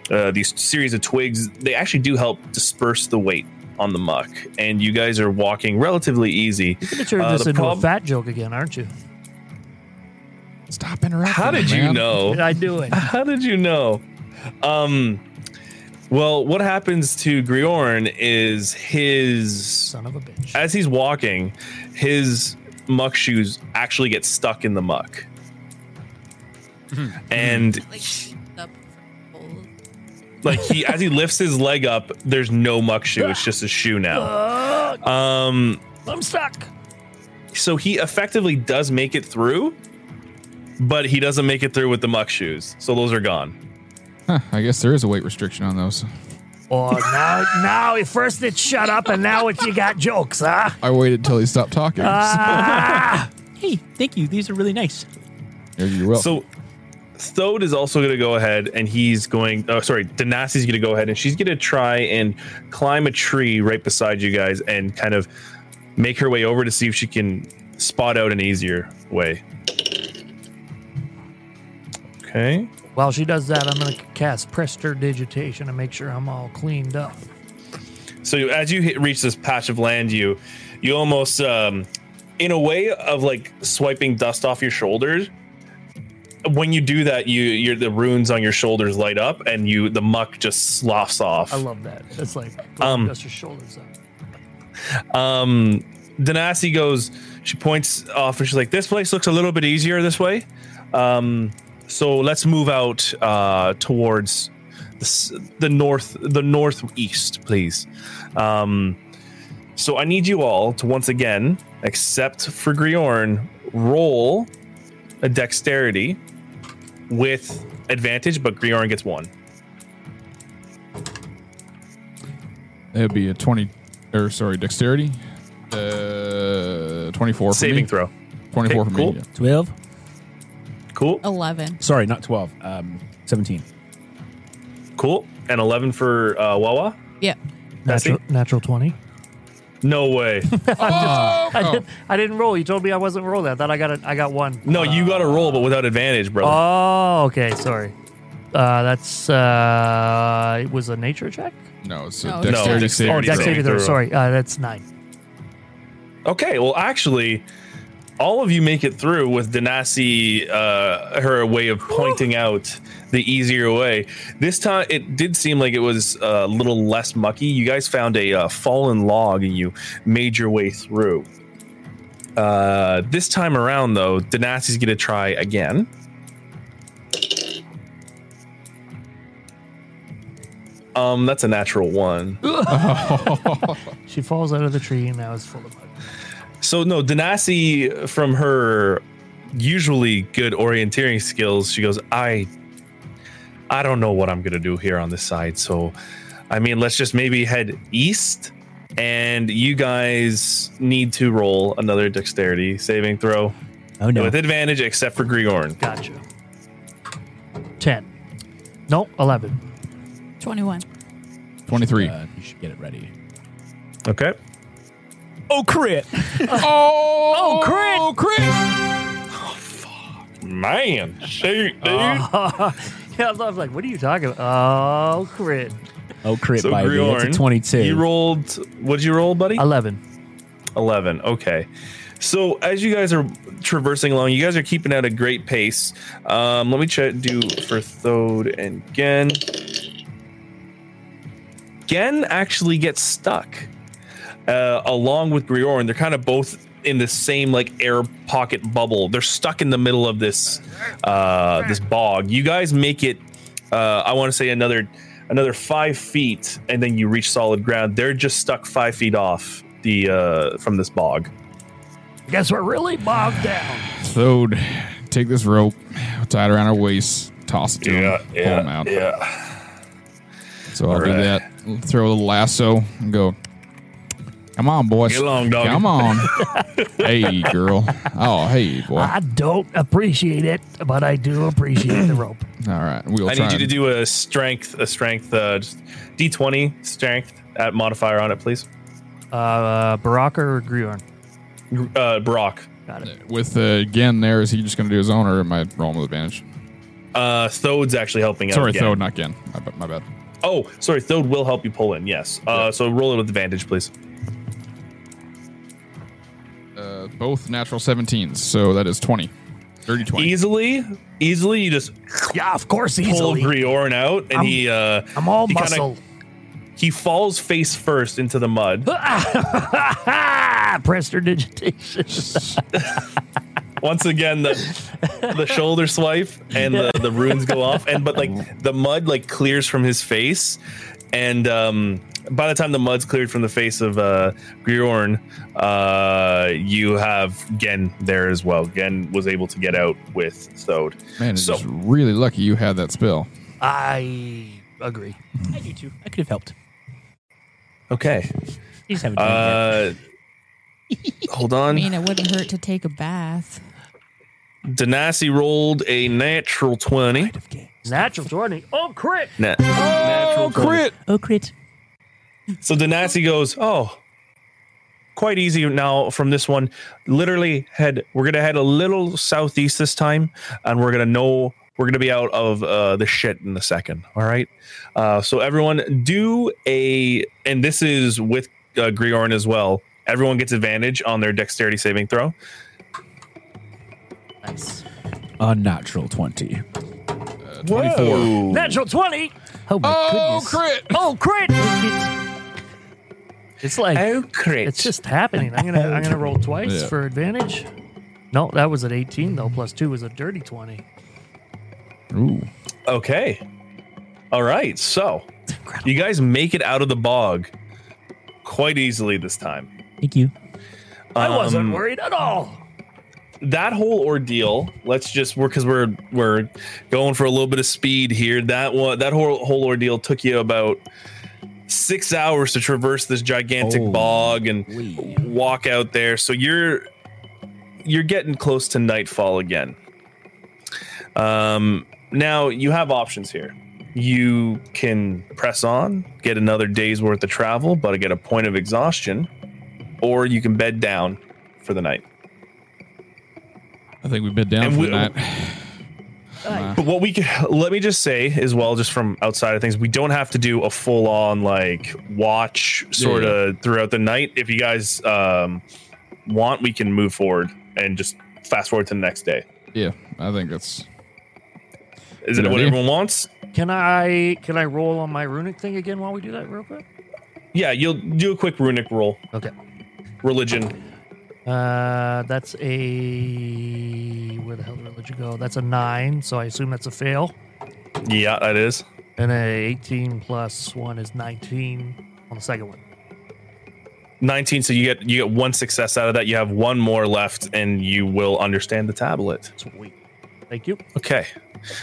[SPEAKER 5] uh, these series of twigs, they actually do help disperse the weight on the muck, and you guys are walking relatively easy.
[SPEAKER 1] You're gonna turn
[SPEAKER 5] Uh,
[SPEAKER 1] this
[SPEAKER 5] the
[SPEAKER 1] into a
[SPEAKER 5] prob-
[SPEAKER 1] fat joke again, aren't you?
[SPEAKER 3] Stop interrupting.
[SPEAKER 5] How did
[SPEAKER 3] me,
[SPEAKER 5] you
[SPEAKER 3] man.
[SPEAKER 5] know?
[SPEAKER 1] Did I do it?
[SPEAKER 5] How did you know? Um, well, what happens to Griorn is his
[SPEAKER 1] Son of a bitch.
[SPEAKER 5] as he's walking, his muck shoes actually get stuck in the muck.
[SPEAKER 1] Hmm.
[SPEAKER 5] And
[SPEAKER 4] Like, sheathed up. Old.
[SPEAKER 5] like he as he lifts his leg up, there's no muck shoe. It's just a shoe now. Um
[SPEAKER 1] I'm stuck.
[SPEAKER 5] so he effectively does make it through, but he doesn't make it through with the muck shoes. So those are gone.
[SPEAKER 3] Huh, I guess there is a weight restriction on those.
[SPEAKER 1] Oh, now, now, at first it's shut up, and now it's you got jokes, huh?
[SPEAKER 3] I waited till he stopped talking.
[SPEAKER 1] Ah!
[SPEAKER 2] Hey, thank you. These are really nice.
[SPEAKER 3] so, you're welcome.
[SPEAKER 5] So Thode is also going to go ahead and he's going. Oh, sorry, Danasi's going to go ahead and she's going to try and climb a tree right beside you guys and kind of make her way over to see if she can spot out an easier way. Okay.
[SPEAKER 1] While she does that, I'm gonna cast prestidigitation and make sure I'm all cleaned up.
[SPEAKER 5] So as you hit, reach this patch of land, you you almost, um, in a way of like swiping dust off your shoulders. When you do that, you you're, the runes on your shoulders light up, and you the muck just sloughs off.
[SPEAKER 1] I love that. It's like
[SPEAKER 5] Um,
[SPEAKER 1] dust your shoulders up.
[SPEAKER 5] um Danasi goes she points off and she's like this place looks a little bit easier this way um so let's move out uh towards the, s- the north the northeast please um So I need you all to once again, except for Griorn, roll a dexterity with advantage, but Griorn gets one.
[SPEAKER 3] It'd be a twenty, or sorry, dexterity. Uh, twenty-four. For
[SPEAKER 5] Saving
[SPEAKER 3] me.
[SPEAKER 5] throw.
[SPEAKER 3] Twenty-four
[SPEAKER 5] Okay,
[SPEAKER 3] for
[SPEAKER 5] cool.
[SPEAKER 3] me. yeah.
[SPEAKER 6] 12?
[SPEAKER 5] Cool.
[SPEAKER 4] 11.
[SPEAKER 6] Sorry, not 12. Um, 17.
[SPEAKER 5] Cool. And 11 for uh, Wawa.
[SPEAKER 4] Yep.
[SPEAKER 5] Bessie?
[SPEAKER 1] Natural, natural 20.
[SPEAKER 5] No way.
[SPEAKER 3] Oh,
[SPEAKER 1] I,
[SPEAKER 3] oh.
[SPEAKER 1] did, I didn't roll. You told me I wasn't rolling. I thought I got a, I got one.
[SPEAKER 5] No, you got to roll, but without advantage, bro.
[SPEAKER 1] Oh, okay. Sorry. Uh, that's uh, it was a nature check.
[SPEAKER 3] No, it's a
[SPEAKER 4] No,
[SPEAKER 3] dexterity
[SPEAKER 5] no.
[SPEAKER 3] saving
[SPEAKER 1] Oh,
[SPEAKER 5] Dexterity
[SPEAKER 3] throw.
[SPEAKER 1] dex saving
[SPEAKER 5] throw.
[SPEAKER 1] throw. Sorry, uh, that's nine.
[SPEAKER 5] Okay, well, actually, all of you make it through with Danasi, uh, her way of pointing out the easier way. This time, it did seem like it was uh, a little less mucky. You guys found a uh, fallen log and you made your way through. Uh, this time around, though, Danasi's going to try again. Um, that's a natural one.
[SPEAKER 1] She falls out of the tree and now is full of mud.
[SPEAKER 5] So no, Danasi from her usually good orienteering skills, she goes, I I don't know what I'm gonna do here on this side. So I mean let's just maybe head east and you guys need to roll another dexterity saving throw
[SPEAKER 6] Oh, no.
[SPEAKER 5] with advantage except for Grigorn.
[SPEAKER 1] Gotcha. Ten. No, eleven.
[SPEAKER 4] 21.
[SPEAKER 3] Twenty-three.
[SPEAKER 6] Uh, you should get it ready.
[SPEAKER 5] Okay.
[SPEAKER 6] Oh, crit.
[SPEAKER 3] oh,
[SPEAKER 1] crit!
[SPEAKER 3] Oh, crit!
[SPEAKER 5] Man, shoot, dude.
[SPEAKER 1] yeah, I was like, what are you talking about? Oh, crit.
[SPEAKER 6] Oh, crit,
[SPEAKER 5] so
[SPEAKER 6] baby. It's a
[SPEAKER 5] Grigorn,
[SPEAKER 6] 22.
[SPEAKER 5] You rolled what'd you roll, buddy?
[SPEAKER 1] Eleven.
[SPEAKER 5] 11 okay so as you guys are traversing along you guys are keeping at a great pace um let me check do for thode and gen gen actually gets stuck uh along with griorn they're kind of both in the same like air pocket bubble they're stuck in the middle of this uh this bog you guys make it uh i want to say another another five feet and then you reach solid ground they're just stuck five feet off the uh from this bog
[SPEAKER 1] I guess we're really bogged down.
[SPEAKER 3] Thode, take this rope, tie it around our waist, toss it to him, pull him out.
[SPEAKER 5] yeah
[SPEAKER 3] So I'll do
[SPEAKER 5] Alright.
[SPEAKER 3] that. Throw the lasso and go. Come on, boys.
[SPEAKER 5] Get along, doggy."
[SPEAKER 3] Come on. hey, girl. Oh, hey, boy. All
[SPEAKER 1] I don't appreciate it, but I do appreciate the rope.
[SPEAKER 3] right. We'll
[SPEAKER 5] i
[SPEAKER 3] try
[SPEAKER 5] need you to
[SPEAKER 3] and-
[SPEAKER 5] do a strength a strength uh just d20 strength at modifier on it please
[SPEAKER 1] Uh, Baraka or Griorn?
[SPEAKER 5] Gr- uh brock
[SPEAKER 1] Got it.
[SPEAKER 3] with uh, Gen there. Is he just going to do his own, or am I rolling with advantage?
[SPEAKER 5] uh thode's actually helping out
[SPEAKER 3] Sorry,
[SPEAKER 5] again.
[SPEAKER 3] Thode, not Gen. My, b- my bad.
[SPEAKER 5] oh sorry thode will help you pull in yes uh so roll it with advantage please
[SPEAKER 3] Uh, both natural 17s, so that is 20. 30 20.
[SPEAKER 5] easily easily you just
[SPEAKER 1] Yeah, of course,
[SPEAKER 5] pull
[SPEAKER 1] easily.
[SPEAKER 5] Griorn out and
[SPEAKER 1] I'm-
[SPEAKER 5] he uh
[SPEAKER 1] I'm all
[SPEAKER 5] He kinda-
[SPEAKER 1] muscle.
[SPEAKER 5] he falls face first into the mud
[SPEAKER 1] Ah, Prestidigitation.
[SPEAKER 5] once again the the shoulder swipe and the, the runes go off and but like the mud like clears from his face and um by the time the mud's cleared from the face of uh Griorn, uh you have Gen there as well. Gen was able to get out with Thode.
[SPEAKER 3] Man, it's
[SPEAKER 5] So-
[SPEAKER 3] just really lucky you had that spell.
[SPEAKER 1] I agree.
[SPEAKER 2] I do too. I could have helped.
[SPEAKER 5] Okay.
[SPEAKER 2] You just haven't done it yet.
[SPEAKER 5] Uh hold
[SPEAKER 4] I
[SPEAKER 5] on.
[SPEAKER 4] mean, it wouldn't hurt to take a bath.
[SPEAKER 5] Danasi rolled a natural twenty.
[SPEAKER 1] Natural 20. Oh, crit.
[SPEAKER 5] Na- natural 20.
[SPEAKER 2] Oh, crit.
[SPEAKER 5] So Danasi goes, "Oh, quite easy now from this one. Literally head. We're gonna head a little southeast this time, and we're gonna know we're gonna be out of uh, the shit in a second. All right. Uh, so everyone, do a, and this is with uh, Griorn as well. Everyone gets advantage on their dexterity saving throw.
[SPEAKER 1] Nice.
[SPEAKER 6] Unnatural 20.
[SPEAKER 3] Uh, 24.
[SPEAKER 1] Natural 20. Oh, my
[SPEAKER 3] Oh,
[SPEAKER 1] goodness.
[SPEAKER 3] crit!
[SPEAKER 1] Oh, crit. It's like,
[SPEAKER 5] Oh, crit!
[SPEAKER 1] it's just happening. I'm going to I'm gonna roll twice
[SPEAKER 3] Yeah.
[SPEAKER 1] for advantage. No, that was at 18, though. Plus two was a dirty 20.
[SPEAKER 3] Ooh.
[SPEAKER 5] Okay. All right. So you guys make it out of the bog quite easily this time.
[SPEAKER 2] Thank you.
[SPEAKER 1] I wasn't
[SPEAKER 5] Um,
[SPEAKER 1] worried at all.
[SPEAKER 5] that whole ordeal let's just we're because we're we're going for a little bit of speed here that one that whole whole ordeal took you about six hours to traverse this gigantic bog and walk out there so you're you're getting close to nightfall again um now you have options here you can press on get another day's worth of travel but get a point of exhaustion or you can bed down for the night
[SPEAKER 3] I think we bid down
[SPEAKER 5] And
[SPEAKER 3] for
[SPEAKER 5] we-
[SPEAKER 3] that.
[SPEAKER 5] But what we can, let me just say as well, just from outside of things, we don't have to do a full on like watch sort of throughout the night. If you guys um, want, we can move forward and just fast forward to the next day.
[SPEAKER 3] Yeah, I think that's.
[SPEAKER 5] Is it
[SPEAKER 3] Good
[SPEAKER 5] what
[SPEAKER 3] idea.
[SPEAKER 5] everyone wants?
[SPEAKER 1] Can I can I roll on my runic thing again while we do that real quick?
[SPEAKER 5] Yeah, you'll do a quick runic roll.
[SPEAKER 1] Okay.
[SPEAKER 5] Religion.
[SPEAKER 1] Uh, that's a where the hell did religion go? That's a nine, so I assume that's a fail.
[SPEAKER 5] Yeah, that is.
[SPEAKER 1] And a eighteen plus one is nineteen on the second one.
[SPEAKER 5] 19 so you get you get one success out of that you have one more left and you will understand the tablet
[SPEAKER 1] Sweet. Thank you.
[SPEAKER 5] okay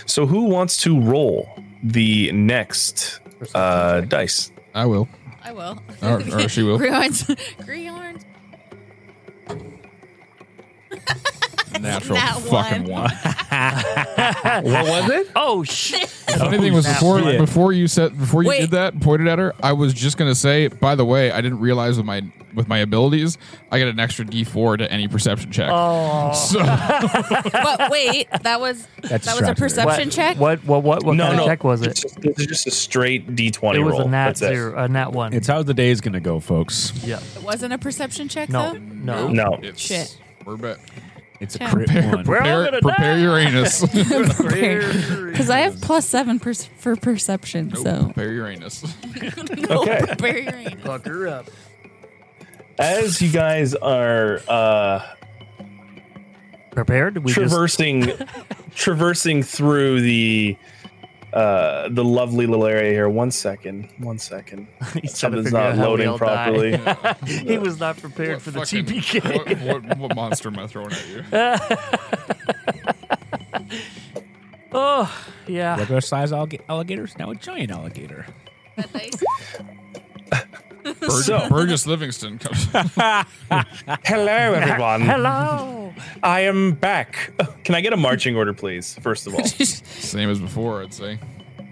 [SPEAKER 5] so who wants to roll the next uh dice
[SPEAKER 3] I will.
[SPEAKER 4] I will.
[SPEAKER 3] Or- or she will.
[SPEAKER 4] Greyhorns. Greyhorns.
[SPEAKER 3] Natural
[SPEAKER 4] That
[SPEAKER 3] fucking
[SPEAKER 4] one.
[SPEAKER 3] one.
[SPEAKER 5] What was it?
[SPEAKER 1] Oh shit!
[SPEAKER 3] Funny thing was
[SPEAKER 1] that
[SPEAKER 3] before
[SPEAKER 1] one.
[SPEAKER 3] before you said before you
[SPEAKER 4] Wait.
[SPEAKER 3] did that and pointed at her, I was just gonna say. By the way, I didn't realize with my with my abilities, I get an extra D four to any perception check.
[SPEAKER 1] Oh.
[SPEAKER 3] So
[SPEAKER 4] but wait, that was that was a
[SPEAKER 6] distracting.
[SPEAKER 4] perception check.
[SPEAKER 1] What what what what kind of check was it?
[SPEAKER 5] It's just, it's just a straight D
[SPEAKER 1] It
[SPEAKER 5] twenty roll.
[SPEAKER 1] was a nat
[SPEAKER 5] That's it.
[SPEAKER 1] zero, a nat one.
[SPEAKER 6] It's how the day is going to go, folks.
[SPEAKER 1] yeah.
[SPEAKER 4] It wasn't a perception check
[SPEAKER 1] No,
[SPEAKER 4] though.
[SPEAKER 1] no.
[SPEAKER 5] No,
[SPEAKER 3] it's,
[SPEAKER 4] Shit.
[SPEAKER 3] We're back.
[SPEAKER 6] It's a
[SPEAKER 4] Yeah.
[SPEAKER 6] crit one.
[SPEAKER 1] We're all
[SPEAKER 3] Prepare,
[SPEAKER 1] gonna
[SPEAKER 3] prepare
[SPEAKER 1] die.
[SPEAKER 3] your anus.
[SPEAKER 4] Because I have plus seven per, for perception, so
[SPEAKER 3] prepare your anus.
[SPEAKER 4] no,
[SPEAKER 5] Okay.
[SPEAKER 4] prepare your anus.
[SPEAKER 1] Fuck her up.
[SPEAKER 5] as you guys are uh,
[SPEAKER 1] Prepared? We just
[SPEAKER 5] traversing, traversing through the uh, the lovely little area here. One second, one second.
[SPEAKER 1] he's trying to
[SPEAKER 5] Something's
[SPEAKER 1] figure out
[SPEAKER 5] not
[SPEAKER 1] how we
[SPEAKER 5] loading
[SPEAKER 1] all die.
[SPEAKER 5] properly.
[SPEAKER 1] he was not prepared for the
[SPEAKER 3] fucking-
[SPEAKER 1] TPK.
[SPEAKER 3] What, what, what monster am I throwing at you?
[SPEAKER 1] Oh yeah.
[SPEAKER 6] Regular size allig- alligators, now a giant alligator.
[SPEAKER 3] Burg-
[SPEAKER 5] So-
[SPEAKER 3] Burgess Livingston comes.
[SPEAKER 5] Hello, everyone.
[SPEAKER 1] Hello.
[SPEAKER 5] I am back. Can I get a marching order, please? First of all,
[SPEAKER 3] Same as before, I'd say.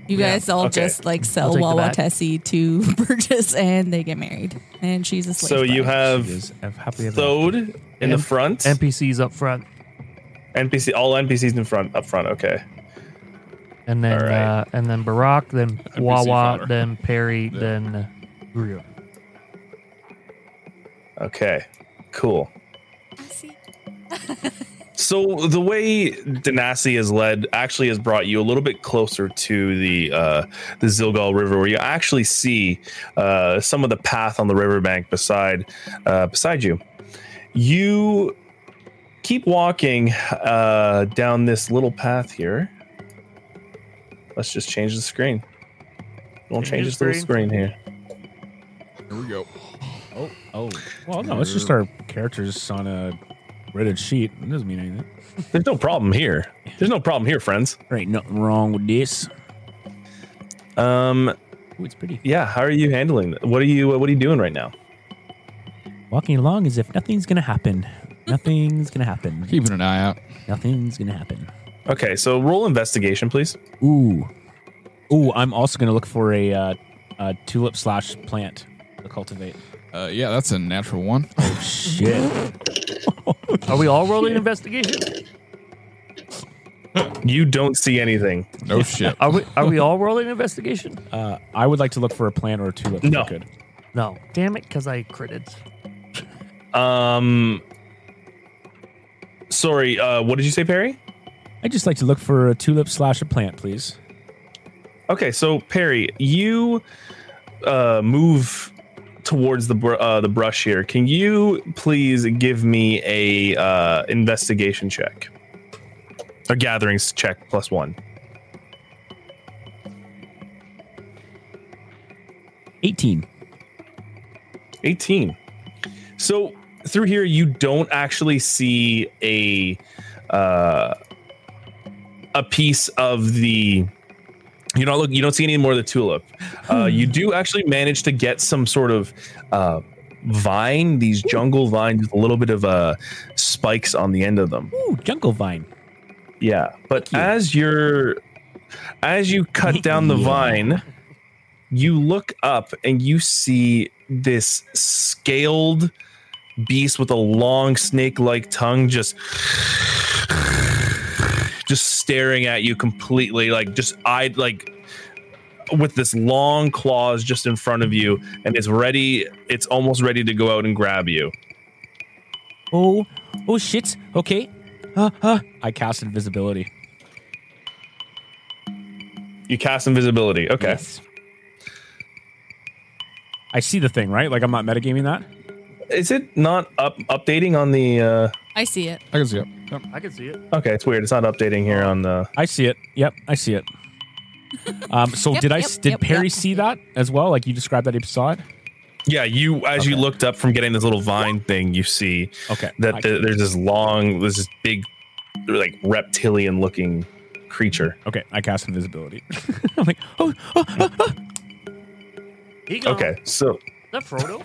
[SPEAKER 4] You guys all
[SPEAKER 5] okay.
[SPEAKER 4] just like sell
[SPEAKER 1] take the
[SPEAKER 4] Wawa
[SPEAKER 1] back.
[SPEAKER 4] Tessie to Burgess, and they get married, and she's a slave.
[SPEAKER 5] so you
[SPEAKER 4] bride.
[SPEAKER 5] have
[SPEAKER 6] Is a happy ever-
[SPEAKER 5] Thode in the front.
[SPEAKER 1] NPCs up front,
[SPEAKER 5] NPC, all NPCs in front, up front. Okay.
[SPEAKER 1] and then
[SPEAKER 5] All right.
[SPEAKER 1] uh, and then Barack, then Wawa,
[SPEAKER 3] fodder.
[SPEAKER 1] then Perry, then uh, Griot.
[SPEAKER 5] Okay. Cool. So the way Danassi has led actually has brought you a little bit closer to the uh, the Zilgal River, where you actually see uh, some of the path on the riverbank beside uh, beside you. You keep walking uh, down this little path here. Let's just change the screen. We'll
[SPEAKER 1] Change
[SPEAKER 5] change
[SPEAKER 1] the
[SPEAKER 5] this little screen here.
[SPEAKER 3] Here we go.
[SPEAKER 6] Oh, oh. Well, no, it's just our characters on a Reddit sheet. It doesn't mean anything.
[SPEAKER 5] There's no problem here. There's no problem here, friends.
[SPEAKER 6] There ain't nothing wrong with this.
[SPEAKER 5] Um,
[SPEAKER 6] Ooh, it's pretty.
[SPEAKER 5] yeah. How are you handling? th- What are you What are you doing right now?
[SPEAKER 6] Walking along as if nothing's going to happen. Nothing's going to happen.
[SPEAKER 3] Keeping an eye out.
[SPEAKER 6] Nothing's going to happen.
[SPEAKER 5] Okay, so roll investigation, please.
[SPEAKER 6] Ooh. Ooh, I'm also going to look for a, uh, a tulip slash plant to cultivate.
[SPEAKER 3] Uh, yeah, that's a natural one.
[SPEAKER 6] Shit.
[SPEAKER 1] Are we all rolling investigation?
[SPEAKER 5] You don't see anything.
[SPEAKER 3] No shit.
[SPEAKER 1] Are we are we all rolling investigation?
[SPEAKER 6] Uh, I would like to look for a plant or a tulip.
[SPEAKER 5] No.
[SPEAKER 6] Good.
[SPEAKER 1] No. Damn it, because I critted.
[SPEAKER 5] Um, sorry. Uh, what did you say, Perry?
[SPEAKER 6] I'd just like to look for a tulip slash a plant, please.
[SPEAKER 5] Okay, so Perry, you uh, move towards the br- uh, the brush here. Can you please give me a uh, investigation check? A gatherings check plus one.
[SPEAKER 6] 18.
[SPEAKER 5] 18. So through here, you don't actually see a uh, a piece of the. You know, look. You don't see any more of the tulip. Uh, you do actually manage to get some sort of uh, vine, these jungle vines with a little bit of uh, spikes on the end of them.
[SPEAKER 2] Ooh, jungle vine.
[SPEAKER 5] Yeah, but as you're as you cut down the vine, you look up and you see this scaled beast with a long snake-like tongue just just staring at you completely like just eyed like with this long claws just in front of you and it's ready it's almost ready to go out and grab you
[SPEAKER 2] Oh, oh shit. Okay. Uh, uh. I cast invisibility.
[SPEAKER 5] you cast invisibility okay
[SPEAKER 6] I see the thing, right? Like I'm not metagaming that.
[SPEAKER 5] is it not up updating on the uh
[SPEAKER 4] I see it.
[SPEAKER 3] I can see it. Yep.
[SPEAKER 1] I can see it.
[SPEAKER 5] Okay, it's weird. It's not updating here on the.
[SPEAKER 6] I see it. Yep, I see it. Um, so
[SPEAKER 4] Yep,
[SPEAKER 6] did I
[SPEAKER 4] yep,
[SPEAKER 6] did
[SPEAKER 4] yep,
[SPEAKER 6] Perry
[SPEAKER 4] yep.
[SPEAKER 6] see that as well? Like you described that he saw it.
[SPEAKER 5] Yeah, you as you looked up from getting this little vine thing, you see
[SPEAKER 6] Okay. I-
[SPEAKER 5] that the, there's this long, there's this big, like reptilian looking creature.
[SPEAKER 6] okay, I cast invisibility. I'm like, oh, oh, oh, oh.
[SPEAKER 1] He gone.
[SPEAKER 5] Okay, so
[SPEAKER 1] Is that Frodo?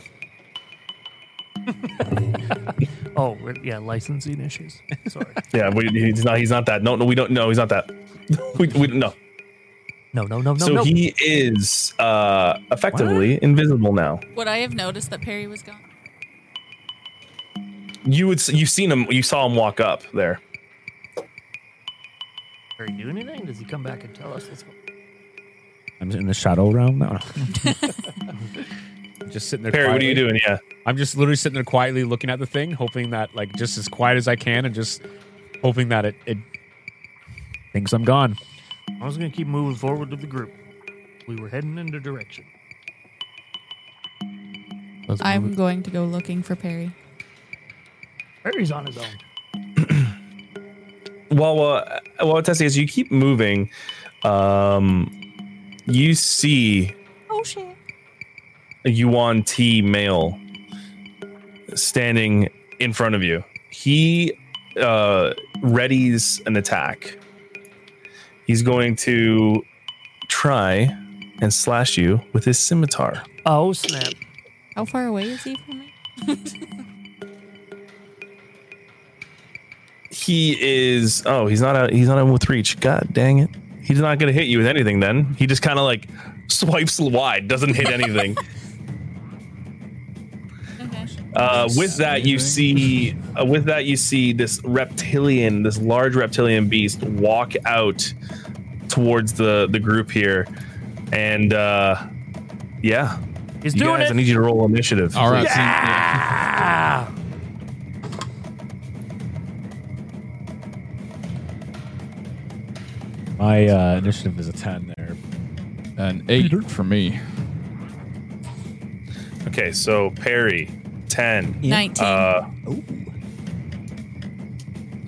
[SPEAKER 1] oh, we're- yeah, licensing issues. Sorry.
[SPEAKER 5] yeah, we, he's not. He's not that. No, no, we don't. No, he's not that. We, we no.
[SPEAKER 1] No, no, no, no,
[SPEAKER 5] so
[SPEAKER 1] no.
[SPEAKER 5] he is uh effectively invisible now.
[SPEAKER 4] Would I have noticed that Perry was gone?
[SPEAKER 5] You would. s- You seen him. You saw him walk up there.
[SPEAKER 1] Are you doing anything? Does he come back and tell us what's going
[SPEAKER 6] I'm in the shadow realm now. just sitting there.
[SPEAKER 5] Perry, what are you
[SPEAKER 6] quietly.
[SPEAKER 5] doing? Yeah.
[SPEAKER 6] I'm just literally sitting there quietly looking at the thing, hoping that like just as quiet as I can, and just hoping that it, it thinks I'm gone.
[SPEAKER 1] on? I was going to keep moving forward with the group. We were heading in the direction.
[SPEAKER 4] I'm going to go looking for Perry.
[SPEAKER 1] Perry's on his own.
[SPEAKER 5] while uh, while Tessie, as you keep moving, um, you see
[SPEAKER 4] Oh shit.
[SPEAKER 5] a Yuan T male standing in front of you. He uh, readies an attack. He's going to try and slash you with his scimitar.
[SPEAKER 1] Oh, snap.
[SPEAKER 4] How far away is he from me?
[SPEAKER 5] He is oh, he's not out, he's not out with reach. God dang it. He's not gonna hit you with anything then. He just kinda like swipes wide, doesn't hit anything.
[SPEAKER 4] Okay.
[SPEAKER 5] Uh, with that, you see, uh, with that, you see this reptilian, this large reptilian beast, walk out towards the the group here, and uh, yeah,
[SPEAKER 1] He's
[SPEAKER 5] you
[SPEAKER 1] doing
[SPEAKER 5] guys, I
[SPEAKER 1] it.
[SPEAKER 5] need you to roll initiative.
[SPEAKER 3] All right. so-
[SPEAKER 1] Ah!
[SPEAKER 6] My uh, initiative is a ten there.
[SPEAKER 3] An eight for me.
[SPEAKER 5] Okay, so Perry, ten.
[SPEAKER 4] Nineteen.
[SPEAKER 5] Uh,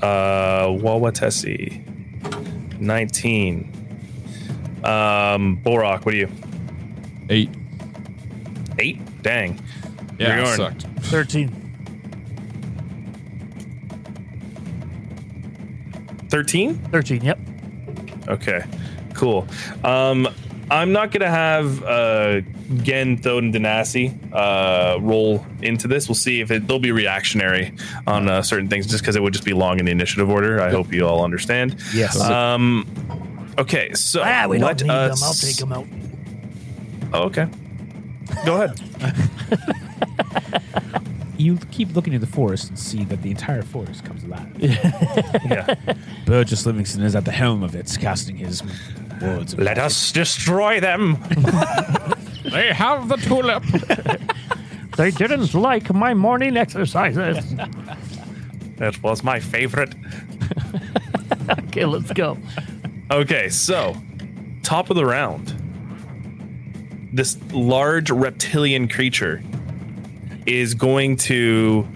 [SPEAKER 5] uh, Wawatesi, nineteen. Um, Borok, what are you?
[SPEAKER 3] Eight.
[SPEAKER 5] Eight? Dang.
[SPEAKER 3] Yeah,
[SPEAKER 5] You're
[SPEAKER 3] it
[SPEAKER 5] going.
[SPEAKER 3] sucked.
[SPEAKER 1] 13.
[SPEAKER 5] 13?
[SPEAKER 1] 13, yep.
[SPEAKER 5] Okay, cool. Um, I'm not gonna have uh, Gen, Thode, and Danassi uh, roll into this. We'll see if it, they'll be reactionary on uh, certain things, just because it would just be long in the initiative order. I hope you all understand.
[SPEAKER 1] Yes.
[SPEAKER 2] Uh,
[SPEAKER 6] Uh,
[SPEAKER 5] Um, okay, so
[SPEAKER 1] ah, we
[SPEAKER 5] let
[SPEAKER 1] don't need
[SPEAKER 5] us.
[SPEAKER 1] them. I'll take them out.
[SPEAKER 5] Oh, okay, go ahead.
[SPEAKER 2] You keep looking at the forest and see that the entire forest comes alive.
[SPEAKER 5] Yeah.
[SPEAKER 2] Burgess Livingston is at the helm of it, casting his words. of-
[SPEAKER 5] Let us destroy them.
[SPEAKER 3] They have the tulip.
[SPEAKER 1] They didn't like my morning exercises.
[SPEAKER 5] That was my favorite.
[SPEAKER 1] okay, let's go.
[SPEAKER 5] Okay, so top of the round. This large reptilian creature is going to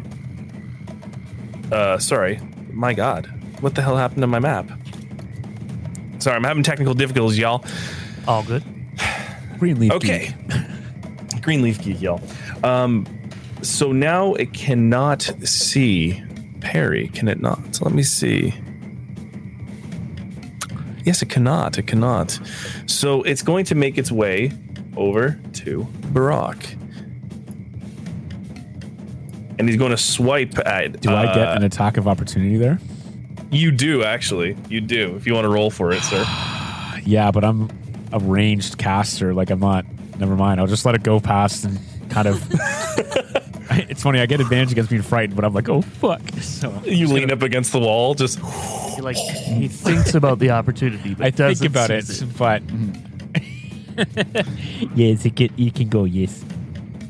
[SPEAKER 5] uh sorry. My god. What the hell happened to my map? Sorry, I'm having technical difficulties, y'all.
[SPEAKER 1] All good.
[SPEAKER 2] Greenleaf.
[SPEAKER 5] Okay. Green leaf geek, y'all. Um so now it cannot see Perry, can it not? So let me see. Yes, it cannot. It cannot. So it's going to make its way over to Barack. And he's going to swipe at.
[SPEAKER 6] Do I
[SPEAKER 5] uh,
[SPEAKER 6] get an attack of opportunity there?
[SPEAKER 5] You do, actually. You do, if you want to roll for it, sir.
[SPEAKER 6] Yeah, but I'm a ranged caster. Like I'm not. Never mind. I'll just let it go past and kind of. it's funny. I get advantage against being frightened, but I'm like, oh fuck. So
[SPEAKER 5] You lean up against the wall, just.
[SPEAKER 1] He, like he thinks about the opportunity, but
[SPEAKER 6] I think
[SPEAKER 1] doesn't
[SPEAKER 6] about it,
[SPEAKER 1] seize
[SPEAKER 6] but
[SPEAKER 2] Yes, it can, it can go, yes.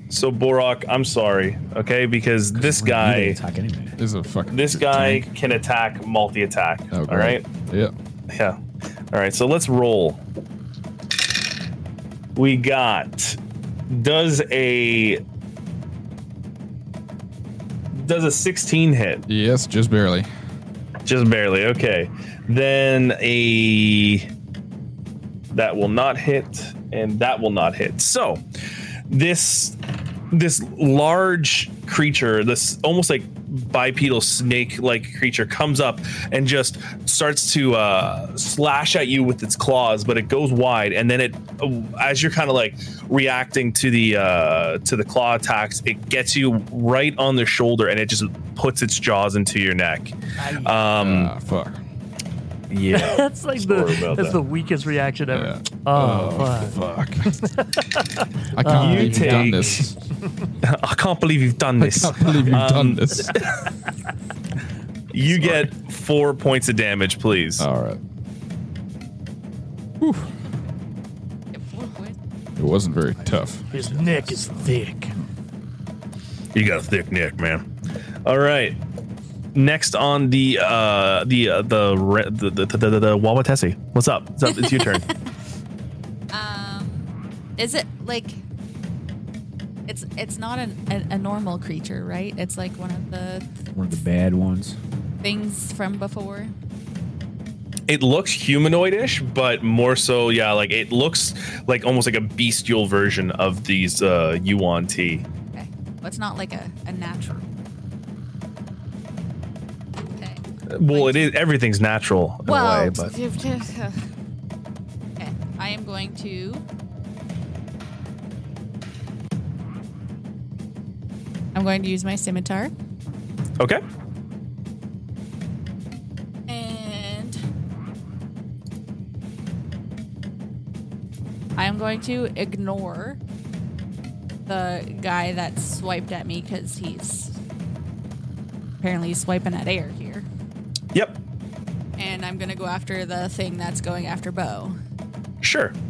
[SPEAKER 5] So, Borak, I'm sorry, okay? Because this guy.
[SPEAKER 6] attack anyway.
[SPEAKER 3] This is a fucking.
[SPEAKER 5] This guy
[SPEAKER 3] tank.
[SPEAKER 5] can attack multi attack.
[SPEAKER 3] Oh,
[SPEAKER 5] all right.
[SPEAKER 3] great. Yeah.
[SPEAKER 5] Yeah. All right. So let's roll. We got. Does a. Does a 16 hit?
[SPEAKER 3] Yes, just barely.
[SPEAKER 5] Just barely. Okay. Then a. That will not hit, and that will not hit. So this this large creature, this almost like bipedal snake like creature comes up and just starts to uh, slash at you with its claws, but it goes wide. And then it, oh, as you're kind of like reacting to the, uh, to the claw attacks, it gets you right on the shoulder and it just puts its jaws into your neck. Um,
[SPEAKER 3] Ah, fuck.
[SPEAKER 1] it.
[SPEAKER 5] yeah.
[SPEAKER 1] That's like
[SPEAKER 5] Sorry
[SPEAKER 1] the
[SPEAKER 5] about
[SPEAKER 1] that's
[SPEAKER 5] that.
[SPEAKER 1] the weakest reaction ever.
[SPEAKER 3] Yeah.
[SPEAKER 1] Oh, fuck.
[SPEAKER 3] Fuck. I
[SPEAKER 5] You
[SPEAKER 3] can't believe you've done
[SPEAKER 5] take-
[SPEAKER 3] this.
[SPEAKER 5] I can't believe you've done
[SPEAKER 3] I
[SPEAKER 5] this. Um,
[SPEAKER 3] can't believe you've done this.
[SPEAKER 5] You get four points of damage, please.
[SPEAKER 3] All right.
[SPEAKER 4] Get four points.
[SPEAKER 3] It wasn't very tough.
[SPEAKER 1] His neck is thick.
[SPEAKER 5] You got a thick neck, man. All right. Next on the uh the uh, the, re- the the the the, the, the Wabatesi. What's up? What's up? It's your turn.
[SPEAKER 4] Um, is it like it's it's not an, a, a normal creature, right? It's like one of the
[SPEAKER 6] One of the bad ones.
[SPEAKER 4] things from before.
[SPEAKER 5] It looks humanoid-ish, but more so, yeah. Like it looks like almost like a bestial version of these uh Yuan T.
[SPEAKER 4] Okay, but it's not like a, a natural. Okay.
[SPEAKER 5] Well, it is everything's natural in a way,
[SPEAKER 4] Well,
[SPEAKER 5] but
[SPEAKER 4] okay. I am going to. I'm going to use my scimitar
[SPEAKER 5] okay.
[SPEAKER 4] and I am going to ignore the guy that swiped at me because he's apparently swiping at air here.
[SPEAKER 5] Yep.
[SPEAKER 4] And I'm going to go after the thing that's going after Bo.
[SPEAKER 5] Sure.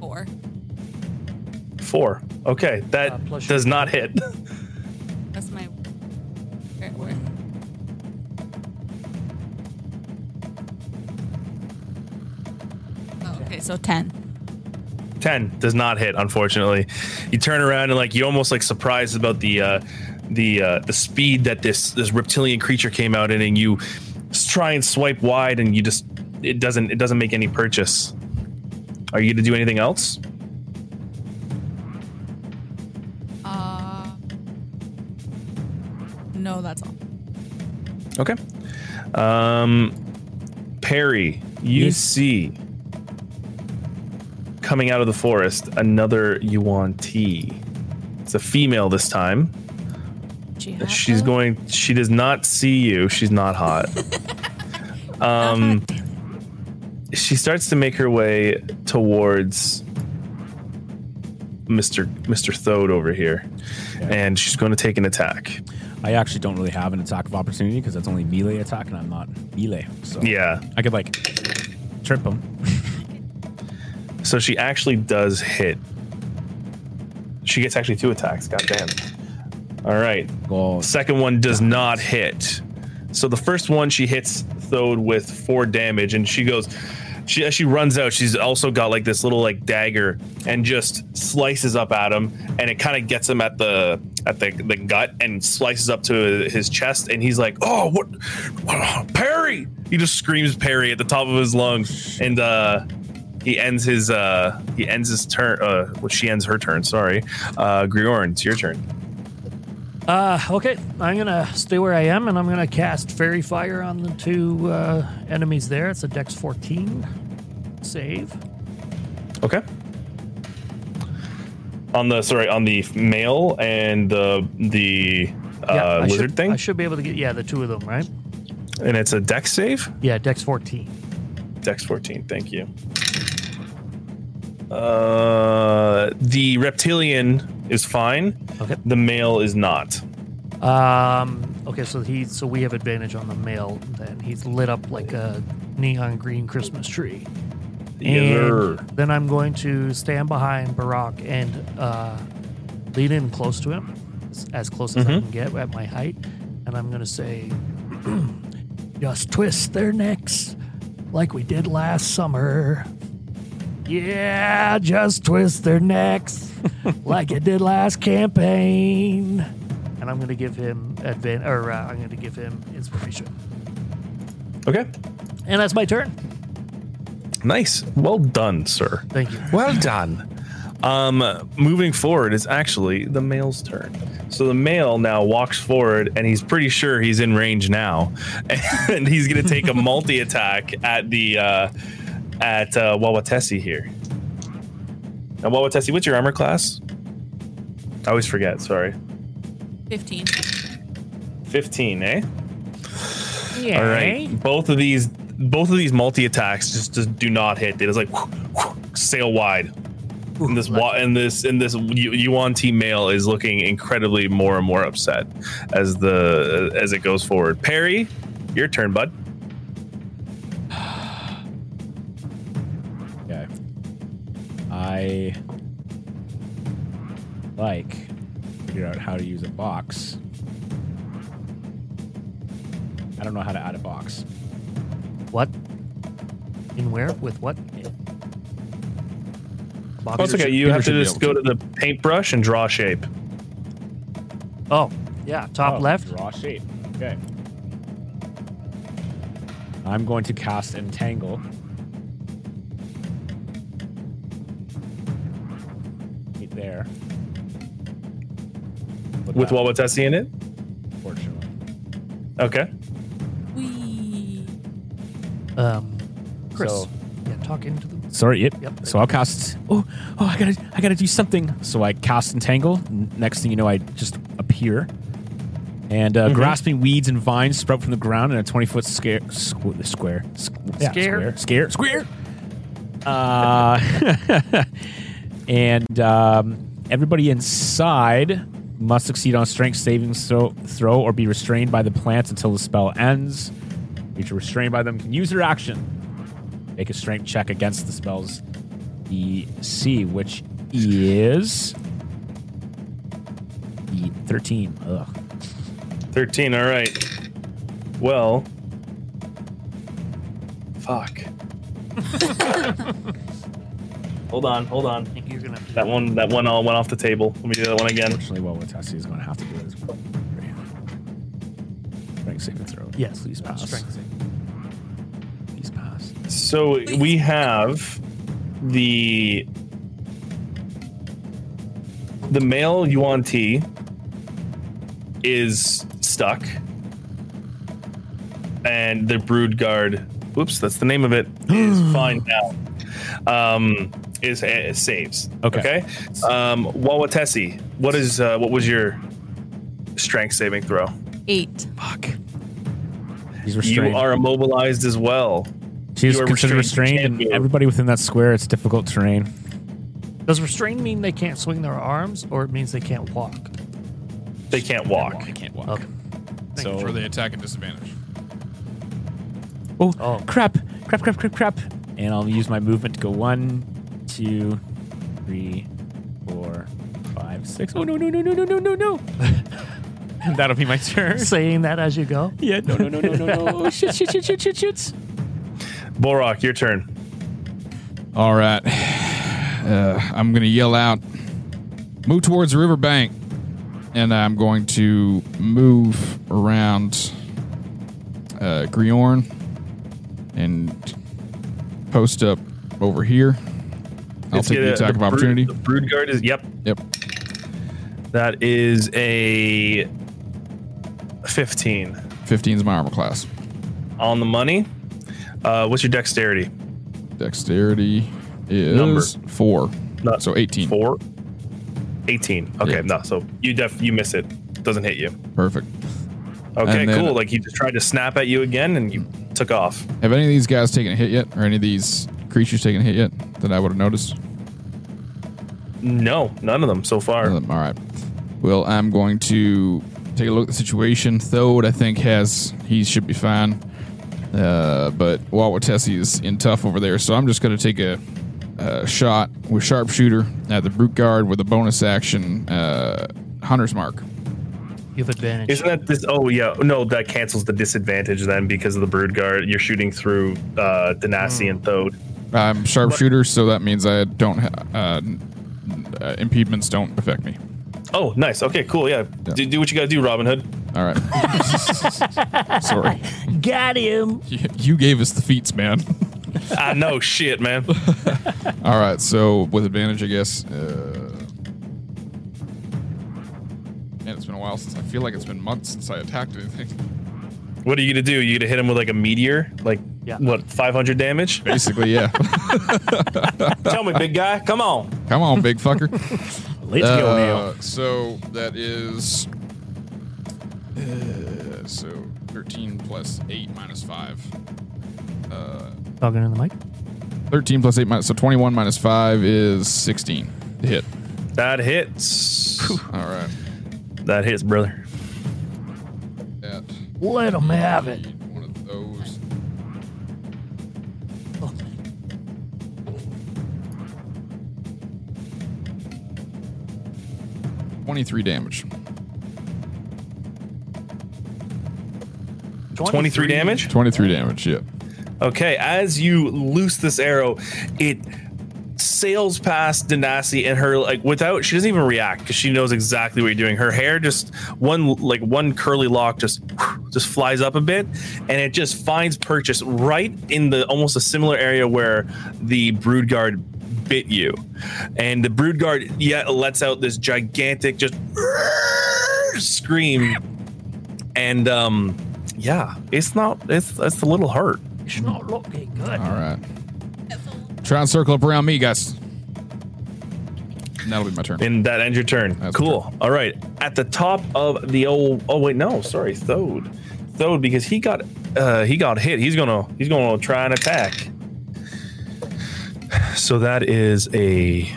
[SPEAKER 4] Four.
[SPEAKER 5] Four. Okay, that
[SPEAKER 1] Uh, plus your-
[SPEAKER 5] does not hit.
[SPEAKER 4] That's my. Where, where? Oh, okay, so 10.
[SPEAKER 5] 10 does not hit unfortunately you turn around and like you almost like surprised about the uh the uh the speed that this this reptilian creature came out in and you s- try and swipe wide and you just it doesn't it doesn't make any purchase are you to do anything else
[SPEAKER 4] Uh, no, that's all.
[SPEAKER 5] okay um perry you
[SPEAKER 2] Yes.
[SPEAKER 5] see coming out of the forest another yuan t it's a female this time
[SPEAKER 4] She hot,
[SPEAKER 5] She's
[SPEAKER 4] though?
[SPEAKER 5] going. She does not see you. She's not hot. um, she starts to make her way towards Mister Mister Thode over here, and she's going to take an attack.
[SPEAKER 6] I actually don't really have an attack of opportunity because that's only melee attack, and I'm not melee. So
[SPEAKER 5] Yeah.
[SPEAKER 6] I could like trip him.
[SPEAKER 5] So she actually does hit. She gets actually two attacks. Goddamn. All right.
[SPEAKER 6] Go
[SPEAKER 5] Second one does not hit. So the first one she hits Thode with four damage, and she goes. She as she runs out, she's also got like this little like dagger, and just slices up at him, and it kind of gets him at the at the, the gut and slices up to his chest, and he's like, "Oh, what, what- Perry!" He just screams Perry at the top of his lungs, and uh, he ends his uh, he ends his turn. Uh, well, she ends her turn. Sorry, uh, Griorn, it's your turn.
[SPEAKER 1] Uh, okay, I'm gonna stay where I am, and I'm gonna cast Fairy Fire on the two uh, enemies there. It's a Dex 14 save.
[SPEAKER 5] Okay. On the sorry, on the male and the the uh,
[SPEAKER 1] Yeah, I
[SPEAKER 5] lizard
[SPEAKER 1] should,
[SPEAKER 5] thing,
[SPEAKER 1] I should be able to get yeah the two of them right.
[SPEAKER 5] and it's a Dex save.
[SPEAKER 1] Yeah, Dex 14.
[SPEAKER 5] Dex 14, thank you. Uh, the reptilian is fine.
[SPEAKER 1] Okay.
[SPEAKER 5] The male is not.
[SPEAKER 1] Um, okay, so he so we have advantage on the male. Then he's lit up like a neon green Christmas tree.
[SPEAKER 5] Yes,
[SPEAKER 1] And
[SPEAKER 5] sir.
[SPEAKER 1] then I'm going to stand behind Barack and uh, lean in close to him, as- as close
[SPEAKER 5] Mm-hmm.
[SPEAKER 1] as I can get at my height. And I'm going to say, just twist their necks like we did last summer. Yeah, just twist their necks like it did last campaign. And I'm going to give him advan- or uh, I'm going to give him inspiration.
[SPEAKER 5] Okay.
[SPEAKER 1] And that's my turn.
[SPEAKER 5] Nice. Well done, sir.
[SPEAKER 1] Thank you.
[SPEAKER 5] Well done. Um, moving forward, it's actually the male's turn. So the male now walks forward, and he's pretty sure he's in range now, and he's going to take a multi attack at the uh, at uh, Wawatessi here. Now, Wawatessi, what's your armor class? I always forget. Sorry,
[SPEAKER 4] 15.
[SPEAKER 5] fifteen, eh?
[SPEAKER 1] Yeah.
[SPEAKER 5] All right. Both of these, both of these multi attacks just just do not hit. They just like whoosh, whoosh, sail wide. And this wa- and this and this Yu- Yuan team male is looking incredibly more and more upset as the as it goes forward. Perry, your turn, bud.
[SPEAKER 6] Okay. I like figure out how to use a box. I don't know how to add a box.
[SPEAKER 1] What? In where? With what? Box-
[SPEAKER 5] That's okay. You
[SPEAKER 6] Peter
[SPEAKER 5] have to
[SPEAKER 6] should be
[SPEAKER 5] just go
[SPEAKER 6] able
[SPEAKER 5] to the paintbrush and draw a shape.
[SPEAKER 1] Oh, yeah, top
[SPEAKER 6] Oh,
[SPEAKER 1] left.
[SPEAKER 6] Draw shape. Okay. I'm going to cast Entangle. Right there.
[SPEAKER 5] With
[SPEAKER 6] that,
[SPEAKER 5] Wawatessi in it.
[SPEAKER 6] Unfortunately.
[SPEAKER 5] Okay.
[SPEAKER 4] Whee.
[SPEAKER 1] Um, Chris.
[SPEAKER 6] So-
[SPEAKER 1] yeah, talk into the.
[SPEAKER 6] Sorry. Yep.
[SPEAKER 1] Yep.
[SPEAKER 6] So I'll cast. Oh, oh! I gotta, I gotta do something. So I cast entangle. N- Next thing you know, I just appear, and uh, grasping weeds and vines sprout from the ground in a twenty foot scare, squ- square, squ- yeah,
[SPEAKER 1] Scare.
[SPEAKER 6] square, scare, square. Uh, and um, everybody inside must succeed on a strength saving throw, throw or be restrained by the plants until the spell ends. Creature restrained by them can use their action. Make a strength check against the spell's DC, which is the 13. Ugh.
[SPEAKER 5] 13 all right well fuck hold on hold on
[SPEAKER 1] I think you're gonna. Have to
[SPEAKER 5] that one that one all went off the table let me do that one again
[SPEAKER 6] Unfortunately, well, Watassi is going to have to do it as well. Strength saving throw.
[SPEAKER 1] Yes,
[SPEAKER 6] please
[SPEAKER 1] uh,
[SPEAKER 6] pass.
[SPEAKER 1] strength save.
[SPEAKER 6] Please pass.
[SPEAKER 5] so we have the the male yuan ti is stuck and the brood guard whoops that's the name of it is fine now um is uh, saves
[SPEAKER 6] Okay.
[SPEAKER 5] okay um wawatesi what is uh, what was your strength saving throw
[SPEAKER 4] Eight.
[SPEAKER 6] He's restrained.
[SPEAKER 5] you are immobilized as well
[SPEAKER 6] She's
[SPEAKER 5] you are
[SPEAKER 6] considered
[SPEAKER 5] restrained,
[SPEAKER 6] restrained,
[SPEAKER 5] can't
[SPEAKER 6] and
[SPEAKER 5] move.
[SPEAKER 6] everybody within that square, it's difficult terrain.
[SPEAKER 1] Does restrain mean they can't swing their arms, or it means they can't walk?
[SPEAKER 5] they can't walk
[SPEAKER 3] I can't walk.
[SPEAKER 1] Okay.
[SPEAKER 3] So or they attack at disadvantage.
[SPEAKER 6] Oh,
[SPEAKER 1] Oh.
[SPEAKER 6] crap, crap, crap, crap, crap. And I'll use my movement to go one, two, three, four, five, six. Oh, no, no, no, no, no, no, no, no. And That'll be my turn.
[SPEAKER 1] Saying that as you go.
[SPEAKER 6] Yeah, no, no, no, no, no, no. Oh, shit, shit, shit, shit, shit, shit.
[SPEAKER 5] borak your turn
[SPEAKER 3] All right. Uh, I'm going to yell out move towards the riverbank. and I'm going to move around uh, Griorn and post up over here. I'll
[SPEAKER 5] Let's
[SPEAKER 3] take
[SPEAKER 5] get
[SPEAKER 3] the
[SPEAKER 5] a-
[SPEAKER 3] attack of
[SPEAKER 5] brood-
[SPEAKER 3] opportunity.
[SPEAKER 5] the brood guard is yep.
[SPEAKER 3] Yep.
[SPEAKER 5] That is a fifteen
[SPEAKER 3] 15 is my armor class.
[SPEAKER 5] on the money. Uh, what's your dexterity?
[SPEAKER 3] Dexterity is
[SPEAKER 5] Number.
[SPEAKER 3] four.
[SPEAKER 5] Not-
[SPEAKER 3] so 18.
[SPEAKER 5] Four. Eighteen. Okay,
[SPEAKER 3] Yeah.
[SPEAKER 5] no. So you def you miss it. Doesn't hit you.
[SPEAKER 3] Perfect.
[SPEAKER 5] Okay,
[SPEAKER 3] And then-
[SPEAKER 5] cool. Like he just tried to snap at you again, and you took off.
[SPEAKER 3] Have any of these guys taken a hit yet, or any of these creatures taken a hit yet that I would have noticed?
[SPEAKER 5] No, none of them so far.
[SPEAKER 3] None of them. Um, All right. Well, I'm going to take a look at the situation. Thode, I think, has he should be fine, uh, but Wawatessi is in tough over there. So I'm just going to take a, a shot with sharpshooter at the brute guard with a bonus action uh, hunter's mark.
[SPEAKER 1] You have advantage.
[SPEAKER 5] Isn't that this? Oh yeah, no, that cancels the disadvantage then because of the brood guard. You're shooting through uh, Denasi
[SPEAKER 3] Hmm.
[SPEAKER 5] and Thode.
[SPEAKER 3] I'm sharpshooter, so that means I don't ha- uh, uh, impediments don't affect me.
[SPEAKER 5] Oh, nice. Okay, cool. Yeah,
[SPEAKER 3] Yeah.
[SPEAKER 5] Do, do what you gotta do, Robin Hood.
[SPEAKER 3] All right. Sorry,
[SPEAKER 1] Got him.
[SPEAKER 3] you you gave us the feats, man.
[SPEAKER 5] I know shit, man.
[SPEAKER 3] All right, so with advantage, I guess. Uh, man, it's been a while since I feel like it's been months since I attacked anything.
[SPEAKER 5] What are you gonna do? You gonna hit him with like a meteor? Like
[SPEAKER 1] Yeah.
[SPEAKER 5] what? Five hundred damage?
[SPEAKER 3] Basically, yeah.
[SPEAKER 5] Tell me, big guy. Come on.
[SPEAKER 3] Come on, big fucker.
[SPEAKER 1] Let's go now.
[SPEAKER 3] Uh, so that is. Uh, so 13 plus 8 minus 5.
[SPEAKER 1] Talking in the mic.
[SPEAKER 3] 13 plus 8 minus. So 21 minus 5 is 16 to hit.
[SPEAKER 5] That hits.
[SPEAKER 3] All right.
[SPEAKER 5] That hits, brother.
[SPEAKER 3] At
[SPEAKER 1] Let him have it.
[SPEAKER 3] one of those. Twenty-three damage.
[SPEAKER 5] 23 damage?
[SPEAKER 3] Twenty-three damage. Yeah.
[SPEAKER 5] Okay, as you loose this arrow, it sails past Danasi and her like without she doesn't even react because she knows exactly what you're doing. Her hair just one like one curly lock just just flies up a bit and it just finds purchase right in the almost a similar area where the brood guard bit you. And the brood guard yet lets out this gigantic just scream and um yeah, it's not it's it's a little hurt.
[SPEAKER 1] It's not looking good.
[SPEAKER 3] All right. Try and circle up around me, guys. And that'll be my turn.
[SPEAKER 5] And that ends your turn.
[SPEAKER 3] That's
[SPEAKER 5] cool. All right. At the top of the old. Oh wait, no. Sorry, Thode. Thode, because he got uh, he got hit. He's gonna he's gonna try and attack. So that is a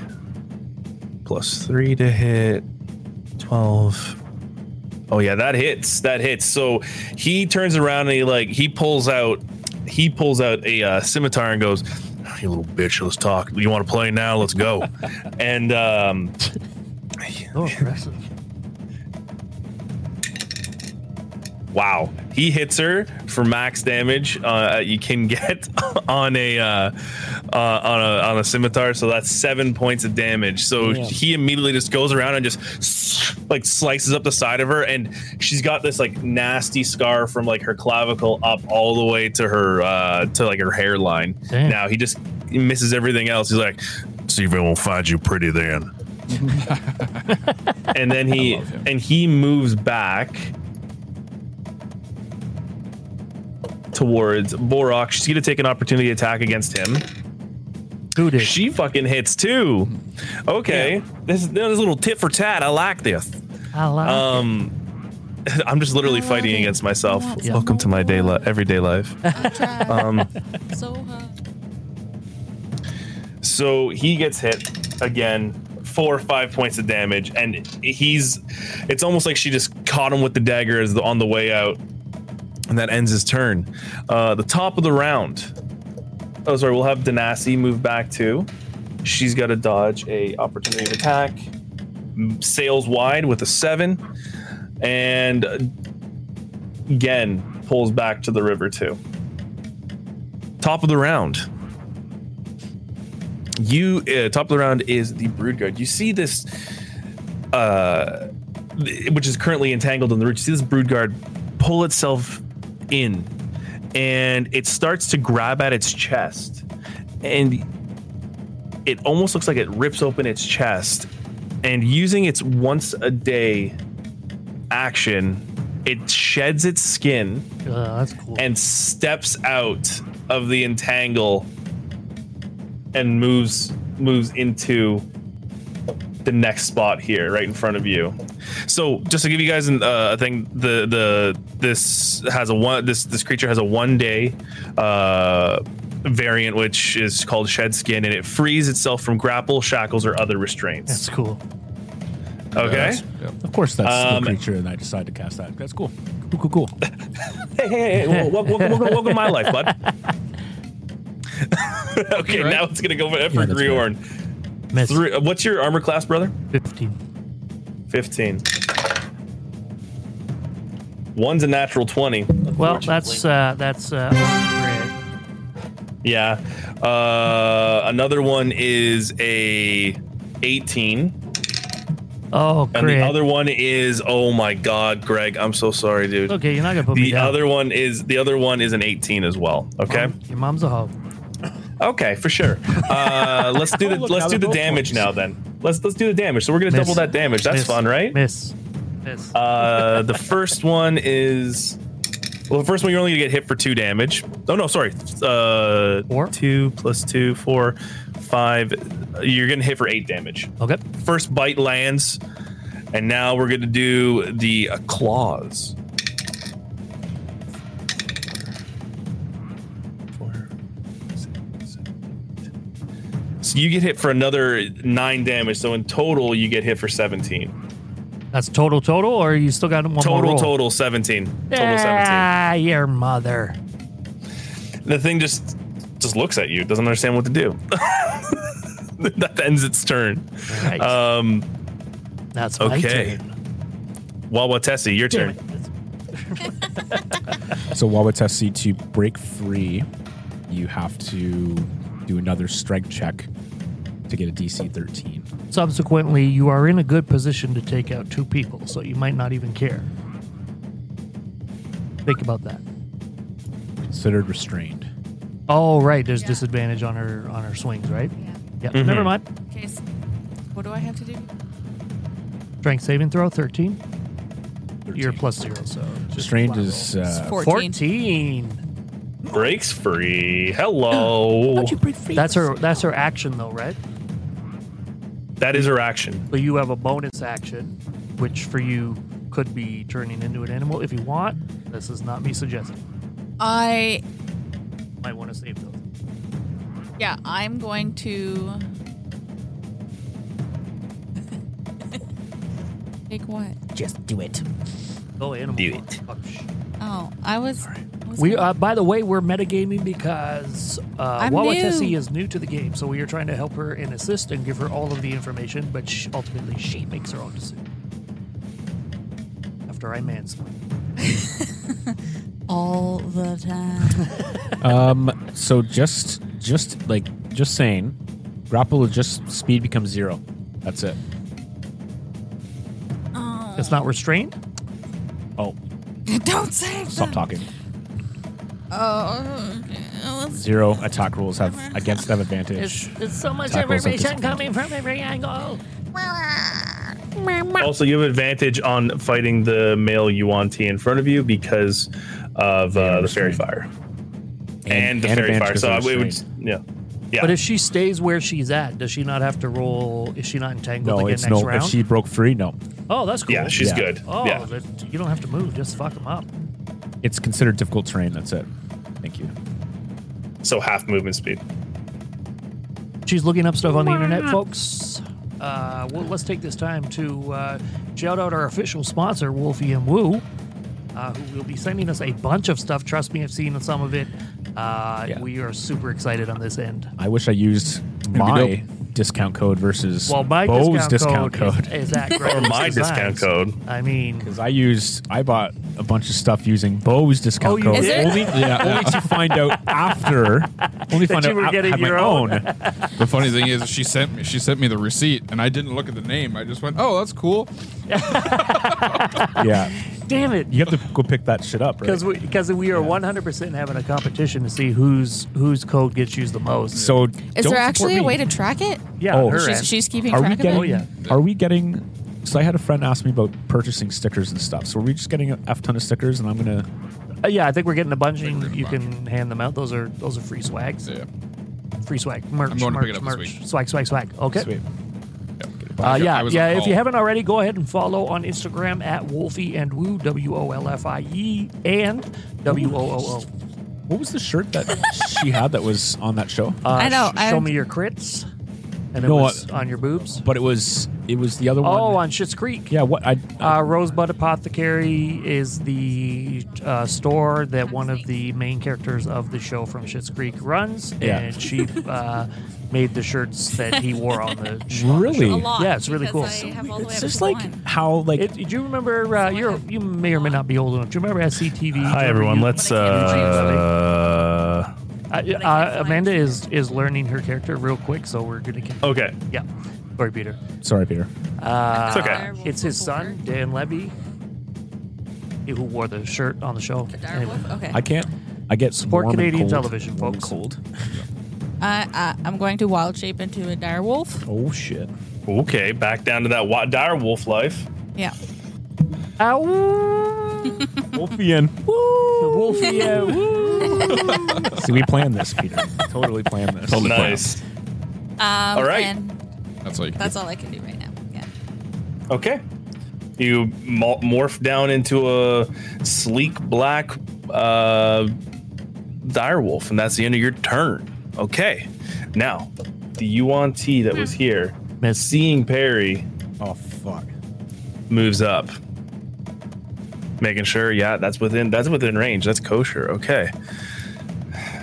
[SPEAKER 5] plus three to hit. Twelve. Oh yeah, that hits. That hits. So he turns around and he like he pulls out he pulls out a uh, scimitar and goes, "Ah, "You little bitch, let's talk. You want to play now? Let's go." and um,
[SPEAKER 1] So aggressive.
[SPEAKER 5] Wow. He hits her for max damage uh, you can get on a, uh, uh, on a on a scimitar, so that's seven points of damage. So he immediately just goes around and just like slices up the side of her, and she's got this like nasty scar from like her clavicle up all the way to her uh, to like her hairline.
[SPEAKER 1] Damn.
[SPEAKER 5] Now he just he misses everything else. He's like, see if I won't find you pretty then and then he
[SPEAKER 3] love him.
[SPEAKER 5] and he moves back towards Borok. She's gonna take an opportunity attack against him.
[SPEAKER 1] Who did?
[SPEAKER 5] She fucking hits too. Okay, this is this is a little tit for tat. I like this.
[SPEAKER 1] I like
[SPEAKER 5] Um, I'm just literally
[SPEAKER 4] I love
[SPEAKER 5] fighting
[SPEAKER 4] it.
[SPEAKER 5] against myself.
[SPEAKER 4] I want some
[SPEAKER 5] Welcome to my day li-
[SPEAKER 4] more.
[SPEAKER 5] everyday life.
[SPEAKER 4] I tried
[SPEAKER 5] Um,
[SPEAKER 4] so uh, hard.
[SPEAKER 5] So he gets hit again, four or five points of damage, and he's. It's almost like she just caught him with the dagger as the, on the way out, and that ends his turn. Uh, the top of the round. Oh, sorry. We'll have Danasi move back too. She's got to dodge a opportunity of attack. M- Sails wide with a seven, and uh, again pulls back to the river too. Top of the round you uh, top of the round is the brood guard you see this uh which is currently entangled in the root, you see this brood guard pull itself in and it starts to grab at its chest. And it almost looks like it rips open its chest. And using its once a day action, it sheds its skin
[SPEAKER 1] Uh, that's cool.
[SPEAKER 5] and steps out of the entangle and moves moves into the next spot here right in front of you so just to give you guys an, uh, a thing the the this has a one this this creature has a one day uh variant which is called shed skin and it frees itself from grapple shackles or other restraints
[SPEAKER 1] that's cool.
[SPEAKER 5] okay
[SPEAKER 3] Yes, yep.
[SPEAKER 6] Of course, that's
[SPEAKER 5] Um,
[SPEAKER 6] the creature, and I decided to cast that. That's cool. Cool, cool, cool.
[SPEAKER 5] hey, hey, hey, hey, welcome, welcome, welcome, welcome to my life, bud. okay,
[SPEAKER 3] right?
[SPEAKER 5] now it's gonna go for, for
[SPEAKER 6] that's right.
[SPEAKER 5] Griorn.
[SPEAKER 1] Miss
[SPEAKER 5] Three, uh, what's your armor class, brother?
[SPEAKER 1] 15.
[SPEAKER 5] 15. One's a natural 20.
[SPEAKER 1] Well, that's uh, that's uh, great.
[SPEAKER 5] Yeah. Uh, another one is a 18.
[SPEAKER 1] Oh,
[SPEAKER 5] And
[SPEAKER 1] great.
[SPEAKER 5] the other one is, oh my God, Greg, I'm so sorry, dude.
[SPEAKER 1] okay, you're not gonna put me
[SPEAKER 5] The
[SPEAKER 1] down. Um,
[SPEAKER 5] other one is the other one is an 18 as well. Okay.
[SPEAKER 1] Your mom's a hoe.
[SPEAKER 5] Okay, for sure. Uh, let's do the
[SPEAKER 6] Look,
[SPEAKER 5] let's
[SPEAKER 6] now
[SPEAKER 5] do
[SPEAKER 6] they're
[SPEAKER 5] the
[SPEAKER 6] both
[SPEAKER 5] damage
[SPEAKER 6] ones.
[SPEAKER 5] now. Then let's let's do the damage. So we're gonna
[SPEAKER 1] Miss.
[SPEAKER 5] double that damage. That's
[SPEAKER 1] Miss.
[SPEAKER 5] fun, right?
[SPEAKER 1] Miss. Miss.
[SPEAKER 5] Uh, the first one is well, the first one you're only gonna get hit for two damage. Oh no, sorry, uh,
[SPEAKER 1] Four?
[SPEAKER 5] two plus two, four, five. You're gonna hit for eight damage.
[SPEAKER 1] okay.
[SPEAKER 5] First bite lands, and now we're gonna do the uh, claws. Four, six, seven, ten. So you get hit for another nine damage. So in total, you get hit for seventeen.
[SPEAKER 1] That's total total, or you still got one more
[SPEAKER 5] Total,
[SPEAKER 1] roll?
[SPEAKER 5] total, 17. Total 17.
[SPEAKER 1] Ah, your mother.
[SPEAKER 5] The thing just just looks at you, doesn't understand what to do. that ends its turn.
[SPEAKER 1] Right.
[SPEAKER 5] Um,
[SPEAKER 1] that's
[SPEAKER 5] okay.
[SPEAKER 1] my turn.
[SPEAKER 5] Wawa Tessie, your
[SPEAKER 1] Damn
[SPEAKER 5] turn.
[SPEAKER 1] it.
[SPEAKER 6] So Wabatesi to break free, you have to do another strength check to get a DC 13.
[SPEAKER 1] Subsequently, you are in a good position to take out two people, so you might not even care. Think about that.
[SPEAKER 6] Considered restrained.
[SPEAKER 1] Oh, right. There's
[SPEAKER 4] Yeah.
[SPEAKER 1] disadvantage on her on her swings, right?
[SPEAKER 4] Yeah.
[SPEAKER 1] Yeah.
[SPEAKER 5] Mm-hmm.
[SPEAKER 1] Never mind.
[SPEAKER 4] Okay. So what do I have to do?
[SPEAKER 1] Strength saving throw 13.
[SPEAKER 6] 13.
[SPEAKER 1] You're plus zero, so just
[SPEAKER 6] restrained
[SPEAKER 1] flat
[SPEAKER 6] is
[SPEAKER 1] roll.
[SPEAKER 6] uh,
[SPEAKER 4] 14.
[SPEAKER 1] 14.
[SPEAKER 5] Breaks free. Hello.
[SPEAKER 1] That's her. That's her action, though, right?
[SPEAKER 5] that is her action.
[SPEAKER 1] So you have a bonus action, which for you could be turning into an animal if you want. This is not me suggesting.
[SPEAKER 4] I
[SPEAKER 1] Might want to save those.
[SPEAKER 4] yeah, I'm going to take what?
[SPEAKER 1] Go animal.
[SPEAKER 5] Do
[SPEAKER 1] farm.
[SPEAKER 5] it.
[SPEAKER 1] Oh, sh-
[SPEAKER 4] Oh, I was. I was
[SPEAKER 1] We
[SPEAKER 4] gonna-
[SPEAKER 1] uh, by the way, we're metagaming because uh,
[SPEAKER 4] I'm
[SPEAKER 1] Wawa
[SPEAKER 4] new.
[SPEAKER 1] Tessie is new to the game, so we are trying to help her and assist and give her all of the information, but she, ultimately she makes her own decision. After I mansplain.
[SPEAKER 4] all the time.
[SPEAKER 6] Um, so just, just like, just saying, grapple is just speed becomes zero. That's it.
[SPEAKER 4] oh,
[SPEAKER 1] It's not restrained?
[SPEAKER 6] Oh,
[SPEAKER 4] don't say that.
[SPEAKER 1] Hmm.
[SPEAKER 6] stop talking.
[SPEAKER 4] Oh, okay. Let's-
[SPEAKER 6] Zero attack rules have against have advantage.
[SPEAKER 1] There's so much
[SPEAKER 6] Tackles up to
[SPEAKER 1] information
[SPEAKER 6] something.
[SPEAKER 1] coming from every angle.
[SPEAKER 5] Also, you have advantage on fighting the male Yuan-Ti in front of you because of uh, the fairy fire. And, the fairy
[SPEAKER 6] advantage
[SPEAKER 5] fire.
[SPEAKER 6] because
[SPEAKER 5] So
[SPEAKER 6] they're
[SPEAKER 5] I it would,
[SPEAKER 6] restrained.
[SPEAKER 5] yeah. Yeah.
[SPEAKER 1] But if she stays where she's at, does she not have to roll? Is she not entangled
[SPEAKER 6] No,
[SPEAKER 1] again
[SPEAKER 6] it's
[SPEAKER 1] next
[SPEAKER 6] no.
[SPEAKER 1] round?
[SPEAKER 6] If she broke free, no.
[SPEAKER 1] oh, that's cool.
[SPEAKER 5] yeah, she's
[SPEAKER 6] Yeah.
[SPEAKER 5] good.
[SPEAKER 1] Oh,
[SPEAKER 5] yeah.
[SPEAKER 1] that, you don't have to move. Just fuck them up.
[SPEAKER 6] It's considered difficult terrain. That's it. Thank you.
[SPEAKER 5] So half movement speed.
[SPEAKER 1] She's looking up stuff on the internet, folks. Uh, well, let's take this time to uh, shout out our official sponsor, Wolfie and Woo, uh, who will be sending us a bunch of stuff. Trust me, I've seen some of it. Uh,
[SPEAKER 6] Yeah.
[SPEAKER 1] We are super excited on this end.
[SPEAKER 6] I wish I used
[SPEAKER 3] be
[SPEAKER 6] my discount code versus
[SPEAKER 1] Well, my
[SPEAKER 6] Bo's
[SPEAKER 1] discount, code, is, is at
[SPEAKER 5] or
[SPEAKER 1] Gregory's
[SPEAKER 5] my discount
[SPEAKER 1] Designs.
[SPEAKER 5] code.
[SPEAKER 1] I mean,
[SPEAKER 6] Because I used, I bought a bunch of stuff using Bo's discount
[SPEAKER 1] Oh, you
[SPEAKER 6] code.
[SPEAKER 1] did? Is it?
[SPEAKER 6] Only, only to find out after. Only find
[SPEAKER 1] you
[SPEAKER 6] out
[SPEAKER 1] were
[SPEAKER 6] I
[SPEAKER 1] getting
[SPEAKER 6] had my
[SPEAKER 1] your own.
[SPEAKER 3] The funny thing is, she sent me she sent me the receipt, and I didn't look at the name. I just went, "Oh, that's cool."
[SPEAKER 6] yeah,
[SPEAKER 1] damn it,
[SPEAKER 6] you have to go pick that shit up, right?
[SPEAKER 1] because we because we are one hundred percent having a competition to see whose whose code gets used the most.
[SPEAKER 6] So
[SPEAKER 4] Is there actually a way to track it?
[SPEAKER 1] yeah,
[SPEAKER 6] oh,
[SPEAKER 1] on her
[SPEAKER 6] she's-
[SPEAKER 1] end.
[SPEAKER 4] She's, she's keeping
[SPEAKER 6] Are we
[SPEAKER 4] track
[SPEAKER 6] getting?
[SPEAKER 4] of it.
[SPEAKER 1] Oh, yeah.
[SPEAKER 6] Are we getting? So I had a friend ask me about purchasing stickers and stuff. So are we just getting a f ton of stickers, and I'm gonna.
[SPEAKER 1] Uh, yeah, I think we're getting a bunch,
[SPEAKER 3] we're
[SPEAKER 1] and
[SPEAKER 3] getting a
[SPEAKER 1] you
[SPEAKER 3] bunch.
[SPEAKER 1] can hand them out. Those are those are free swags,
[SPEAKER 3] Yeah.
[SPEAKER 1] free swag, merch,
[SPEAKER 3] I'm going to
[SPEAKER 1] merch,
[SPEAKER 3] pick it up this
[SPEAKER 1] merch,
[SPEAKER 3] week.
[SPEAKER 1] swag, swag, swag. Okay.
[SPEAKER 6] Sweet.
[SPEAKER 1] Uh, yeah,
[SPEAKER 3] I was
[SPEAKER 1] yeah.
[SPEAKER 3] on
[SPEAKER 1] If
[SPEAKER 3] call.
[SPEAKER 1] you haven't already, go ahead and follow on Instagram at Wolfie and Woo W O L F I E and W O O O.
[SPEAKER 6] What was the shirt that she had that was on that show?
[SPEAKER 1] Uh,
[SPEAKER 4] I know,
[SPEAKER 1] sh- show
[SPEAKER 4] I'm-
[SPEAKER 1] me your crits, and it
[SPEAKER 6] No,
[SPEAKER 1] was
[SPEAKER 6] uh,
[SPEAKER 1] on your boobs.
[SPEAKER 6] but it was it was the other one.
[SPEAKER 1] Oh, on Schitt's Creek.
[SPEAKER 6] yeah. What I
[SPEAKER 1] Uh, Rosebud Apothecary is the uh, store that one of the main characters of the show from Schitt's Creek runs,
[SPEAKER 6] Yeah.
[SPEAKER 1] and she uh, made the shirts that he wore on the show.
[SPEAKER 6] really.
[SPEAKER 9] a lot.
[SPEAKER 1] Yeah, it's really
[SPEAKER 9] because
[SPEAKER 1] cool.
[SPEAKER 9] I have all the way
[SPEAKER 6] It's
[SPEAKER 9] up
[SPEAKER 6] just
[SPEAKER 9] to
[SPEAKER 6] like
[SPEAKER 9] one.
[SPEAKER 6] how like
[SPEAKER 1] It, do you remember? Uh, you're, you may or may not be old enough. Do you remember SCTV?
[SPEAKER 5] Hi everyone. Let's
[SPEAKER 9] But I can't
[SPEAKER 1] Uh,
[SPEAKER 5] uh
[SPEAKER 1] uh, Amanda is is learning her character real quick, so we're gonna. Continue.
[SPEAKER 5] okay.
[SPEAKER 1] Yeah, sorry, Peter.
[SPEAKER 6] sorry, Peter.
[SPEAKER 1] Uh,
[SPEAKER 5] It's okay.
[SPEAKER 9] Direwolf
[SPEAKER 1] It's his son,
[SPEAKER 9] over.
[SPEAKER 1] Dan Levy, who wore the shirt on the show.
[SPEAKER 9] The direwolf? Okay.
[SPEAKER 6] I can't. I get
[SPEAKER 1] Support
[SPEAKER 6] warm and
[SPEAKER 1] Canadian
[SPEAKER 6] cold.
[SPEAKER 1] television,
[SPEAKER 6] Warm and
[SPEAKER 1] folks.
[SPEAKER 6] Cold.
[SPEAKER 4] I, I, Uh, I'm going to wild shape into a dire wolf.
[SPEAKER 6] Oh shit.
[SPEAKER 5] Okay, back down to that wa- dire wolf life.
[SPEAKER 4] Yeah.
[SPEAKER 1] Ow!
[SPEAKER 6] Wolfian.
[SPEAKER 1] The wolf, yeah, woo.
[SPEAKER 6] See, we planned this, Peter. Totally planned this.
[SPEAKER 5] nice.
[SPEAKER 4] Um,
[SPEAKER 5] All right.
[SPEAKER 4] And
[SPEAKER 3] That's like
[SPEAKER 9] That's all I can do right now. Yeah.
[SPEAKER 5] Okay. You mor- morph down into a sleek black uh, dire wolf, and that's the end of your turn. Okay. Now, the Yuan T that was here,
[SPEAKER 1] Miss
[SPEAKER 5] seeing Perry,
[SPEAKER 6] Oh fuck.
[SPEAKER 5] moves up. Making sure, yeah, that's within that's within range. That's kosher. Okay.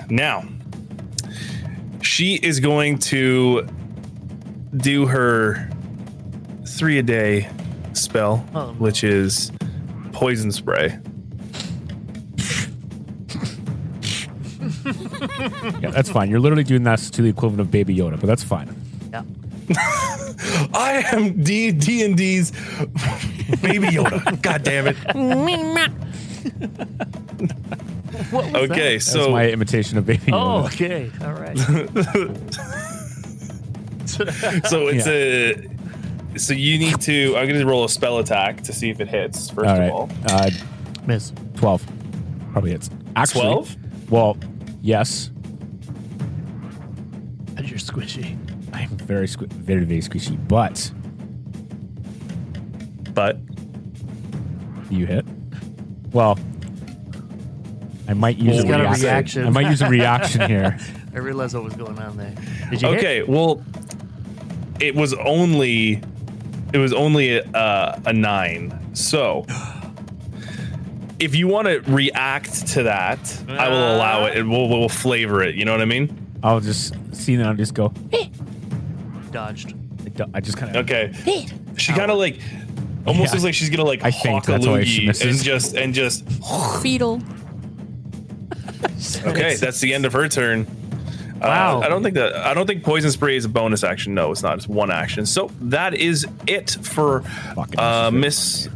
[SPEAKER 5] Now, she is going to do her three a day spell,
[SPEAKER 1] Oh, no.
[SPEAKER 5] which is poison spray.
[SPEAKER 6] Yeah, that's fine. You're literally doing that to the equivalent of Baby Yoda, but that's fine.
[SPEAKER 1] yeah.
[SPEAKER 5] I am D D and D's baby Yoda. God damn it. okay,
[SPEAKER 6] That's
[SPEAKER 5] so
[SPEAKER 6] my imitation of Baby
[SPEAKER 1] Oh,
[SPEAKER 6] Yoda.
[SPEAKER 1] okay. All right.
[SPEAKER 5] so it's
[SPEAKER 6] Yeah.
[SPEAKER 5] a so you need to i'm gonna roll a spell attack to see if it hits first
[SPEAKER 6] all
[SPEAKER 5] of
[SPEAKER 6] right.
[SPEAKER 5] all
[SPEAKER 6] Uh,
[SPEAKER 1] Miss.
[SPEAKER 6] 12. Probably hits. Actually,
[SPEAKER 5] 12?
[SPEAKER 6] Well, yes.
[SPEAKER 1] And you're squishy.
[SPEAKER 6] I'm very, sque- very, very squishy, but
[SPEAKER 5] but
[SPEAKER 6] you hit. Well, I might use
[SPEAKER 1] He's
[SPEAKER 6] a
[SPEAKER 1] got a
[SPEAKER 6] reaction.
[SPEAKER 1] reaction.
[SPEAKER 6] I might use a reaction here.
[SPEAKER 1] I realized what was going on there. Did you hit?
[SPEAKER 5] okay well it was only it was only a, uh, a nine so if you want to react to that i will allow it and we'll, we'll flavor it you know what i mean
[SPEAKER 6] I'll just see that. I'll just go.
[SPEAKER 1] Dodged.
[SPEAKER 6] I don't- I just kind of.
[SPEAKER 5] okay she kind of like almost
[SPEAKER 6] Yeah.
[SPEAKER 5] looks like she's gonna like
[SPEAKER 6] I think
[SPEAKER 5] hawk a
[SPEAKER 6] that's why she
[SPEAKER 5] loogie and
[SPEAKER 6] misses.
[SPEAKER 5] just and just
[SPEAKER 4] fetal.
[SPEAKER 5] Okay, that's the end of her turn. Uh,
[SPEAKER 1] Wow.
[SPEAKER 5] I don't think that I don't think poison spray is a bonus action. No, it's not. It's one action. So that is it for
[SPEAKER 6] Fucking
[SPEAKER 5] uh,
[SPEAKER 6] awesome.
[SPEAKER 5] Miss.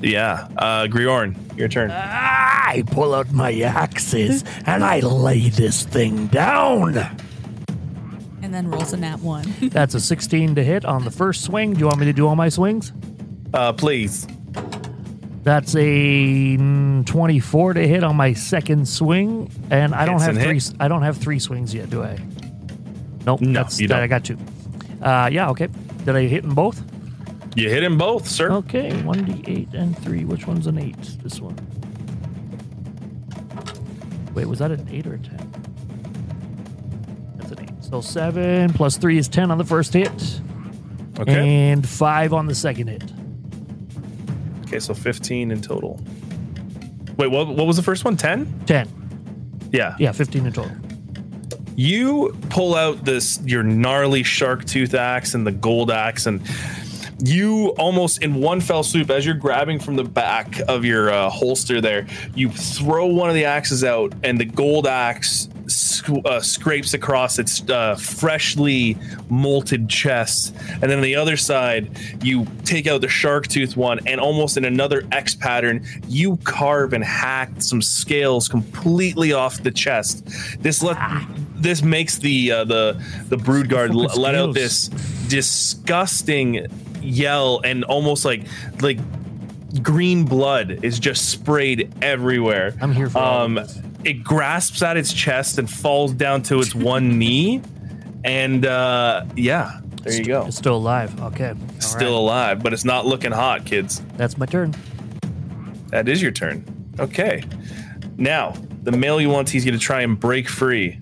[SPEAKER 5] Yeah, uh, Griorn, your turn.
[SPEAKER 1] I pull out my axes and I lay this thing down.
[SPEAKER 4] And then rolls a nat one.
[SPEAKER 1] That's a 16 to hit on the first swing. Do you want me to do all my swings?
[SPEAKER 5] Uh, please.
[SPEAKER 1] That's a mm, 24 to hit on my second swing, and I don't
[SPEAKER 5] Hits
[SPEAKER 1] have
[SPEAKER 5] and
[SPEAKER 1] three.
[SPEAKER 5] hits.
[SPEAKER 1] I don't have three swings yet, do I? Nope.
[SPEAKER 5] No,
[SPEAKER 1] that's,
[SPEAKER 5] you
[SPEAKER 1] that- I
[SPEAKER 5] don't.
[SPEAKER 1] got two. Uh, yeah. Okay. Did I hit them both?
[SPEAKER 5] You hit him both, sir.
[SPEAKER 1] Okay. One d eight and three. Which one's an eight? This one. Wait, was that an eight or a ten? That's an eight. So seven plus three is ten on the first hit,
[SPEAKER 5] Okay.
[SPEAKER 1] and five on the second hit.
[SPEAKER 5] Okay, so 15 in total. Wait, what, what was the first one? 10?
[SPEAKER 1] Ten.
[SPEAKER 5] Yeah.
[SPEAKER 1] Yeah, fifteen in total.
[SPEAKER 5] You pull out this your gnarly shark tooth axe and the gold axe, and you almost in one fell swoop as you're grabbing from the back of your uh, holster there, you throw one of the axes out, and the gold axe sc- uh, scrapes across its uh, freshly molted chest. And then on the other side, you take out the shark tooth one, and almost in another X pattern, you carve and hack some scales completely off the chest. This let this makes the uh, the the brood guard l-
[SPEAKER 8] Fucking
[SPEAKER 5] let out
[SPEAKER 8] scales.
[SPEAKER 5] this disgusting yell and almost like like green blood is just sprayed everywhere.
[SPEAKER 1] I'm here for all
[SPEAKER 5] um,
[SPEAKER 1] of this.
[SPEAKER 5] it grasps at its chest and falls down to its one knee, and uh, yeah, there you go.
[SPEAKER 1] It's still alive. Okay. All right.
[SPEAKER 5] Still alive, but it's not looking hot, kids.
[SPEAKER 1] That's my turn.
[SPEAKER 5] That is your turn. Okay, now the male you want he's going to try and break free,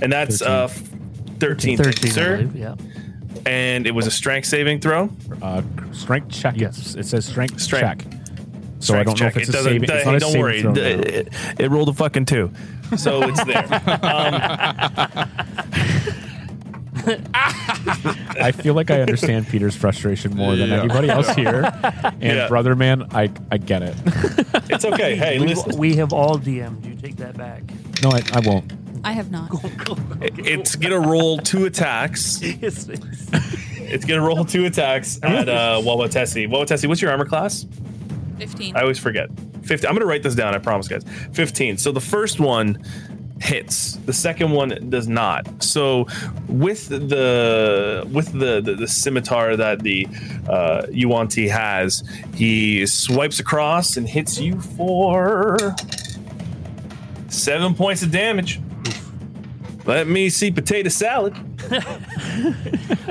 [SPEAKER 5] and that's uh, f- thirteen, thank
[SPEAKER 1] 13,
[SPEAKER 5] you,
[SPEAKER 1] I
[SPEAKER 5] sir.
[SPEAKER 1] believe. Yeah.
[SPEAKER 5] And it was a strength saving throw.
[SPEAKER 6] Uh, strength check. Yes. It says strength,
[SPEAKER 5] Strength.
[SPEAKER 6] check. So I don't know if it's a saving. It's not
[SPEAKER 5] hey,
[SPEAKER 6] a
[SPEAKER 5] don't
[SPEAKER 6] saving
[SPEAKER 5] worry.
[SPEAKER 6] throw
[SPEAKER 5] D-
[SPEAKER 6] now.
[SPEAKER 5] It, it rolled a fucking two, so it's there.
[SPEAKER 6] I feel like I understand Peter's frustration more than
[SPEAKER 3] Yeah.
[SPEAKER 6] anybody else here. And
[SPEAKER 5] Yeah.
[SPEAKER 6] brother man, I, I get it.
[SPEAKER 5] It's okay. Hey,
[SPEAKER 1] We,
[SPEAKER 5] listen.
[SPEAKER 1] we have all DM'd you. Take that back.
[SPEAKER 6] No, I, I won't.
[SPEAKER 4] I have not.
[SPEAKER 5] It's gonna roll two attacks.
[SPEAKER 1] Yes.
[SPEAKER 5] It's gonna roll two attacks at uh, Wawatessi. Wawatessi, what's your armor class?
[SPEAKER 9] 15.
[SPEAKER 5] I always forget. 50. I'm going to write this down. I promise, guys. 15. So the first one hits. The second one does not. So with the with the the, the scimitar that the uh, Yuan-Ti has, he swipes across and hits you for seven points of damage. Let me see potato salad.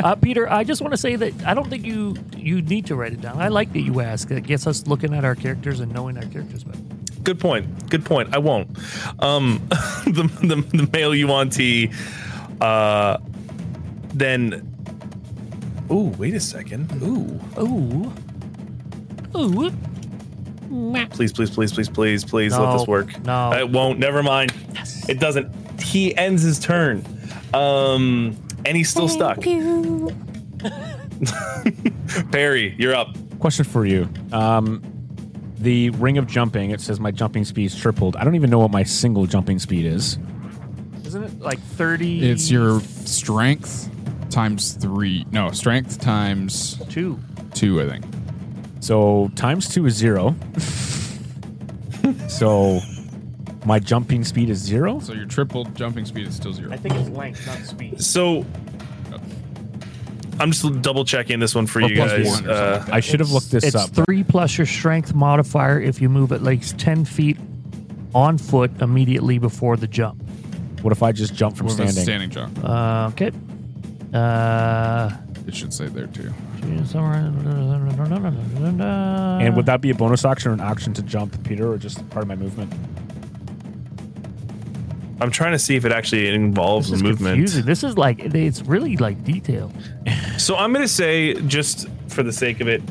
[SPEAKER 1] Uh, Peter, I just want to say that I don't think you you need to write it down. I like that you ask. It gets us looking at our characters and knowing our characters better.
[SPEAKER 5] good point. Good point. I won't. Um, the, the the male you want to, uh, then. Ooh, wait a second. Ooh,
[SPEAKER 1] Ooh. Ooh.
[SPEAKER 5] please, please, please, please, please, please let
[SPEAKER 1] No,
[SPEAKER 5] this work.
[SPEAKER 1] no.
[SPEAKER 5] it won't. Never mind. It doesn't. He ends his turn, um, and he's still stuck.
[SPEAKER 4] You.
[SPEAKER 5] Perry, you're up.
[SPEAKER 6] Question for you. Um, the ring of jumping, it says my jumping speed's tripled. I don't even know what my single jumping speed is.
[SPEAKER 1] Isn't it like 30?
[SPEAKER 3] It's your strength times three. No, strength times
[SPEAKER 1] two.
[SPEAKER 3] two, I think.
[SPEAKER 6] So times two is zero. so my jumping speed is zero?
[SPEAKER 3] So your triple jumping speed is still zero.
[SPEAKER 1] I think it's length, not speed.
[SPEAKER 5] So. I'm just double checking this one for
[SPEAKER 6] Or
[SPEAKER 5] you
[SPEAKER 6] plus
[SPEAKER 5] guys.
[SPEAKER 3] one or
[SPEAKER 5] Uh,
[SPEAKER 6] I should have looked this
[SPEAKER 1] it's
[SPEAKER 6] up.
[SPEAKER 1] three plus your strength modifier if you move at least 10 feet on foot immediately before the jump.
[SPEAKER 6] what if I just jump from
[SPEAKER 3] What if it's
[SPEAKER 6] standing?
[SPEAKER 3] standing jump?
[SPEAKER 1] Uh, okay. Uh,
[SPEAKER 3] It should say there too.
[SPEAKER 6] And
[SPEAKER 1] and
[SPEAKER 6] would that be a bonus action or an action to jump, Peter, or just part of my movement?
[SPEAKER 5] I'm trying to see if it actually involves
[SPEAKER 1] this is
[SPEAKER 5] movement.
[SPEAKER 1] confusing. This is like it's really like detail.
[SPEAKER 5] So I'm gonna say, just for the sake of it,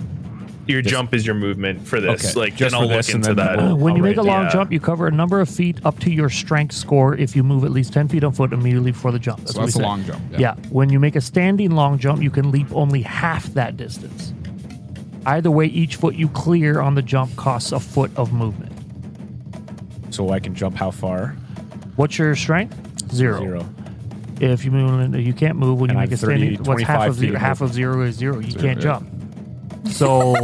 [SPEAKER 5] your jump is your movement for this.
[SPEAKER 6] Okay,
[SPEAKER 5] Like,
[SPEAKER 6] just
[SPEAKER 5] then I'll
[SPEAKER 6] for
[SPEAKER 5] look
[SPEAKER 6] this and
[SPEAKER 5] into
[SPEAKER 6] then
[SPEAKER 5] that.
[SPEAKER 6] we'll-
[SPEAKER 1] Uh, when you
[SPEAKER 5] I'll
[SPEAKER 1] make a
[SPEAKER 5] write-
[SPEAKER 1] long
[SPEAKER 5] yeah.
[SPEAKER 1] jump, you cover a number of feet up to your strength score if you move at least ten feet on foot immediately before the jump. That's,
[SPEAKER 3] So
[SPEAKER 1] what
[SPEAKER 3] that's a
[SPEAKER 1] we said.
[SPEAKER 3] long jump.
[SPEAKER 1] Yeah. When you make a standing long jump, you can leap only half that distance. Either way, each foot you clear on the jump costs a foot of movement.
[SPEAKER 6] So I can jump how far?
[SPEAKER 1] What's your strength? Zero.
[SPEAKER 6] Zero.
[SPEAKER 1] If you move, you can't move when
[SPEAKER 6] And
[SPEAKER 1] you
[SPEAKER 6] I'm
[SPEAKER 1] make a
[SPEAKER 6] 30,
[SPEAKER 1] standing. What's half
[SPEAKER 6] 25
[SPEAKER 1] of zero?
[SPEAKER 6] feet.
[SPEAKER 1] Half of zero is zero. You can't
[SPEAKER 3] yeah.
[SPEAKER 1] jump. So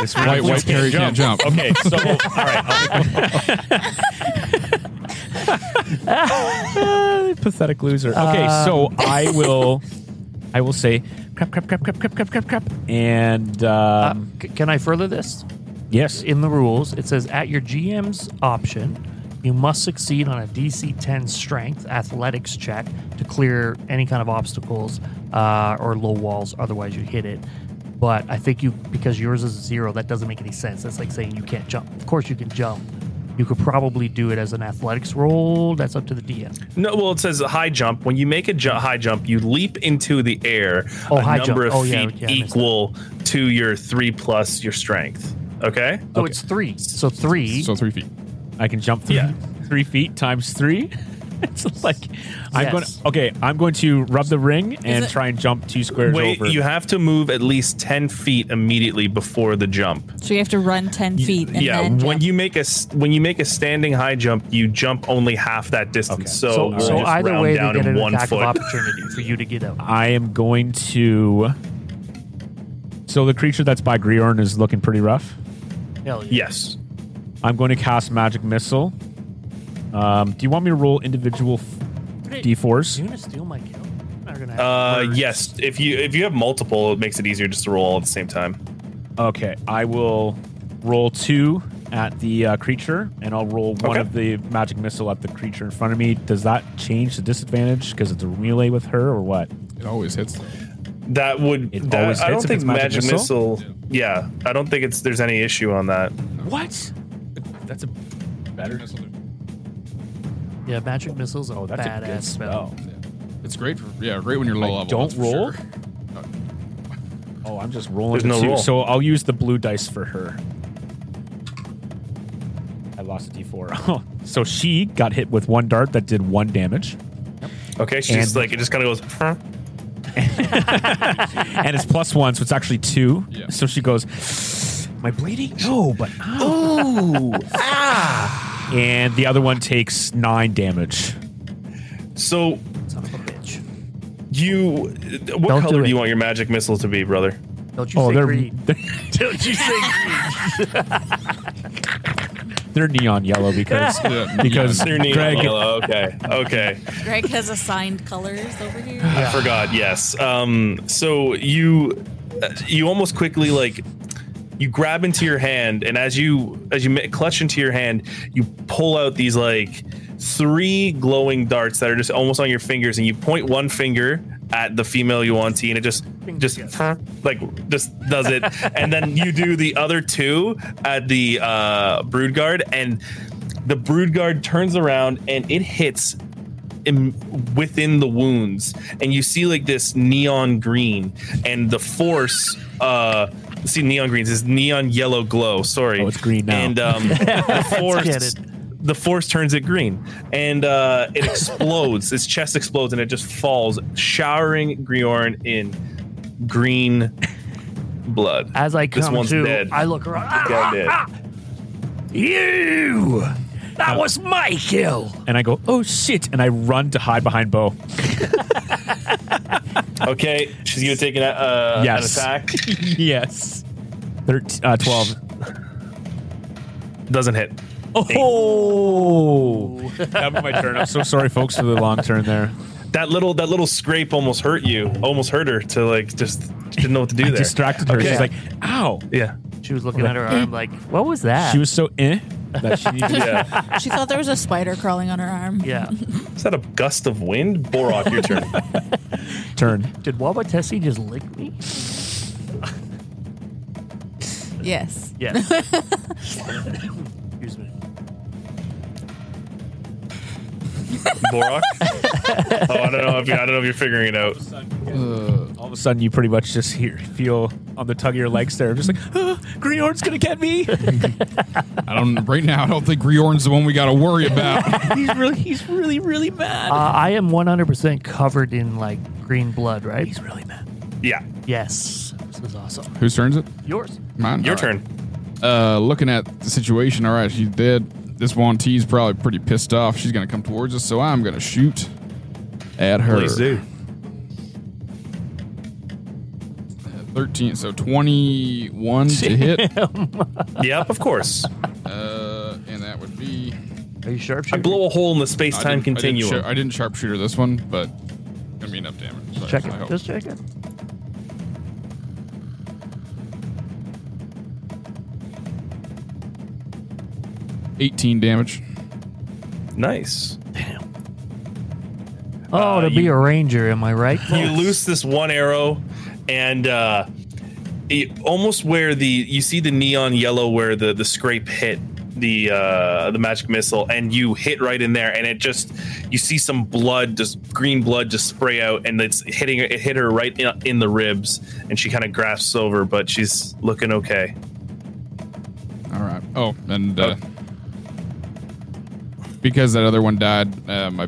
[SPEAKER 6] This
[SPEAKER 3] White, white Perry can't jump.
[SPEAKER 5] Okay, so all right, I'll-
[SPEAKER 6] Ah, pathetic loser. Okay, so I will, I will say, crap, crap, crap, crap, crap, crap, crap, crap, and um,
[SPEAKER 1] Uh, C- can I further this?
[SPEAKER 6] yes,
[SPEAKER 1] In the rules, it says at your GM's option, you must succeed on a DC 10 strength athletics check to clear any kind of obstacles uh, or low walls. Otherwise, you hit it. But I think you, because yours is zero, that doesn't make any sense. That's like saying you can't jump. Of course, you can jump. You could probably do it as an athletics roll. That's up to the DM.
[SPEAKER 5] no, well, it says high jump. When you make a ju- high jump, you leap into the air
[SPEAKER 1] Oh,
[SPEAKER 5] a
[SPEAKER 1] high
[SPEAKER 5] number
[SPEAKER 1] jump.
[SPEAKER 5] of
[SPEAKER 1] Oh, yeah,
[SPEAKER 5] feet
[SPEAKER 1] yeah, I missed
[SPEAKER 5] equal to your three plus your strength. Okay,
[SPEAKER 1] So it's three. So three.
[SPEAKER 3] So three feet.
[SPEAKER 6] I can jump. Three,
[SPEAKER 5] Yeah.
[SPEAKER 6] three feet times three. it's like I'm going.
[SPEAKER 1] Yes.
[SPEAKER 6] to Okay, I'm going to rub the ring and
[SPEAKER 9] it-
[SPEAKER 6] try and jump two squares
[SPEAKER 5] Wait,
[SPEAKER 6] over.
[SPEAKER 5] you have to move at least 10 feet immediately before the jump.
[SPEAKER 4] So you have to run 10 feet and
[SPEAKER 5] yeah,
[SPEAKER 4] then
[SPEAKER 5] when
[SPEAKER 4] jump.
[SPEAKER 5] you make a s- when you make a standing high jump, you jump only half that distance. So,
[SPEAKER 1] So,
[SPEAKER 5] we'll
[SPEAKER 1] so
[SPEAKER 5] just
[SPEAKER 1] either
[SPEAKER 5] round
[SPEAKER 1] way, they
[SPEAKER 5] down
[SPEAKER 1] get
[SPEAKER 5] in
[SPEAKER 1] an
[SPEAKER 5] one
[SPEAKER 1] attack
[SPEAKER 5] foot.
[SPEAKER 1] of opportunity for you to get out.
[SPEAKER 6] I am going to. So the creature that's by Griorn is looking pretty rough.
[SPEAKER 1] Hell yeah.
[SPEAKER 5] Yes.
[SPEAKER 6] I'm going to cast Magic Missile. Um, do you want me to roll individual f- d4s?
[SPEAKER 1] You gonna steal my kill? I'm not gonna have
[SPEAKER 5] Uh,
[SPEAKER 1] words.
[SPEAKER 5] yes. If you if you have multiple, it makes it easier just to roll all at the same time.
[SPEAKER 6] Okay, I will roll two at the uh, creature, and I'll roll one
[SPEAKER 5] Okay.
[SPEAKER 6] of the magic missile at the creature in front of me. Does that change the disadvantage because it's a melee with her, or what?
[SPEAKER 3] It always hits. though.
[SPEAKER 5] That would.
[SPEAKER 6] It
[SPEAKER 5] that-
[SPEAKER 6] always
[SPEAKER 5] I don't
[SPEAKER 6] hits if
[SPEAKER 5] think
[SPEAKER 6] it's magic
[SPEAKER 5] magic missile.
[SPEAKER 6] missile?
[SPEAKER 5] Yeah, I don't think it's there's any issue on that.
[SPEAKER 6] What? That's a better.
[SPEAKER 1] Yeah, magic missiles. Are
[SPEAKER 6] Oh, that's
[SPEAKER 1] badass
[SPEAKER 6] a good spell.
[SPEAKER 3] It's great for yeah, great when you're low
[SPEAKER 6] I
[SPEAKER 3] level.
[SPEAKER 6] don't
[SPEAKER 3] that's for
[SPEAKER 6] roll.
[SPEAKER 3] sure.
[SPEAKER 6] Oh, I'm just rolling.
[SPEAKER 5] There's no
[SPEAKER 6] the two,
[SPEAKER 5] roll.
[SPEAKER 6] So I'll use the blue dice for her. I lost a d4. Oh, so she got hit with one dart that did one damage,
[SPEAKER 5] Okay, she's
[SPEAKER 6] And-
[SPEAKER 5] like it just kind of goes. "Huh?"
[SPEAKER 6] and it's plus one, so it's actually two.
[SPEAKER 3] Yeah.
[SPEAKER 6] So she goes, "Am I bleeding? No, but oh, ah!" And the other one takes nine damage.
[SPEAKER 5] So
[SPEAKER 1] Son of a bitch.
[SPEAKER 5] you, what
[SPEAKER 1] Don't
[SPEAKER 5] color
[SPEAKER 1] do
[SPEAKER 5] do, you
[SPEAKER 1] it.
[SPEAKER 5] want your magic missile to be, brother?
[SPEAKER 1] Don't you
[SPEAKER 6] Oh,
[SPEAKER 1] say
[SPEAKER 6] they're,
[SPEAKER 1] green.
[SPEAKER 6] they're
[SPEAKER 1] Don't you say green.
[SPEAKER 6] they're neon yellow because
[SPEAKER 3] Yeah,
[SPEAKER 6] because
[SPEAKER 5] They're neon
[SPEAKER 6] Greg
[SPEAKER 5] yellow, Okay, okay.
[SPEAKER 9] Greg has assigned colors over here.
[SPEAKER 5] I forgot. Yes. Um. So you, uh, you almost quickly like, you grab into your hand, and as you as you ma- clutch into your hand, you pull out these like three glowing darts that are just almost on your fingers, and you point one finger at the female Yuan-Ti, and it just just like just does it, and then you do the other two at the uh, brood guard, and the brood guard turns around and it hits in, within the wounds and you see like this neon green and the force uh see neon greens is neon yellow glow sorry
[SPEAKER 6] Oh, it's green now.
[SPEAKER 5] and um the
[SPEAKER 1] get
[SPEAKER 5] force
[SPEAKER 1] it.
[SPEAKER 5] the force turns it green and uh it explodes its chest explodes and it just falls showering Griorn in green blood
[SPEAKER 6] Ah!
[SPEAKER 1] As I come
[SPEAKER 5] this one's
[SPEAKER 1] to,
[SPEAKER 5] dead
[SPEAKER 1] I look around. Ah,
[SPEAKER 5] Yeah, dead.
[SPEAKER 1] you! Ah, That was my kill.
[SPEAKER 6] and I go, "Oh shit!" and I run to hide behind Bo.
[SPEAKER 5] okay she's gonna take an, uh,
[SPEAKER 6] Yes.
[SPEAKER 5] an attack
[SPEAKER 6] yes. Thirt uh, 12.
[SPEAKER 5] doesn't hit
[SPEAKER 6] Oh! that was my turn. I'm so sorry, folks, for the long turn there.
[SPEAKER 5] that little that little scrape almost hurt you almost hurt her to like just didn't know what to do there
[SPEAKER 6] Distracted her.
[SPEAKER 5] Okay.
[SPEAKER 6] She's like, ow.
[SPEAKER 5] yeah
[SPEAKER 1] She was looking at her arm like, what was that?
[SPEAKER 6] She was so eh that she needed
[SPEAKER 5] yeah
[SPEAKER 4] She thought there was a spider crawling on her arm.
[SPEAKER 1] Yeah.
[SPEAKER 5] is that a gust of wind borok your turn
[SPEAKER 6] to turn.
[SPEAKER 1] Did Wabatessi just lick me?
[SPEAKER 9] Yes.
[SPEAKER 1] Yes. Excuse me.
[SPEAKER 5] borok oh i don't know if you, i don't know if you're figuring it out
[SPEAKER 3] Uh.
[SPEAKER 6] All of a sudden, you pretty much just hear, feel on the tug of your legs there, just like, ah, Greenhorn's going to get me.
[SPEAKER 3] I don't right now. I don't think Riorn's the one we got to worry about.
[SPEAKER 8] he's really, he's really, really mad.
[SPEAKER 1] Uh, I am 100% covered in like green blood, right? He's really mad.
[SPEAKER 5] yeah
[SPEAKER 1] Yes. This is awesome.
[SPEAKER 3] Whose turns it?
[SPEAKER 1] Yours.
[SPEAKER 3] Mine.
[SPEAKER 5] your
[SPEAKER 3] All right.
[SPEAKER 5] turn
[SPEAKER 3] Uh, looking at the situation. All right, she's dead. This one T's probably pretty pissed off. She's gonna come towards us, so I'm gonna shoot at her.
[SPEAKER 5] please do
[SPEAKER 3] Thirteen, so twenty-one to hit,
[SPEAKER 5] yep of course
[SPEAKER 3] uh, and that would be.
[SPEAKER 1] Are you sharp?
[SPEAKER 5] i blow a hole in the
[SPEAKER 3] I
[SPEAKER 5] space-time
[SPEAKER 3] didn't- I didn't
[SPEAKER 5] continuum
[SPEAKER 3] shar- I didn't sharpshooter this one, but gonna be enough damage. Sorry,
[SPEAKER 1] Check
[SPEAKER 3] I
[SPEAKER 1] it.
[SPEAKER 3] hope.
[SPEAKER 1] Just check it.
[SPEAKER 3] Eighteen damage.
[SPEAKER 5] nice
[SPEAKER 1] Oh,
[SPEAKER 5] Uh,
[SPEAKER 1] to be
[SPEAKER 5] you-
[SPEAKER 1] a ranger, am I right?
[SPEAKER 5] you loose this one arrow and uh it, almost where the you see the neon yellow where the the scrape hit the uh the magic missile and you hit right in there and it just you see some blood just green blood just spray out and it's hitting it hit her right in, in the ribs and she kind of grasps over but she's looking okay
[SPEAKER 3] All right. Oh, and uh, because that other one died, uh, my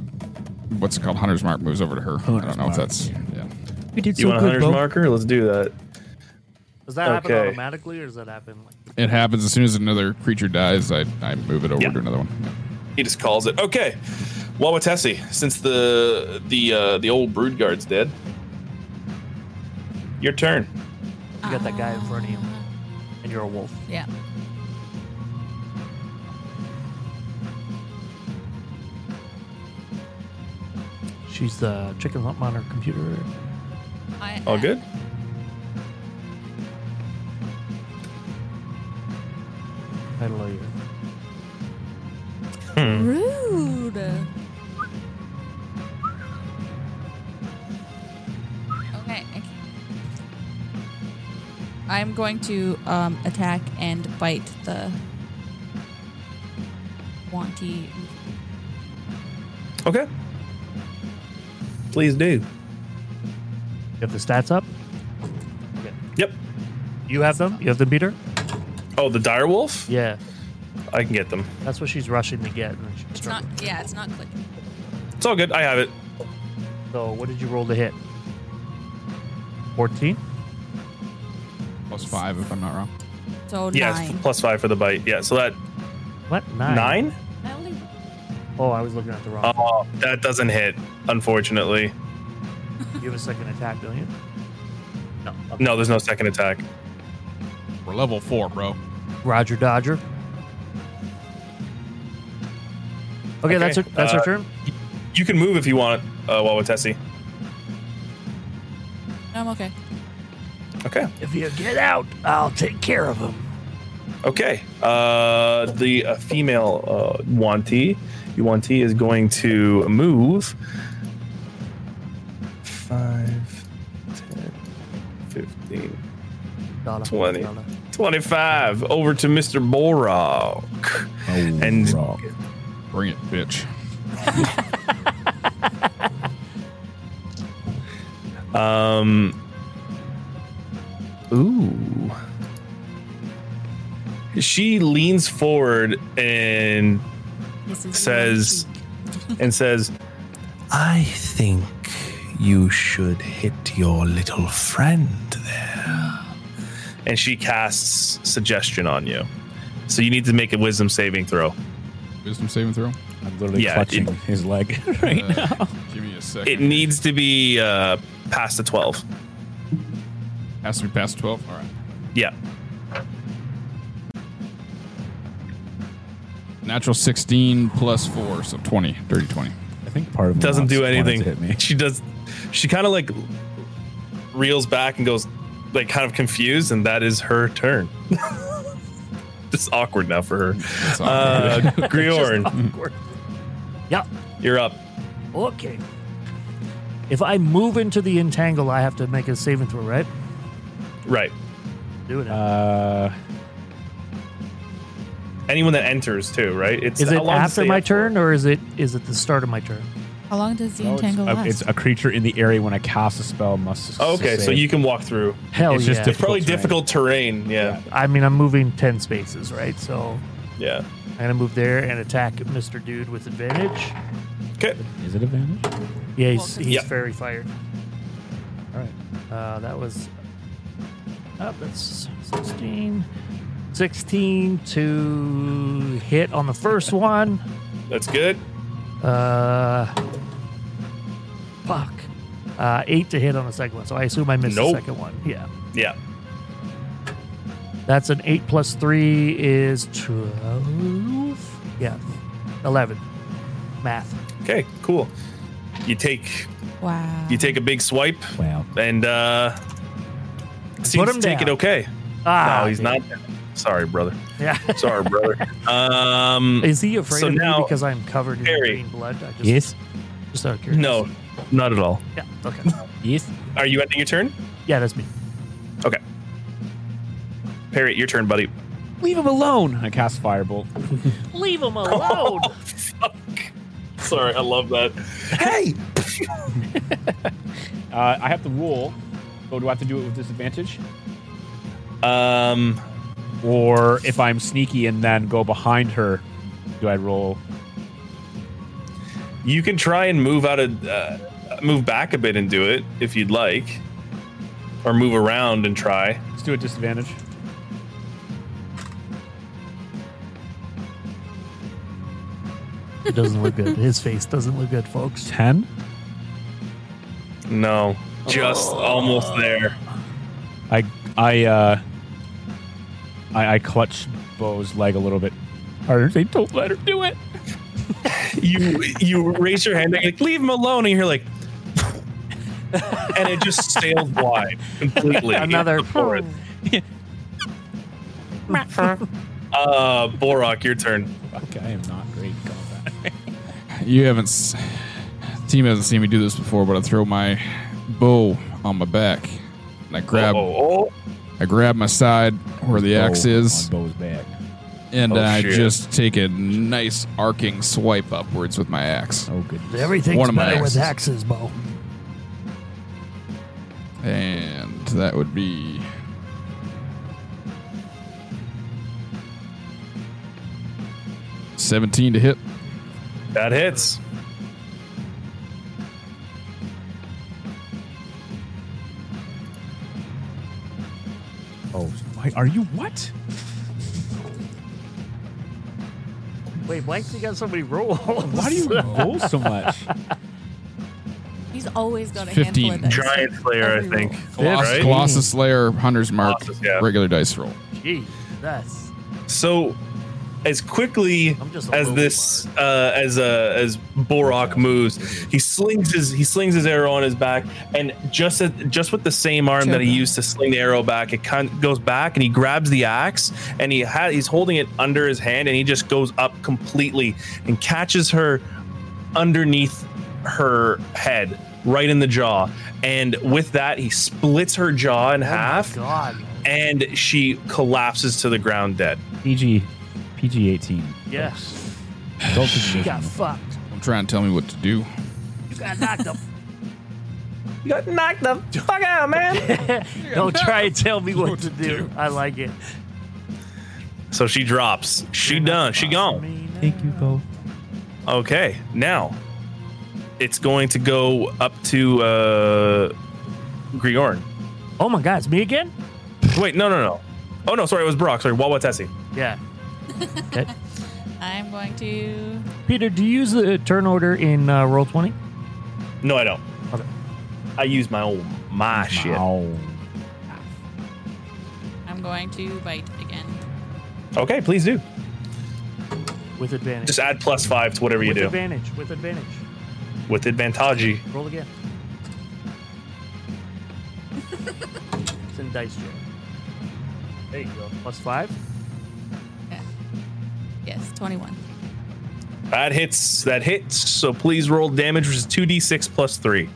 [SPEAKER 3] what's it called hunter's mark moves over to her. I don't know if that's yeah.
[SPEAKER 8] We did
[SPEAKER 5] You
[SPEAKER 8] so
[SPEAKER 5] want a
[SPEAKER 8] good,
[SPEAKER 5] hunter's
[SPEAKER 8] Bo.
[SPEAKER 5] marker? Let's do that.
[SPEAKER 1] Does that happen
[SPEAKER 5] Okay.
[SPEAKER 1] automatically, or does that happen? Like,
[SPEAKER 3] It happens as soon as another creature dies. I, I move it over
[SPEAKER 5] Yeah.
[SPEAKER 3] to another one. Yeah.
[SPEAKER 5] He just calls it. Okay. Wawatessi, since the the uh, the old brood guard's dead, your turn.
[SPEAKER 1] you got that guy in front of you, and you're a wolf.
[SPEAKER 9] Yeah.
[SPEAKER 1] She's uh, chicken lump on her computer.
[SPEAKER 9] I,
[SPEAKER 5] All good?
[SPEAKER 1] Title of your
[SPEAKER 9] Rude.
[SPEAKER 4] Okay.
[SPEAKER 9] I'm going to um, attack and bite the wanty.
[SPEAKER 5] Okay. Please do.
[SPEAKER 1] You have the stats up.
[SPEAKER 5] Yep.
[SPEAKER 1] You have them. You have the beater.
[SPEAKER 5] Oh, the dire wolf?
[SPEAKER 1] Yeah,
[SPEAKER 5] I can get them.
[SPEAKER 1] that's what she's rushing to get. And she's
[SPEAKER 9] It's not. Yeah, it's not clicking.
[SPEAKER 5] It's all good. I have it.
[SPEAKER 1] So, what did you roll to hit? Fourteen.
[SPEAKER 3] Plus five, if I'm not wrong.
[SPEAKER 9] So
[SPEAKER 5] Yes,
[SPEAKER 9] nine.
[SPEAKER 5] plus five for the bite. Yeah, so that
[SPEAKER 1] What nine?
[SPEAKER 5] nine?
[SPEAKER 9] I only
[SPEAKER 1] Oh, I was looking at the wrong.
[SPEAKER 5] Oh, that doesn't hit, unfortunately. Uh.
[SPEAKER 1] You have a second attack, don't you? No. Okay.
[SPEAKER 5] No, there's no second attack.
[SPEAKER 3] We're level four, bro.
[SPEAKER 1] Roger Dodger. Okay, that's her,
[SPEAKER 5] Okay,
[SPEAKER 1] that's her
[SPEAKER 5] uh,
[SPEAKER 1] turn.
[SPEAKER 5] You can move if you want, uh, Wawatessi.
[SPEAKER 9] I'm okay.
[SPEAKER 5] Okay.
[SPEAKER 1] If you get out, I'll take care of him.
[SPEAKER 5] Okay. Uh, the uh, female uh, Wanti, Wanti is going to move 5, 10, 15,
[SPEAKER 1] Dollar,
[SPEAKER 5] Twenty.
[SPEAKER 1] dollar.
[SPEAKER 5] 25 over to Mr. Borok. And
[SPEAKER 3] Bring it, bitch.
[SPEAKER 5] Um. Ooh. She leans forward and
[SPEAKER 9] This is
[SPEAKER 5] says, and says, "I think you should hit your little friend there." And she casts suggestion on you, so you need to make a wisdom saving throw.
[SPEAKER 3] Wisdom saving throw.
[SPEAKER 6] I'm literally
[SPEAKER 5] Yeah,
[SPEAKER 6] clutching
[SPEAKER 5] it-
[SPEAKER 6] his leg right now.
[SPEAKER 3] Uh, give me a second.
[SPEAKER 5] It needs to be uh, past the twelve.
[SPEAKER 3] Has to be past twelve. All right.
[SPEAKER 5] Yeah.
[SPEAKER 3] Natural sixteen plus four, so 20, dirty twenty.
[SPEAKER 6] I think part of me
[SPEAKER 5] doesn't
[SPEAKER 6] wants-
[SPEAKER 5] do
[SPEAKER 6] wanted to
[SPEAKER 5] anything.
[SPEAKER 6] Hit me.
[SPEAKER 5] She does. She kind of like reels back and goes, like kind of confused, and that is her turn. It's awkward now for her.
[SPEAKER 3] That's all.
[SPEAKER 5] Uh, Griorn,
[SPEAKER 1] Awkward. yeah.
[SPEAKER 5] you're up.
[SPEAKER 1] Okay. If I move into the entangle, I have to make a saving throw, right?
[SPEAKER 5] Right.
[SPEAKER 1] Do it.
[SPEAKER 6] Uh,
[SPEAKER 5] Anyone that enters too, right? It's
[SPEAKER 1] is
[SPEAKER 5] how
[SPEAKER 1] it
[SPEAKER 5] long does
[SPEAKER 1] after
[SPEAKER 5] stay
[SPEAKER 1] my
[SPEAKER 5] up for?
[SPEAKER 1] turn, or is it is it the start of my turn?
[SPEAKER 4] How long does the
[SPEAKER 5] Oh,
[SPEAKER 6] no, it's,
[SPEAKER 5] uh,
[SPEAKER 4] entangle
[SPEAKER 6] a,
[SPEAKER 4] last?
[SPEAKER 6] it's a creature in the area when I cast a spell must.
[SPEAKER 5] Oh, okay, so
[SPEAKER 6] save.
[SPEAKER 5] you can walk through.
[SPEAKER 1] Hell
[SPEAKER 6] It's
[SPEAKER 1] yeah!
[SPEAKER 6] just
[SPEAKER 5] Probably
[SPEAKER 6] terrain.
[SPEAKER 5] difficult terrain. Yeah.
[SPEAKER 1] I mean, I'm moving ten spaces, right? So
[SPEAKER 5] Yeah.
[SPEAKER 1] I'm gonna move there and attack Mr. Dude with advantage.
[SPEAKER 5] Okay.
[SPEAKER 6] Is it advantage?
[SPEAKER 1] Yeah, he's, he's
[SPEAKER 5] Yeah.
[SPEAKER 1] fairy fired.
[SPEAKER 6] All right.
[SPEAKER 1] Uh, that was up. That's 16. 16 to hit on the first one.
[SPEAKER 5] That's good.
[SPEAKER 1] Uh, fuck. Uh, eight to hit on the second one. So I assume I missed
[SPEAKER 5] Nope.
[SPEAKER 1] the second one. Yeah.
[SPEAKER 5] Yeah.
[SPEAKER 1] That's an eight plus three is 12. Yeah. 11. Math.
[SPEAKER 5] Okay. Cool. You take
[SPEAKER 4] wow.
[SPEAKER 5] you take a big swipe
[SPEAKER 6] Wow.
[SPEAKER 5] and uh seems
[SPEAKER 1] him
[SPEAKER 5] to take
[SPEAKER 1] down.
[SPEAKER 5] it okay.
[SPEAKER 1] Ah,
[SPEAKER 5] no, he's
[SPEAKER 1] dude.
[SPEAKER 5] not. Sorry, brother.
[SPEAKER 1] Yeah.
[SPEAKER 5] Sorry, brother. Um,
[SPEAKER 1] is he afraid
[SPEAKER 5] So
[SPEAKER 1] of
[SPEAKER 5] now-
[SPEAKER 1] me because I'm covered in
[SPEAKER 5] Harry.
[SPEAKER 1] green blood? I just,
[SPEAKER 6] Yes.
[SPEAKER 1] Just out of curiosity.
[SPEAKER 5] no, not at all.
[SPEAKER 1] Yeah. Okay.
[SPEAKER 6] Yes.
[SPEAKER 5] Are you ending your turn?
[SPEAKER 1] yeah, that's me.
[SPEAKER 5] Okay. Parry, your turn, buddy.
[SPEAKER 6] Leave him alone. I cast firebolt.
[SPEAKER 1] Leave him alone.
[SPEAKER 5] Sorry, I love that. Hey,
[SPEAKER 6] Uh, I have to roll. So do I have to do it with disadvantage?
[SPEAKER 5] um,
[SPEAKER 6] Or if I'm sneaky and then go behind her, do I roll?
[SPEAKER 5] You can try and move out of, uh, move back a bit and do it if you'd like, or move around and try.
[SPEAKER 8] Let's do a disadvantage.
[SPEAKER 1] It doesn't look good. His face doesn't look good, folks.
[SPEAKER 6] 10?
[SPEAKER 5] No, just almost there.
[SPEAKER 6] I I uh I, I clutch Bo's leg a little bit. Or they don't let her do it.
[SPEAKER 5] You you raise your hand, and you're like leave him alone, and you're like, and it just sailed wide completely.
[SPEAKER 1] Another.
[SPEAKER 5] Before it. Uh, Borok, your turn.
[SPEAKER 6] Okay, I am not great at combat.
[SPEAKER 3] You haven't. S- team hasn't seen me do this before, but I throw my bow on my back and I grab.
[SPEAKER 5] Oh, oh,
[SPEAKER 3] I grab my side where the axe
[SPEAKER 6] Bow
[SPEAKER 3] is,
[SPEAKER 6] Oh, on Bo's back.
[SPEAKER 3] and
[SPEAKER 5] Oh,
[SPEAKER 3] I
[SPEAKER 5] shit.
[SPEAKER 3] just take a nice arcing swipe upwards with my axe.
[SPEAKER 6] Oh goodness.
[SPEAKER 1] Everything's
[SPEAKER 3] One of my
[SPEAKER 1] better
[SPEAKER 3] axes.
[SPEAKER 1] with axes, Bo.
[SPEAKER 5] Oh.
[SPEAKER 3] And that would be. Seventeen to hit.
[SPEAKER 5] that hits.
[SPEAKER 6] Oh, why are you what?
[SPEAKER 1] Wait, Blank's got somebody roll.
[SPEAKER 6] Why do you roll so much?
[SPEAKER 9] He's always got a
[SPEAKER 3] 15.
[SPEAKER 9] handful of dice.
[SPEAKER 5] Giant Slayer, I think.
[SPEAKER 3] Colossus,
[SPEAKER 5] Right?
[SPEAKER 3] Colossus Slayer, Hunter's Mark,
[SPEAKER 5] Colossus, yeah.
[SPEAKER 3] regular dice roll.
[SPEAKER 1] Gee, that's.
[SPEAKER 5] So, as quickly
[SPEAKER 1] I'm just a
[SPEAKER 5] as
[SPEAKER 1] little
[SPEAKER 5] this uh, as uh, as Borok moves, he slings his he slings his arrow on his back, and just at, just with the same arm that he used to sling the arrow back, it kind goes back, and he grabs the axe, and he ha- he's holding it under his hand, and he just goes up completely and catches her underneath her head, right in the jaw, and with that he splits her jaw in
[SPEAKER 1] Oh my
[SPEAKER 5] half,
[SPEAKER 1] God.
[SPEAKER 5] and she collapses to the ground dead.
[SPEAKER 6] PG PG eighteen.
[SPEAKER 1] Yes.
[SPEAKER 6] Adult
[SPEAKER 1] You
[SPEAKER 6] edition.
[SPEAKER 1] got fucked.
[SPEAKER 3] Don't try and tell me what to do.
[SPEAKER 1] You got knocked up.
[SPEAKER 5] You got knocked the fuck out, man.
[SPEAKER 1] Don't try and tell me what to do. I like it.
[SPEAKER 5] so she drops. She done. She gone.
[SPEAKER 8] Thank you, Bo.
[SPEAKER 5] Okay. Now it's going to go Oh, up to uh Grigorn.
[SPEAKER 1] Oh my God, it's me again?
[SPEAKER 5] Wait, no, no, no. Oh no, sorry, it was Brock. Sorry, Wawa Tessie.
[SPEAKER 1] Yeah.
[SPEAKER 9] I'm going to.
[SPEAKER 1] Peter, do you use the turn order in uh, roll twenty?
[SPEAKER 5] No, I don't.
[SPEAKER 1] Okay.
[SPEAKER 5] I use my own my shit.
[SPEAKER 6] Ow.
[SPEAKER 9] I'm going to bite again.
[SPEAKER 5] Okay, please do.
[SPEAKER 1] With advantage.
[SPEAKER 5] Just add plus five to whatever you
[SPEAKER 1] with
[SPEAKER 5] do.
[SPEAKER 1] advantage. With advantage.
[SPEAKER 5] With advantage.
[SPEAKER 1] Roll again. it's in dice jail. There you go. Plus five.
[SPEAKER 9] Yes, 21.
[SPEAKER 5] That hits that hits, so please roll damage, which is two D six plus three.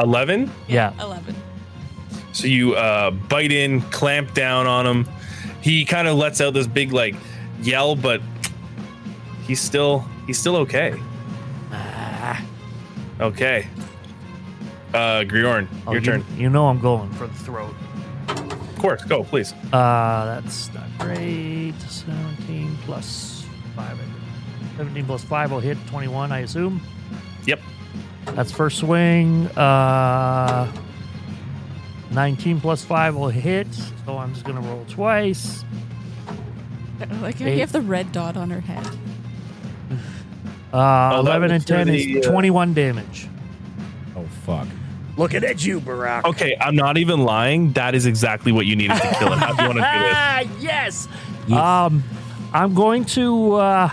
[SPEAKER 5] Eleven.
[SPEAKER 1] Yeah.
[SPEAKER 9] 11.
[SPEAKER 5] So you uh, bite in, clamp down on him. He kind of lets out this big like yell, but he's still he's still okay. Okay. Uh, Griorn,
[SPEAKER 1] Oh,
[SPEAKER 5] your
[SPEAKER 1] you-
[SPEAKER 5] turn.
[SPEAKER 1] You know I'm going for the throat.
[SPEAKER 5] Of course, go please.
[SPEAKER 1] Uh, that's not great. 17 plus 5. I think. 17 plus 5 will hit 21, I assume.
[SPEAKER 5] Yep.
[SPEAKER 1] That's first swing. Uh, 19 plus 5 will hit. So I'm just going to roll twice.
[SPEAKER 9] Like,
[SPEAKER 1] Eight.
[SPEAKER 9] you have the red dot on her head.
[SPEAKER 1] Uh,
[SPEAKER 5] Oh, that
[SPEAKER 1] 11
[SPEAKER 5] was
[SPEAKER 1] and 10
[SPEAKER 5] for the,
[SPEAKER 1] is
[SPEAKER 5] uh,
[SPEAKER 1] 21 damage.
[SPEAKER 6] Oh fuck.
[SPEAKER 1] Looking at you, Barack.
[SPEAKER 5] Okay, I'm not even lying. That is exactly what you needed to kill him. How do you want to do this?
[SPEAKER 1] Ah, yes. Um, I'm going to. Uh,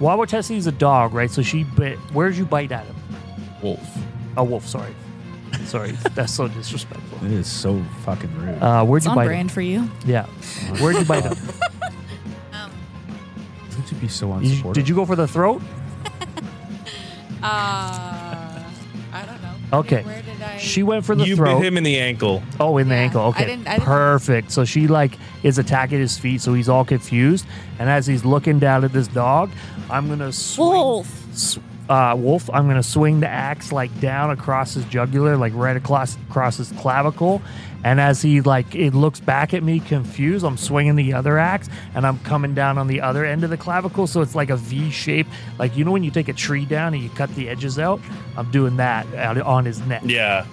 [SPEAKER 1] Wawa Tessie is a dog, right? So she bit. Where'd you bite at him?
[SPEAKER 3] Wolf.
[SPEAKER 1] A wolf. Sorry. Sorry. That's so disrespectful.
[SPEAKER 6] That is so fucking rude.
[SPEAKER 1] Uh, where'd
[SPEAKER 9] It's
[SPEAKER 1] you
[SPEAKER 9] on
[SPEAKER 1] bite
[SPEAKER 9] brand for you.
[SPEAKER 1] him? Yeah. Where'd you bite him?
[SPEAKER 6] Wouldn't you be so
[SPEAKER 1] You-
[SPEAKER 6] unsupportive?
[SPEAKER 1] did you go for the throat?
[SPEAKER 9] Uh, I don't know.
[SPEAKER 1] Okay.
[SPEAKER 9] Where did I?
[SPEAKER 1] She went for the
[SPEAKER 5] You
[SPEAKER 1] throat.
[SPEAKER 5] bit him in the ankle.
[SPEAKER 1] Oh, in the
[SPEAKER 9] Yeah,
[SPEAKER 1] ankle.
[SPEAKER 9] I
[SPEAKER 1] Okay.
[SPEAKER 9] didn't- I didn't-
[SPEAKER 1] Perfect. So she like is attacking his feet, so he's all confused. And as he's looking down at this dog, I'm gonna swing.
[SPEAKER 9] Wolf.
[SPEAKER 1] s- uh, wolf, I'm going to swing the axe like down across his jugular, like right across across his clavicle. And as he like it looks back at me confused, I'm swinging the other axe and I'm coming down on the other end of the clavicle, so it's like a V shape, like you know when you take a tree down and you cut the edges out. I'm doing that out on his neck.
[SPEAKER 5] Yeah.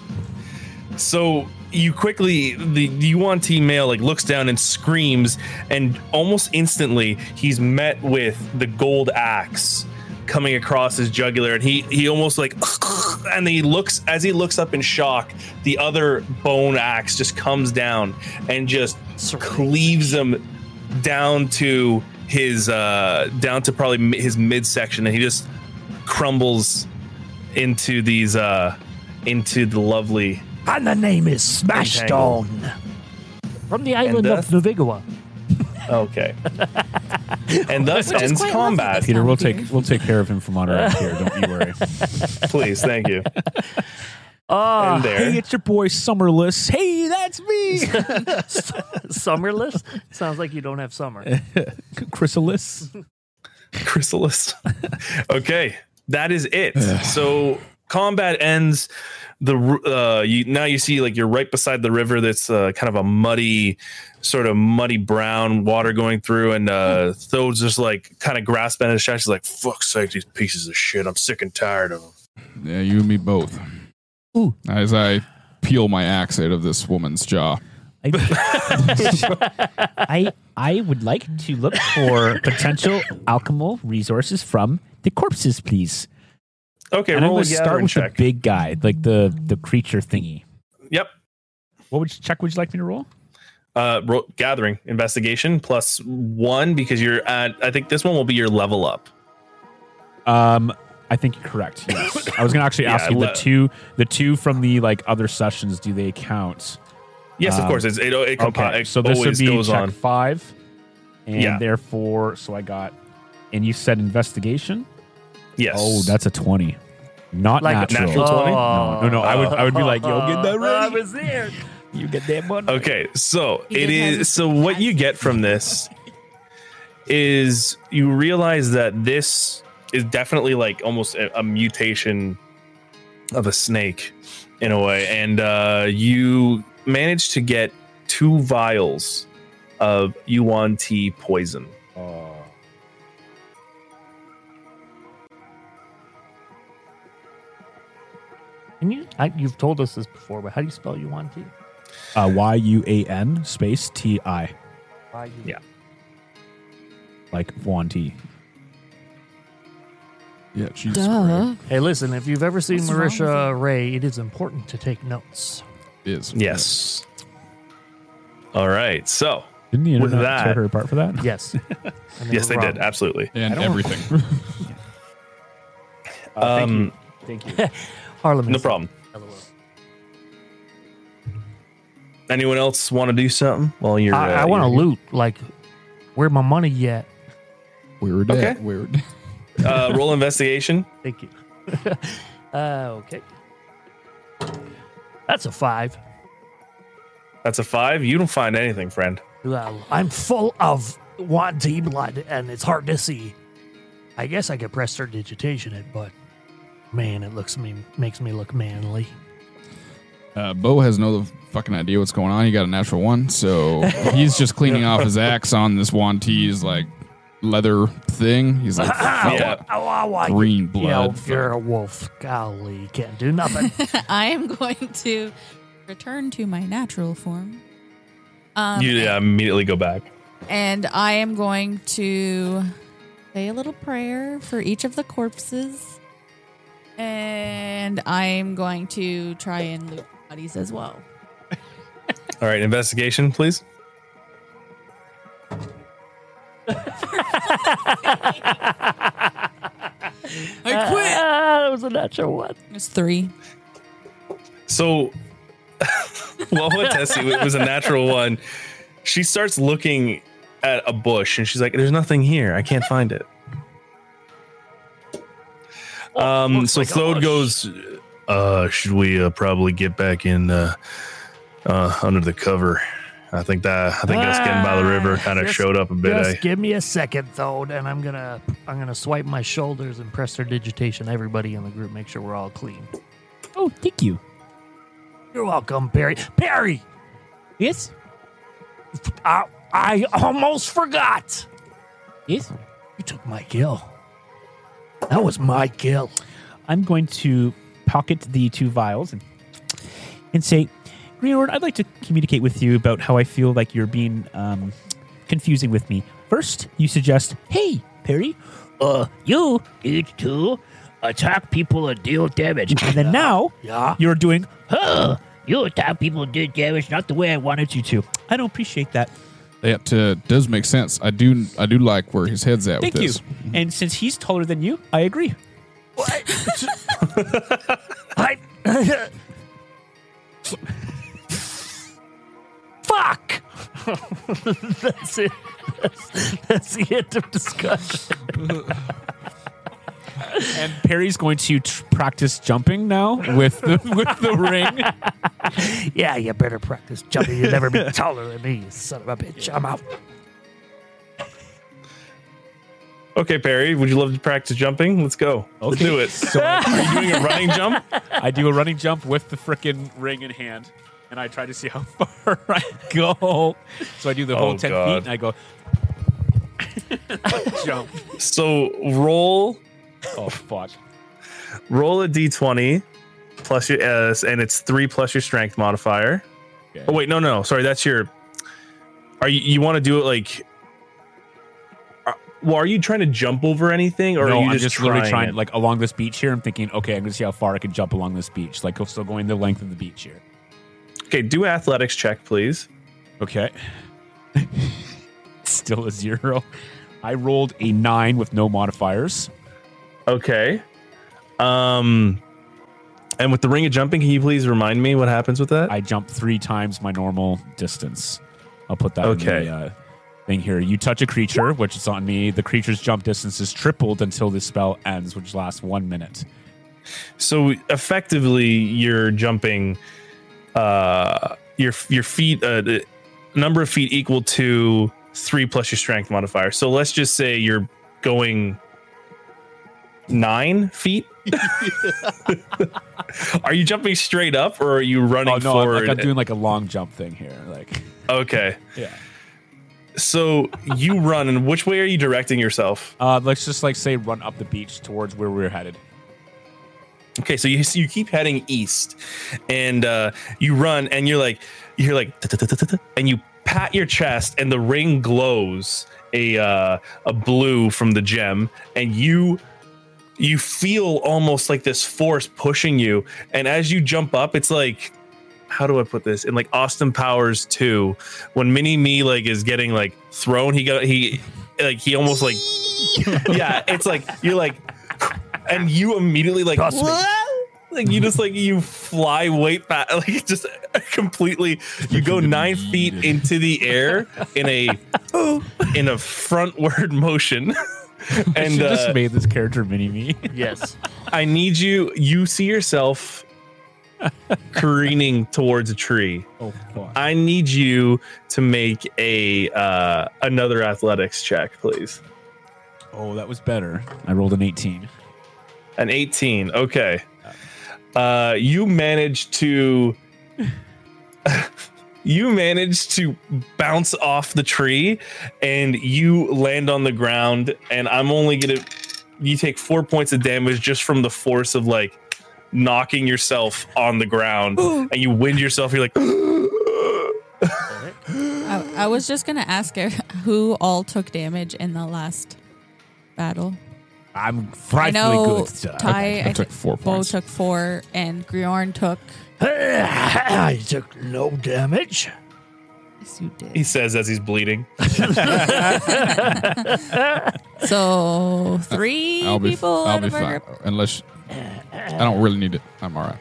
[SPEAKER 5] So you quickly the the Yuan T male like looks down and screams, and almost instantly he's met with the gold axe coming across his jugular, and he he almost like and he looks as he looks up in shock, the other bone axe just comes down and just cleaves him down to his uh down to probably mi- his midsection, and he just crumbles into these uh into the lovely
[SPEAKER 1] And the name is Smashed
[SPEAKER 5] Entangled.
[SPEAKER 1] On. From the island of
[SPEAKER 5] thus-
[SPEAKER 1] Navigua.
[SPEAKER 5] Okay. and thus
[SPEAKER 9] Which is
[SPEAKER 5] ends
[SPEAKER 9] quite
[SPEAKER 5] combat.
[SPEAKER 9] lovely.
[SPEAKER 6] Peter, we'll
[SPEAKER 9] Sounds
[SPEAKER 6] take we'll take care of him from on our end here. Don't you worry.
[SPEAKER 5] Please, thank you.
[SPEAKER 1] Oh,
[SPEAKER 5] And
[SPEAKER 6] hey,
[SPEAKER 5] there.
[SPEAKER 6] it's your boy Summerless. Hey, that's me,
[SPEAKER 1] summerless? Sounds like you don't have summer.
[SPEAKER 6] Chrysalis.
[SPEAKER 5] Chrysalis. okay, that is it. so combat ends. The r- uh, you now you see like you're right beside the river. That's uh, kind of a muddy, sort of muddy brown water going through, and
[SPEAKER 6] Hmm.
[SPEAKER 5] uh, Thode's just like kind of grasping at his shaft. She's like, "Fuck's sake, these pieces of shit! I'm sick and tired of them."
[SPEAKER 3] Yeah, you and me both.
[SPEAKER 8] Ooh.
[SPEAKER 3] As I peel my axe out of this woman's jaw.
[SPEAKER 2] I I would like to look for potential alchemical resources from the corpses, please.
[SPEAKER 5] Okay,
[SPEAKER 2] and I'm
[SPEAKER 5] roll a
[SPEAKER 2] gonna start
[SPEAKER 5] gathering
[SPEAKER 2] with
[SPEAKER 5] check.
[SPEAKER 2] the big guy, like the the creature thingy.
[SPEAKER 5] yep.
[SPEAKER 2] What would you, check would you like me to roll?
[SPEAKER 5] uh ro- gathering investigation plus one because you're at i think this one will be your level up
[SPEAKER 6] Um, I think you're correct. Yes, I was gonna actually
[SPEAKER 5] Yeah,
[SPEAKER 6] ask you the
[SPEAKER 5] le-
[SPEAKER 6] two the two from the like other sessions. Do they count?
[SPEAKER 5] yes of
[SPEAKER 6] Um,
[SPEAKER 5] course it's, it, it, compi- it
[SPEAKER 6] so this would
[SPEAKER 5] always
[SPEAKER 6] be
[SPEAKER 5] goes
[SPEAKER 6] check
[SPEAKER 5] on
[SPEAKER 6] five, and
[SPEAKER 5] Yeah.
[SPEAKER 6] therefore, so I got, and you said investigation.
[SPEAKER 5] yes
[SPEAKER 6] Oh, that's a twenty, not natural. Uh,
[SPEAKER 5] natural twenty?
[SPEAKER 6] No, no, no, I would- I would be like, yo, get that
[SPEAKER 1] I
[SPEAKER 6] ready.
[SPEAKER 1] was there.
[SPEAKER 2] You get that one.
[SPEAKER 5] okay so
[SPEAKER 9] He
[SPEAKER 5] it
[SPEAKER 9] did have-
[SPEAKER 5] is so what you get from this is you realize that this is definitely like almost a, a mutation of a snake in a way and uh you manage to get two vials of yuan tea poison
[SPEAKER 1] Can you? I, you've told us this before, but how do you spell you want to?
[SPEAKER 6] Uh, y u a n space t i
[SPEAKER 5] Yeah.
[SPEAKER 6] like Juan T.
[SPEAKER 3] Yeah, Jesus Christ.
[SPEAKER 9] Duh.
[SPEAKER 1] Hey, listen. If you've ever seen
[SPEAKER 9] What's wrong with
[SPEAKER 1] Marisha Ray, it is important to take notes.
[SPEAKER 3] It is.
[SPEAKER 5] Yes. All right. So
[SPEAKER 6] Didn't the
[SPEAKER 5] With
[SPEAKER 6] internet tear
[SPEAKER 5] that-
[SPEAKER 6] her apart for that?
[SPEAKER 1] Yes. And
[SPEAKER 5] yes,
[SPEAKER 1] were
[SPEAKER 5] they did
[SPEAKER 1] wrong.
[SPEAKER 5] absolutely.
[SPEAKER 3] And everything.
[SPEAKER 5] Um,
[SPEAKER 6] Thank you.
[SPEAKER 1] Harlem.
[SPEAKER 5] no
[SPEAKER 1] is-
[SPEAKER 5] problem. Anyone else want to do something while you're?
[SPEAKER 1] I, I
[SPEAKER 5] uh,
[SPEAKER 1] want to
[SPEAKER 5] you're-
[SPEAKER 1] loot. Like, where my money yet?
[SPEAKER 3] We were dead.
[SPEAKER 5] Okay.
[SPEAKER 3] We were dead.
[SPEAKER 5] Uh, roll investigation.
[SPEAKER 1] Thank you. uh, okay. That's a five.
[SPEAKER 5] That's a five. You don't find anything, friend.
[SPEAKER 1] Well, I'm full of Wanty blood, and it's hard to see. I guess I could press digitation it, but man, it looks me makes me look manly.
[SPEAKER 3] Uh, Bo has no fucking idea what's going on. He got a natural one, so he's just cleaning off his axe on this Wantee's like leather thing. He's like, "Fuck
[SPEAKER 5] Yeah.
[SPEAKER 3] it."
[SPEAKER 1] Oh, oh, oh,
[SPEAKER 3] Green
[SPEAKER 1] you, you know,
[SPEAKER 3] blood.
[SPEAKER 1] you're a wolf. Golly, you can't do nothing.
[SPEAKER 9] I am going to return to my natural form. Um,
[SPEAKER 5] you yeah, immediately go back.
[SPEAKER 9] And I am going to say a little prayer for each of the corpses. And I am going to try and loot bodies as well.
[SPEAKER 5] All right, investigation, please.
[SPEAKER 9] I quit.
[SPEAKER 1] ah, that was a natural one.
[SPEAKER 9] It's three.
[SPEAKER 5] So, Lola Tessie it was a natural one. She starts looking at a bush and she's like, "There's nothing here. I can't find it." Um. So
[SPEAKER 1] like a
[SPEAKER 5] Thode
[SPEAKER 1] bush.
[SPEAKER 5] goes, "Uh, should we uh, probably get back in uh, uh, under the cover?" I think that I think us getting by the river kind of
[SPEAKER 1] Ah, Just-
[SPEAKER 5] showed up a bit. eh?
[SPEAKER 1] Just give me a second, though, and I'm gonna I'm gonna swipe my shoulders and press their digitation. Everybody in the group, make sure we're all clean.
[SPEAKER 2] Oh, thank you.
[SPEAKER 1] You're welcome, Perry. Perry,
[SPEAKER 2] Yes,
[SPEAKER 1] I I almost forgot.
[SPEAKER 2] yes.
[SPEAKER 1] You took my kill. That was my kill.
[SPEAKER 2] I'm going to pocket the two vials and, and say, Greenward, I'd like to communicate with you about how I feel like you're being um, confusing with me. First, you suggest, hey, Perry, uh, you need to attack people and deal damage. And then now
[SPEAKER 1] Yeah.
[SPEAKER 2] you're doing, huh, you attack people and do damage, not the way I wanted you to. I don't appreciate that.
[SPEAKER 3] That uh, does make sense. I do I do like where his head's at
[SPEAKER 2] Thank
[SPEAKER 3] with
[SPEAKER 2] you.
[SPEAKER 3] this.
[SPEAKER 2] And since he's taller than you, I agree.
[SPEAKER 1] I. Fuck. that's it. That's, that's the end of discussion.
[SPEAKER 6] And Perry's going to tr- practice jumping now with the, with the ring.
[SPEAKER 1] Yeah, you better practice jumping. You'll never be taller than me, you son of a bitch. I'm out.
[SPEAKER 5] Okay, Perry, would you love to practice jumping? Let's go. Let's do it. Are you doing a running jump?
[SPEAKER 6] I do a running jump with the freaking ring in hand, and I try to see how far I go. So I do the whole
[SPEAKER 5] Oh,
[SPEAKER 6] ten
[SPEAKER 5] God.
[SPEAKER 6] feet, and I go jump.
[SPEAKER 5] So roll
[SPEAKER 6] Oh fuck!
[SPEAKER 5] roll a d20 plus your uh, and it's three plus your strength modifier.
[SPEAKER 6] Okay.
[SPEAKER 5] Oh wait, no, no, sorry, that's your. Are you you want to do it like? are- Well, are you trying to jump over anything, or
[SPEAKER 6] no,
[SPEAKER 5] are you
[SPEAKER 6] I'm
[SPEAKER 5] just,
[SPEAKER 6] just, literally trying
[SPEAKER 5] it?
[SPEAKER 6] like along this beach here. I'm thinking, okay, I'm gonna see how far I can jump along this beach. Like, I'm still going the length of the beach here.
[SPEAKER 5] Okay, do athletics check, please.
[SPEAKER 6] Okay. Still a zero. I rolled a nine with no modifiers.
[SPEAKER 5] Okay. Um, and with the ring of jumping, can you please remind me what happens with that?
[SPEAKER 6] I jump three times my normal distance. I'll put that in
[SPEAKER 5] Okay.
[SPEAKER 6] the uh, thing here. You touch a creature, which is on me. The creature's jump distance is tripled until the spell ends, which lasts one minute.
[SPEAKER 5] so effectively you're jumping uh your your feet uh, the number of feet equal to three plus your strength modifier so let's just say you're going nine feet are you jumping straight up or are you running
[SPEAKER 6] Oh no! I'm,
[SPEAKER 5] forward
[SPEAKER 6] like, I'm doing like a long jump thing here. Like
[SPEAKER 5] okay
[SPEAKER 6] Yeah.
[SPEAKER 5] so you run and which way are you directing yourself
[SPEAKER 6] uh, let's just like say run up the beach towards where we're headed.
[SPEAKER 5] Okay, so you so you keep heading east, and uh, you run, and you're like you're like, "Tut-tut-tut-tut-tut," and you pat your chest, and the ring glows a uh, a blue from the gem, and you you feel almost like this force pushing you, and as you jump up, it's like. How do I put this? In like Austin Powers 2, when Mini Me like is getting like thrown, he got he like he almost like yeah, it's like you're like and you immediately like
[SPEAKER 1] Trust me.
[SPEAKER 5] "What?" like you just like you fly weight back like it just completely you go nine feet into the air in a in a frontward motion and
[SPEAKER 6] Should've
[SPEAKER 5] uh,
[SPEAKER 6] just made this character mini me.
[SPEAKER 1] Yes.
[SPEAKER 5] i need you you see yourself careening towards a tree
[SPEAKER 6] oh fuck!
[SPEAKER 5] i need you to make a uh another athletics check please
[SPEAKER 6] Oh, that was better. I rolled an 18.
[SPEAKER 5] An 18. Okay. Uh, you managed to. you managed to bounce off the tree and you land on the ground. And I'm only going to. You take four points of damage just from the force of like knocking yourself on the ground and you wind yourself. You're like.
[SPEAKER 9] I, I was just gonna ask her who all took damage in the last battle.
[SPEAKER 6] I'm
[SPEAKER 9] I
[SPEAKER 6] frightfully
[SPEAKER 9] know
[SPEAKER 6] good. at-
[SPEAKER 9] Ty, I,
[SPEAKER 3] took
[SPEAKER 9] took
[SPEAKER 3] four
[SPEAKER 9] four
[SPEAKER 3] points.
[SPEAKER 9] Bo took four, and Griorn took.
[SPEAKER 1] I took no damage.
[SPEAKER 9] Yes, you did.
[SPEAKER 5] He says as he's bleeding.
[SPEAKER 9] So 3
[SPEAKER 3] I'll be f-
[SPEAKER 9] people
[SPEAKER 3] I'll
[SPEAKER 9] out
[SPEAKER 3] be
[SPEAKER 9] of our
[SPEAKER 3] fine
[SPEAKER 9] group.
[SPEAKER 3] unless I don't really need it. I'm all right.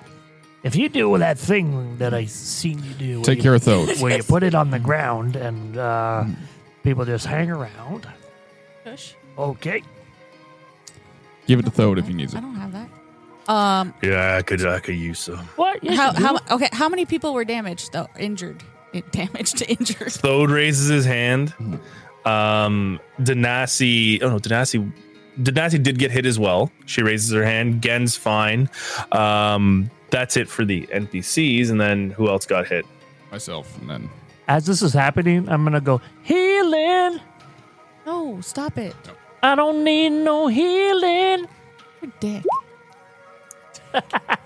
[SPEAKER 1] If you do that thing that I seen you do, where
[SPEAKER 3] Take
[SPEAKER 1] you-
[SPEAKER 3] care of those.
[SPEAKER 1] where you put it on the ground and uh, people just hang around. Okay.
[SPEAKER 3] Give it to Thode if he needs
[SPEAKER 9] I
[SPEAKER 3] it.
[SPEAKER 9] don't have that. Um,
[SPEAKER 5] Yeah, I could, I could use some.
[SPEAKER 1] What? Yes,
[SPEAKER 9] how
[SPEAKER 1] you do.
[SPEAKER 9] how okay? How many people were damaged though? Injured?
[SPEAKER 4] damaged, injured.
[SPEAKER 5] Thode raises his hand. Um, Danasi, oh no, Danasi, Danasi did get hit as well. She raises her hand. Gen's fine. Um, that's it for the NPCs. And then who else got hit?
[SPEAKER 3] myself, and then
[SPEAKER 1] As this is happening, I'm gonna go healing.
[SPEAKER 4] No, stop it.
[SPEAKER 1] I don't need no healing.
[SPEAKER 4] You're a dick. okay,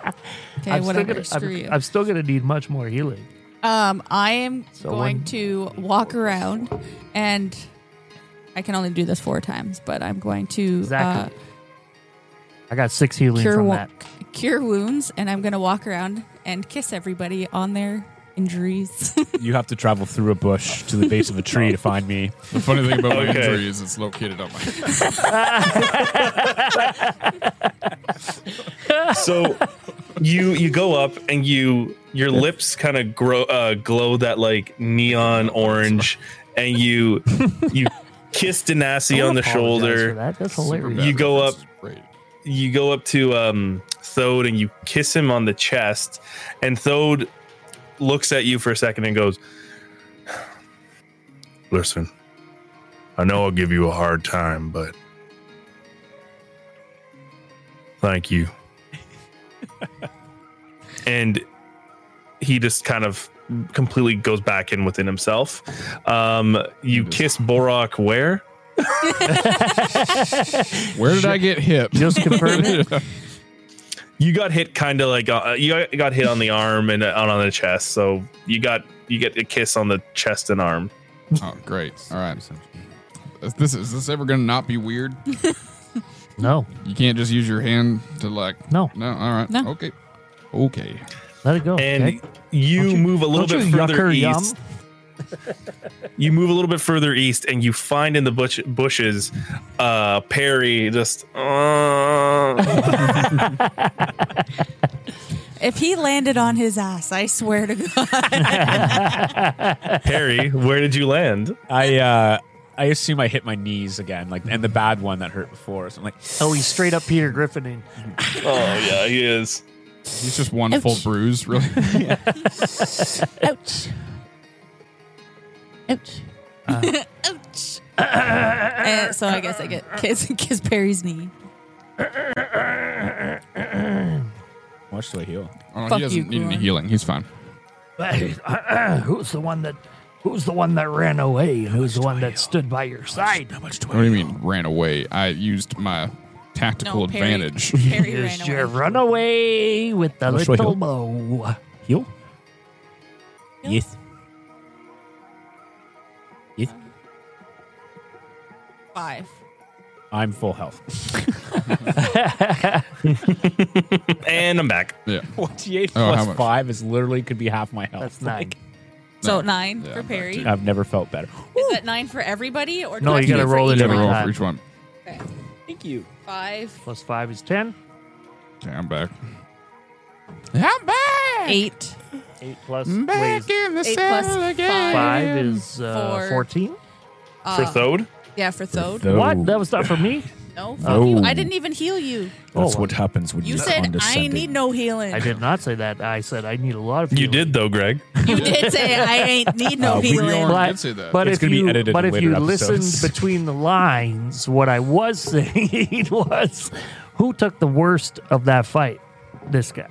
[SPEAKER 1] I'm, still
[SPEAKER 4] whatever.
[SPEAKER 1] gonna,
[SPEAKER 4] Screw you.
[SPEAKER 1] I'm, I'm still gonna need much more healing.
[SPEAKER 4] Um, I am
[SPEAKER 1] So
[SPEAKER 4] going
[SPEAKER 1] one,
[SPEAKER 4] to walk around, and I can only do this four times, but I'm going to
[SPEAKER 1] Exactly. I got six healing
[SPEAKER 4] uh, cure
[SPEAKER 1] from
[SPEAKER 4] wo-
[SPEAKER 1] that.
[SPEAKER 4] cure wounds, and I'm going to walk around and kiss everybody on their injuries.
[SPEAKER 6] You have to travel through a bush to the base of a tree to find me.
[SPEAKER 3] the funny thing about my
[SPEAKER 5] Okay.
[SPEAKER 3] injury is it's located on my.
[SPEAKER 5] So you you go up and you your lips kind of grow uh, glow that like neon orange, and you you kiss
[SPEAKER 1] I
[SPEAKER 5] Danasi
[SPEAKER 1] wanna
[SPEAKER 5] on the
[SPEAKER 1] apologize For
[SPEAKER 5] shoulder.
[SPEAKER 1] that. That's hilarious.
[SPEAKER 5] You go up-
[SPEAKER 3] That's great.
[SPEAKER 5] you go up to um, Thode and you kiss him on the chest, and Thode looks at you for a second and goes, "Listen, I know I'll give you a hard time, but thank you." and he just kind of completely goes back in within himself. Um, you kiss Borak where?
[SPEAKER 3] Where did I get hit?
[SPEAKER 1] Just confirm it.
[SPEAKER 5] you got hit kind of like uh, you got- got hit on the arm and uh, on on the chest so you got you get a kiss on the chest and arm
[SPEAKER 3] oh, great! All right. Is this is this ever gonna not be weird?
[SPEAKER 1] No,
[SPEAKER 3] You can't just use your hand to like.
[SPEAKER 1] no,
[SPEAKER 3] No. All right.
[SPEAKER 4] No.
[SPEAKER 3] Okay. Okay.
[SPEAKER 1] let it go.
[SPEAKER 5] and
[SPEAKER 1] okay?
[SPEAKER 5] you,
[SPEAKER 1] Don't you-
[SPEAKER 5] move a little
[SPEAKER 1] don't
[SPEAKER 5] bit
[SPEAKER 1] you
[SPEAKER 5] further
[SPEAKER 1] yuck her
[SPEAKER 5] east you move a little bit further east and you find in the bush, bushes uh perry just uh,
[SPEAKER 4] if he landed on his ass, I swear to God.
[SPEAKER 5] perry where did you land
[SPEAKER 6] I uh, I assume I hit my knees again, like and the bad one that hurt before. So I'm like,
[SPEAKER 1] Oh, he's straight up Peter Griffining.
[SPEAKER 5] oh yeah he is
[SPEAKER 3] He's just one full
[SPEAKER 10] Ouch.
[SPEAKER 3] bruise, really.
[SPEAKER 10] Ouch. Ouch.
[SPEAKER 4] Uh-huh. Ouch. And so I guess I get kiss, kiss Perry's knee.
[SPEAKER 6] how much do I heal?
[SPEAKER 3] Oh,
[SPEAKER 4] Fuck
[SPEAKER 3] he doesn't
[SPEAKER 4] you,
[SPEAKER 3] need any
[SPEAKER 4] Goran.
[SPEAKER 3] healing. He's fine.
[SPEAKER 1] who's the one that? Who's the one that ran away? And who's the one that stood by your side?
[SPEAKER 3] What do you mean ran away? I used my tactical
[SPEAKER 4] No, Perry.
[SPEAKER 3] advantage.
[SPEAKER 4] Perry ran
[SPEAKER 1] Here's your
[SPEAKER 4] away.
[SPEAKER 1] runaway with the
[SPEAKER 6] Which way
[SPEAKER 1] little
[SPEAKER 6] he'll-
[SPEAKER 1] bow.
[SPEAKER 6] Heal?
[SPEAKER 4] Heal?
[SPEAKER 6] Yes. Yes.
[SPEAKER 4] Five.
[SPEAKER 6] I'm full health.
[SPEAKER 5] and i'm back
[SPEAKER 3] yeah.
[SPEAKER 6] 28
[SPEAKER 3] Oh, how
[SPEAKER 6] plus
[SPEAKER 3] much?
[SPEAKER 6] 5 is literally could be half my health.
[SPEAKER 1] That's nine.
[SPEAKER 4] So nine
[SPEAKER 3] Yeah,
[SPEAKER 4] for
[SPEAKER 3] back
[SPEAKER 4] Perry.
[SPEAKER 6] I've never felt better.
[SPEAKER 4] Is that nine for everybody, or
[SPEAKER 1] No,
[SPEAKER 4] do I
[SPEAKER 1] you
[SPEAKER 4] do
[SPEAKER 1] gotta
[SPEAKER 4] for
[SPEAKER 1] roll it
[SPEAKER 4] each
[SPEAKER 3] Gotta
[SPEAKER 1] every
[SPEAKER 4] one?
[SPEAKER 3] roll
[SPEAKER 1] time.
[SPEAKER 3] for each one.
[SPEAKER 4] Okay.
[SPEAKER 6] Thank you.
[SPEAKER 4] Five,
[SPEAKER 1] Plus five is ten.
[SPEAKER 3] Okay, I'm back. I'm back.
[SPEAKER 4] eight,
[SPEAKER 1] Eight plus
[SPEAKER 3] I'm back
[SPEAKER 1] wait,
[SPEAKER 3] in the
[SPEAKER 4] Eight
[SPEAKER 3] saddle
[SPEAKER 4] plus
[SPEAKER 3] again.
[SPEAKER 1] five is uh,
[SPEAKER 4] Four.
[SPEAKER 1] fourteen.
[SPEAKER 5] for
[SPEAKER 4] uh,
[SPEAKER 5] thode
[SPEAKER 4] Yeah, for Thode.
[SPEAKER 1] What? That was not for me.
[SPEAKER 4] No, fuck
[SPEAKER 6] Oh.
[SPEAKER 4] you. I didn't even heal you.
[SPEAKER 6] That's
[SPEAKER 1] Oh,
[SPEAKER 6] what happens when
[SPEAKER 4] You
[SPEAKER 6] you're
[SPEAKER 4] said I
[SPEAKER 6] condescending.
[SPEAKER 4] need no healing.
[SPEAKER 1] I did not say that. I said I need a lot of.
[SPEAKER 5] you
[SPEAKER 1] healing.
[SPEAKER 5] did though greg
[SPEAKER 4] You did say I ain't need no
[SPEAKER 6] Uh, we
[SPEAKER 4] healing.
[SPEAKER 3] are-
[SPEAKER 1] But,
[SPEAKER 3] I did say that.
[SPEAKER 1] but
[SPEAKER 6] It's
[SPEAKER 1] if
[SPEAKER 6] gonna be
[SPEAKER 1] you,
[SPEAKER 6] edited
[SPEAKER 1] but
[SPEAKER 6] in
[SPEAKER 1] if you
[SPEAKER 6] later episodes.
[SPEAKER 1] listened between the lines, what I was saying was, who took the worst of that fight? This guy.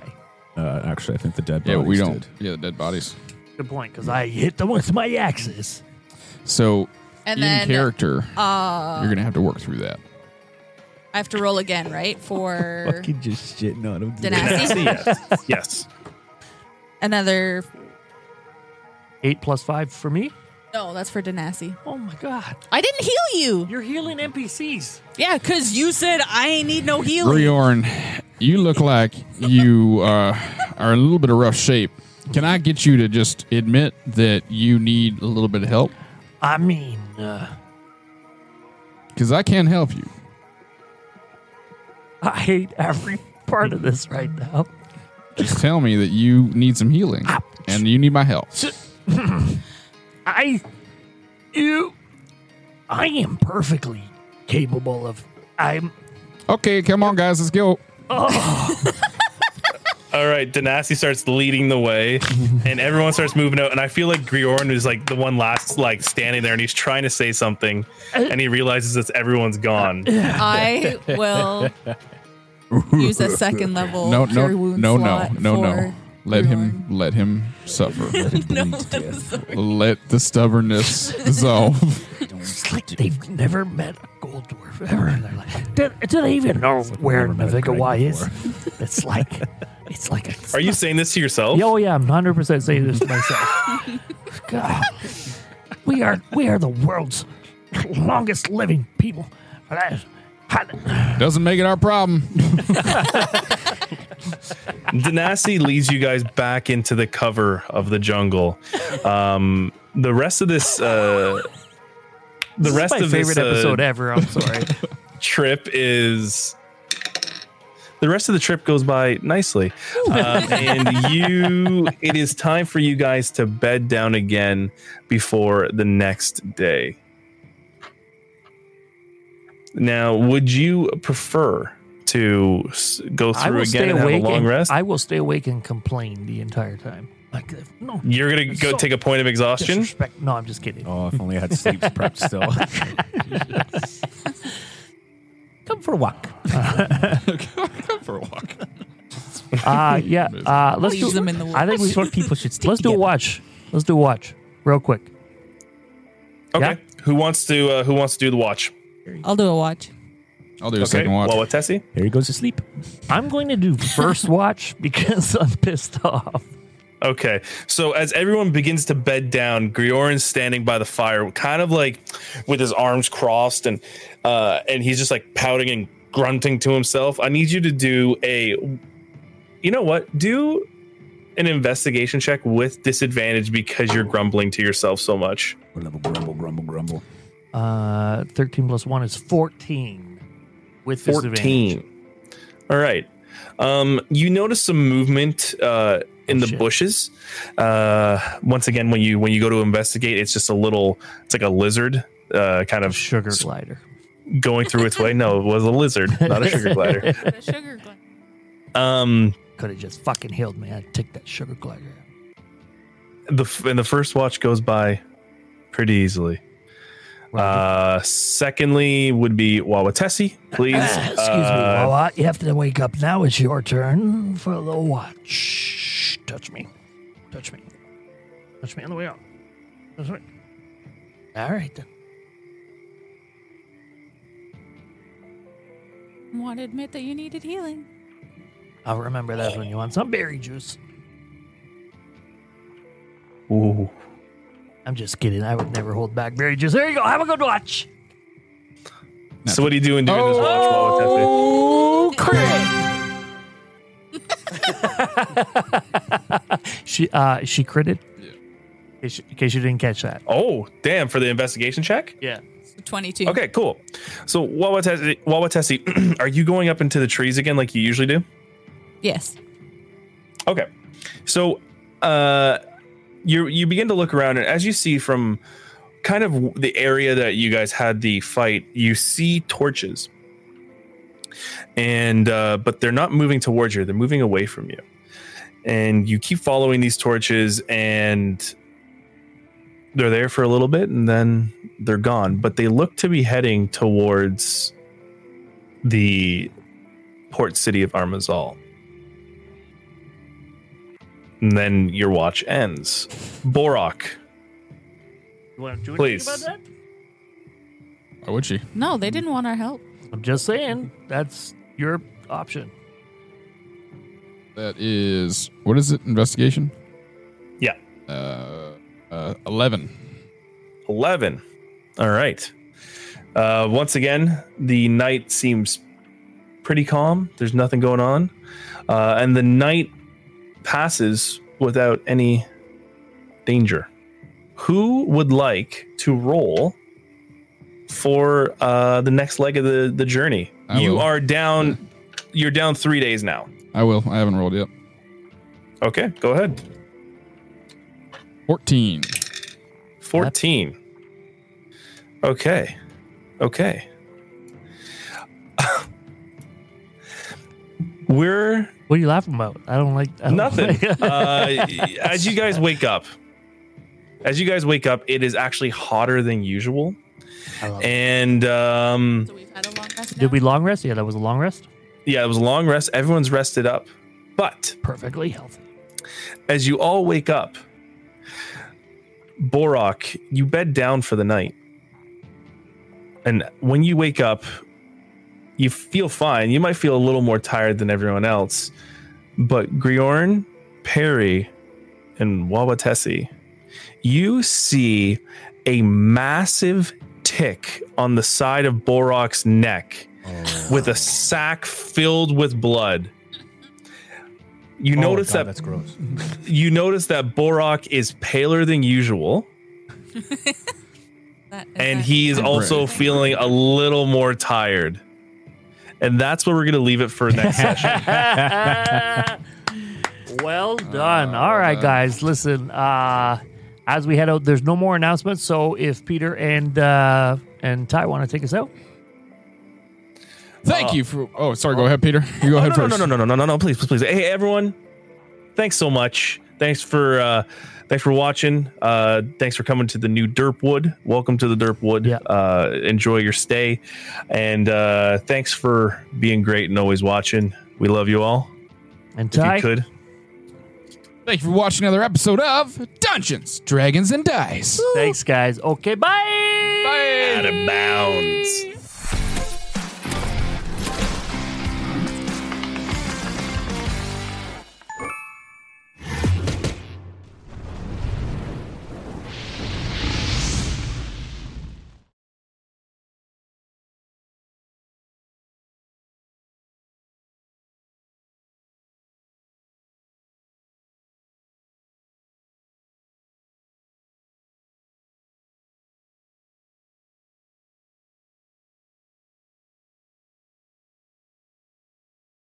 [SPEAKER 6] Uh, actually, I think the dead
[SPEAKER 3] Yeah, we
[SPEAKER 6] bodies
[SPEAKER 3] don't.
[SPEAKER 6] did.
[SPEAKER 3] Yeah, the dead bodies.
[SPEAKER 1] Good point, because I hit them with my axes.
[SPEAKER 3] So
[SPEAKER 4] And
[SPEAKER 3] in
[SPEAKER 4] then-
[SPEAKER 3] character,
[SPEAKER 9] uh,
[SPEAKER 3] you're gonna have to work through that.
[SPEAKER 4] I have to roll again, right? For
[SPEAKER 6] just shitting on him.
[SPEAKER 4] Denasi.
[SPEAKER 5] yes
[SPEAKER 4] Another.
[SPEAKER 1] Eight plus five for me.
[SPEAKER 4] No, that's for Denasi.
[SPEAKER 1] Oh my god!
[SPEAKER 4] I didn't heal you.
[SPEAKER 1] You're healing NPCs.
[SPEAKER 4] Yeah, because you said I ain't need no healing.
[SPEAKER 3] Riorn, you look like you uh, are in a little bit of rough shape. Can I get you to just admit that you need a little bit of help?
[SPEAKER 1] I mean, uh,
[SPEAKER 3] Because I can help you.
[SPEAKER 1] I hate every part of this right now.
[SPEAKER 3] Just tell me that you need some healing and you need my help.
[SPEAKER 1] I, you, I am perfectly capable of. I'm
[SPEAKER 3] Okay, come on, guys, let's go.
[SPEAKER 5] All right, Danasi starts leading the way, and everyone starts moving out. And I feel like Griorn is like the one last, like standing there, and he's trying to say something, and he realizes that everyone's gone.
[SPEAKER 9] I will use a second level.
[SPEAKER 3] No, no,
[SPEAKER 9] cure wound
[SPEAKER 3] no, no,
[SPEAKER 9] slot
[SPEAKER 3] no, no.
[SPEAKER 9] for
[SPEAKER 3] Let him,
[SPEAKER 9] Griorn.
[SPEAKER 3] let him suffer.
[SPEAKER 9] No, I'm sorry.
[SPEAKER 3] let the stubbornness dissolve.
[SPEAKER 1] It's like they've never met a gold dwarf ever in their life. Do, do they even know where Mavigawai is? It's like, it's like a.
[SPEAKER 5] Are you saying this to yourself?
[SPEAKER 1] Yeah, Oh yeah, I'm 100 percent saying this to myself. God, we are we are the world's longest living people. That- how-
[SPEAKER 3] Doesn't make it our problem.
[SPEAKER 5] Danasi leads you guys back into the cover of the jungle. Um, the rest of this, uh, the
[SPEAKER 1] This is
[SPEAKER 5] rest
[SPEAKER 1] my
[SPEAKER 5] of
[SPEAKER 1] favorite
[SPEAKER 5] this, uh,
[SPEAKER 1] episode ever. I'm sorry.
[SPEAKER 5] trip is the rest of the trip goes by nicely um, and you it is time for you guys to bed down again before the next day now would you prefer to s- go
[SPEAKER 1] I
[SPEAKER 5] through
[SPEAKER 1] will
[SPEAKER 5] again
[SPEAKER 1] stay
[SPEAKER 5] and have a
[SPEAKER 1] awake.
[SPEAKER 5] long
[SPEAKER 1] and,
[SPEAKER 5] rest
[SPEAKER 1] I will stay awake and complain the entire time. Like no
[SPEAKER 5] you're gonna go
[SPEAKER 1] so
[SPEAKER 5] take a point of exhaustion
[SPEAKER 1] disrespect. No, I'm just kidding.
[SPEAKER 6] Oh, if only I had sleeps prepped still. Come for a walk.
[SPEAKER 3] For a walk.
[SPEAKER 1] Uh, yeah. Uh, let's
[SPEAKER 9] Leaves
[SPEAKER 1] do.
[SPEAKER 9] them in the
[SPEAKER 1] I think we,
[SPEAKER 6] That's what people should stick
[SPEAKER 1] let's do a
[SPEAKER 6] together.
[SPEAKER 1] watch. Let's do a watch real quick.
[SPEAKER 5] okay who wants to uh, who wants to do the watch
[SPEAKER 9] I'll do a watch.
[SPEAKER 3] I'll do a
[SPEAKER 5] okay
[SPEAKER 3] second watch.
[SPEAKER 5] well with tessie
[SPEAKER 6] There he goes to sleep.
[SPEAKER 1] I'm going to do first watch because I'm pissed off.
[SPEAKER 5] Okay. So as everyone begins to bed down, Griorin's standing by the fire, kind of like with his arms crossed and uh and he's just like pouting and grunting to himself. I need you to do a you know what? Do an investigation check with disadvantage because you're grumbling to yourself so much.
[SPEAKER 6] Grumble, grumble, grumble, grumble.
[SPEAKER 1] Uh, 13 plus 1 is 14 with disadvantage.
[SPEAKER 5] 14. All right. Um, you notice some movement uh, in
[SPEAKER 1] Oh,
[SPEAKER 5] the
[SPEAKER 1] shit.
[SPEAKER 5] bushes. Uh, once again, when you when you go to investigate, it's just a little. It's like a lizard, uh, kind of
[SPEAKER 1] sugar glider.
[SPEAKER 5] going through its way. No, it was a lizard, not a sugar glider.
[SPEAKER 9] sugar
[SPEAKER 5] Um,
[SPEAKER 1] Could have just fucking healed me. I'd take that sugar glider.
[SPEAKER 5] the f- and the first watch goes by pretty easily. Uh, secondly, would be Wawatessi, please.
[SPEAKER 1] Excuse
[SPEAKER 5] Uh,
[SPEAKER 1] me, Wawa. You have to wake up now. It's your turn for the watch. Touch me. Touch me. Touch me on the way out. Touch me. All right, then.
[SPEAKER 9] Want to admit that you needed healing?
[SPEAKER 1] I'll remember that when you want some berry juice.
[SPEAKER 5] ooh.
[SPEAKER 1] I'm just kidding. I would never hold back berry juice. There you go. Have a good watch.
[SPEAKER 5] So what are you doing during this watch, Wawatessi?
[SPEAKER 1] Oh, crit! she uh, she critted. Yeah. In case, you- in case you didn't catch that.
[SPEAKER 5] Oh, damn! For the investigation check.
[SPEAKER 1] Yeah.
[SPEAKER 9] 22.
[SPEAKER 5] Okay, cool. So Wawatessi, Wawatessi, are you going up into the trees again like you usually do?
[SPEAKER 9] Yes.
[SPEAKER 5] Okay. So uh you you begin to look around and as you see from kind of the area that you guys had the fight, you see torches. And uh but they're not moving towards you, they're moving away from you. And you keep following these torches and they're there for a little bit and then they're gone, but they look to be heading towards the port city of Armazal and then your watch ends. Borok,
[SPEAKER 1] You want to do
[SPEAKER 5] anything about Please. that?
[SPEAKER 3] Why Oh, would she?
[SPEAKER 9] No, they didn't want our help.
[SPEAKER 1] I'm just saying that's your option.
[SPEAKER 3] That is what is it? Investigation.
[SPEAKER 5] Yeah.
[SPEAKER 3] Uh, uh, eleven.
[SPEAKER 5] eleven. All right. Uh, once again, the night seems pretty calm. There's nothing going on, uh, and the night passes without any danger. Who would like to roll for uh, the next leg of the the journey?
[SPEAKER 3] I
[SPEAKER 5] you
[SPEAKER 3] will.
[SPEAKER 5] are down. You're down three days now.
[SPEAKER 3] I will. I haven't rolled yet.
[SPEAKER 5] Okay, go ahead.
[SPEAKER 3] Fourteen.
[SPEAKER 5] 14. Okay. Okay.
[SPEAKER 2] we're
[SPEAKER 1] What are you laughing about? I don't like I don't
[SPEAKER 2] Nothing.
[SPEAKER 1] like-
[SPEAKER 2] uh, as you guys wake up, as you guys wake up, it is actually hotter than usual,
[SPEAKER 1] I love it.
[SPEAKER 2] and um,
[SPEAKER 4] So we've had a long rest.
[SPEAKER 1] Did we long rest? Yeah, that was a long rest.
[SPEAKER 2] yeah, it was a long rest. Everyone's rested up, but
[SPEAKER 1] Perfectly healthy.
[SPEAKER 2] as you all wake up, Borok, you bed down for the night. And when you wake up, you feel fine. You might feel a little more tired than everyone else. But Griorn, Perry, and Wawatessi, you see a massive tick on the side of Borok's neck with a sack filled with blood. You notice that
[SPEAKER 11] that's gross.
[SPEAKER 2] you notice that Borok is paler than usual,
[SPEAKER 4] That- is
[SPEAKER 2] and
[SPEAKER 4] that-
[SPEAKER 2] he is also feeling a little more tired. And that's where we're going to leave it for next session.
[SPEAKER 1] well done. Uh, All right, guys. Listen, uh, as we head out, there's no more announcements. So if Peter and uh, and Ty want to take us out,
[SPEAKER 3] Thank you for. Oh, sorry. Go ahead, Peter. You go
[SPEAKER 2] Uh, Oh,
[SPEAKER 3] ahead
[SPEAKER 2] no,
[SPEAKER 3] first.
[SPEAKER 2] no, no, no, no, no, no, no, please, please, please. Hey, everyone, thanks so much. Thanks for uh, thanks for watching. Uh, thanks for coming to the new Derpwood. Welcome to the Derpwood.
[SPEAKER 1] Yeah.
[SPEAKER 2] Uh, enjoy your stay, and uh, thanks for being great and always watching. We love you all.
[SPEAKER 1] and
[SPEAKER 2] If
[SPEAKER 1] Ty,
[SPEAKER 2] you could.
[SPEAKER 3] Thank you for watching another episode of Dungeons, Dragons, and Dice.
[SPEAKER 1] thanks, guys. Okay, bye.
[SPEAKER 2] out of bounds.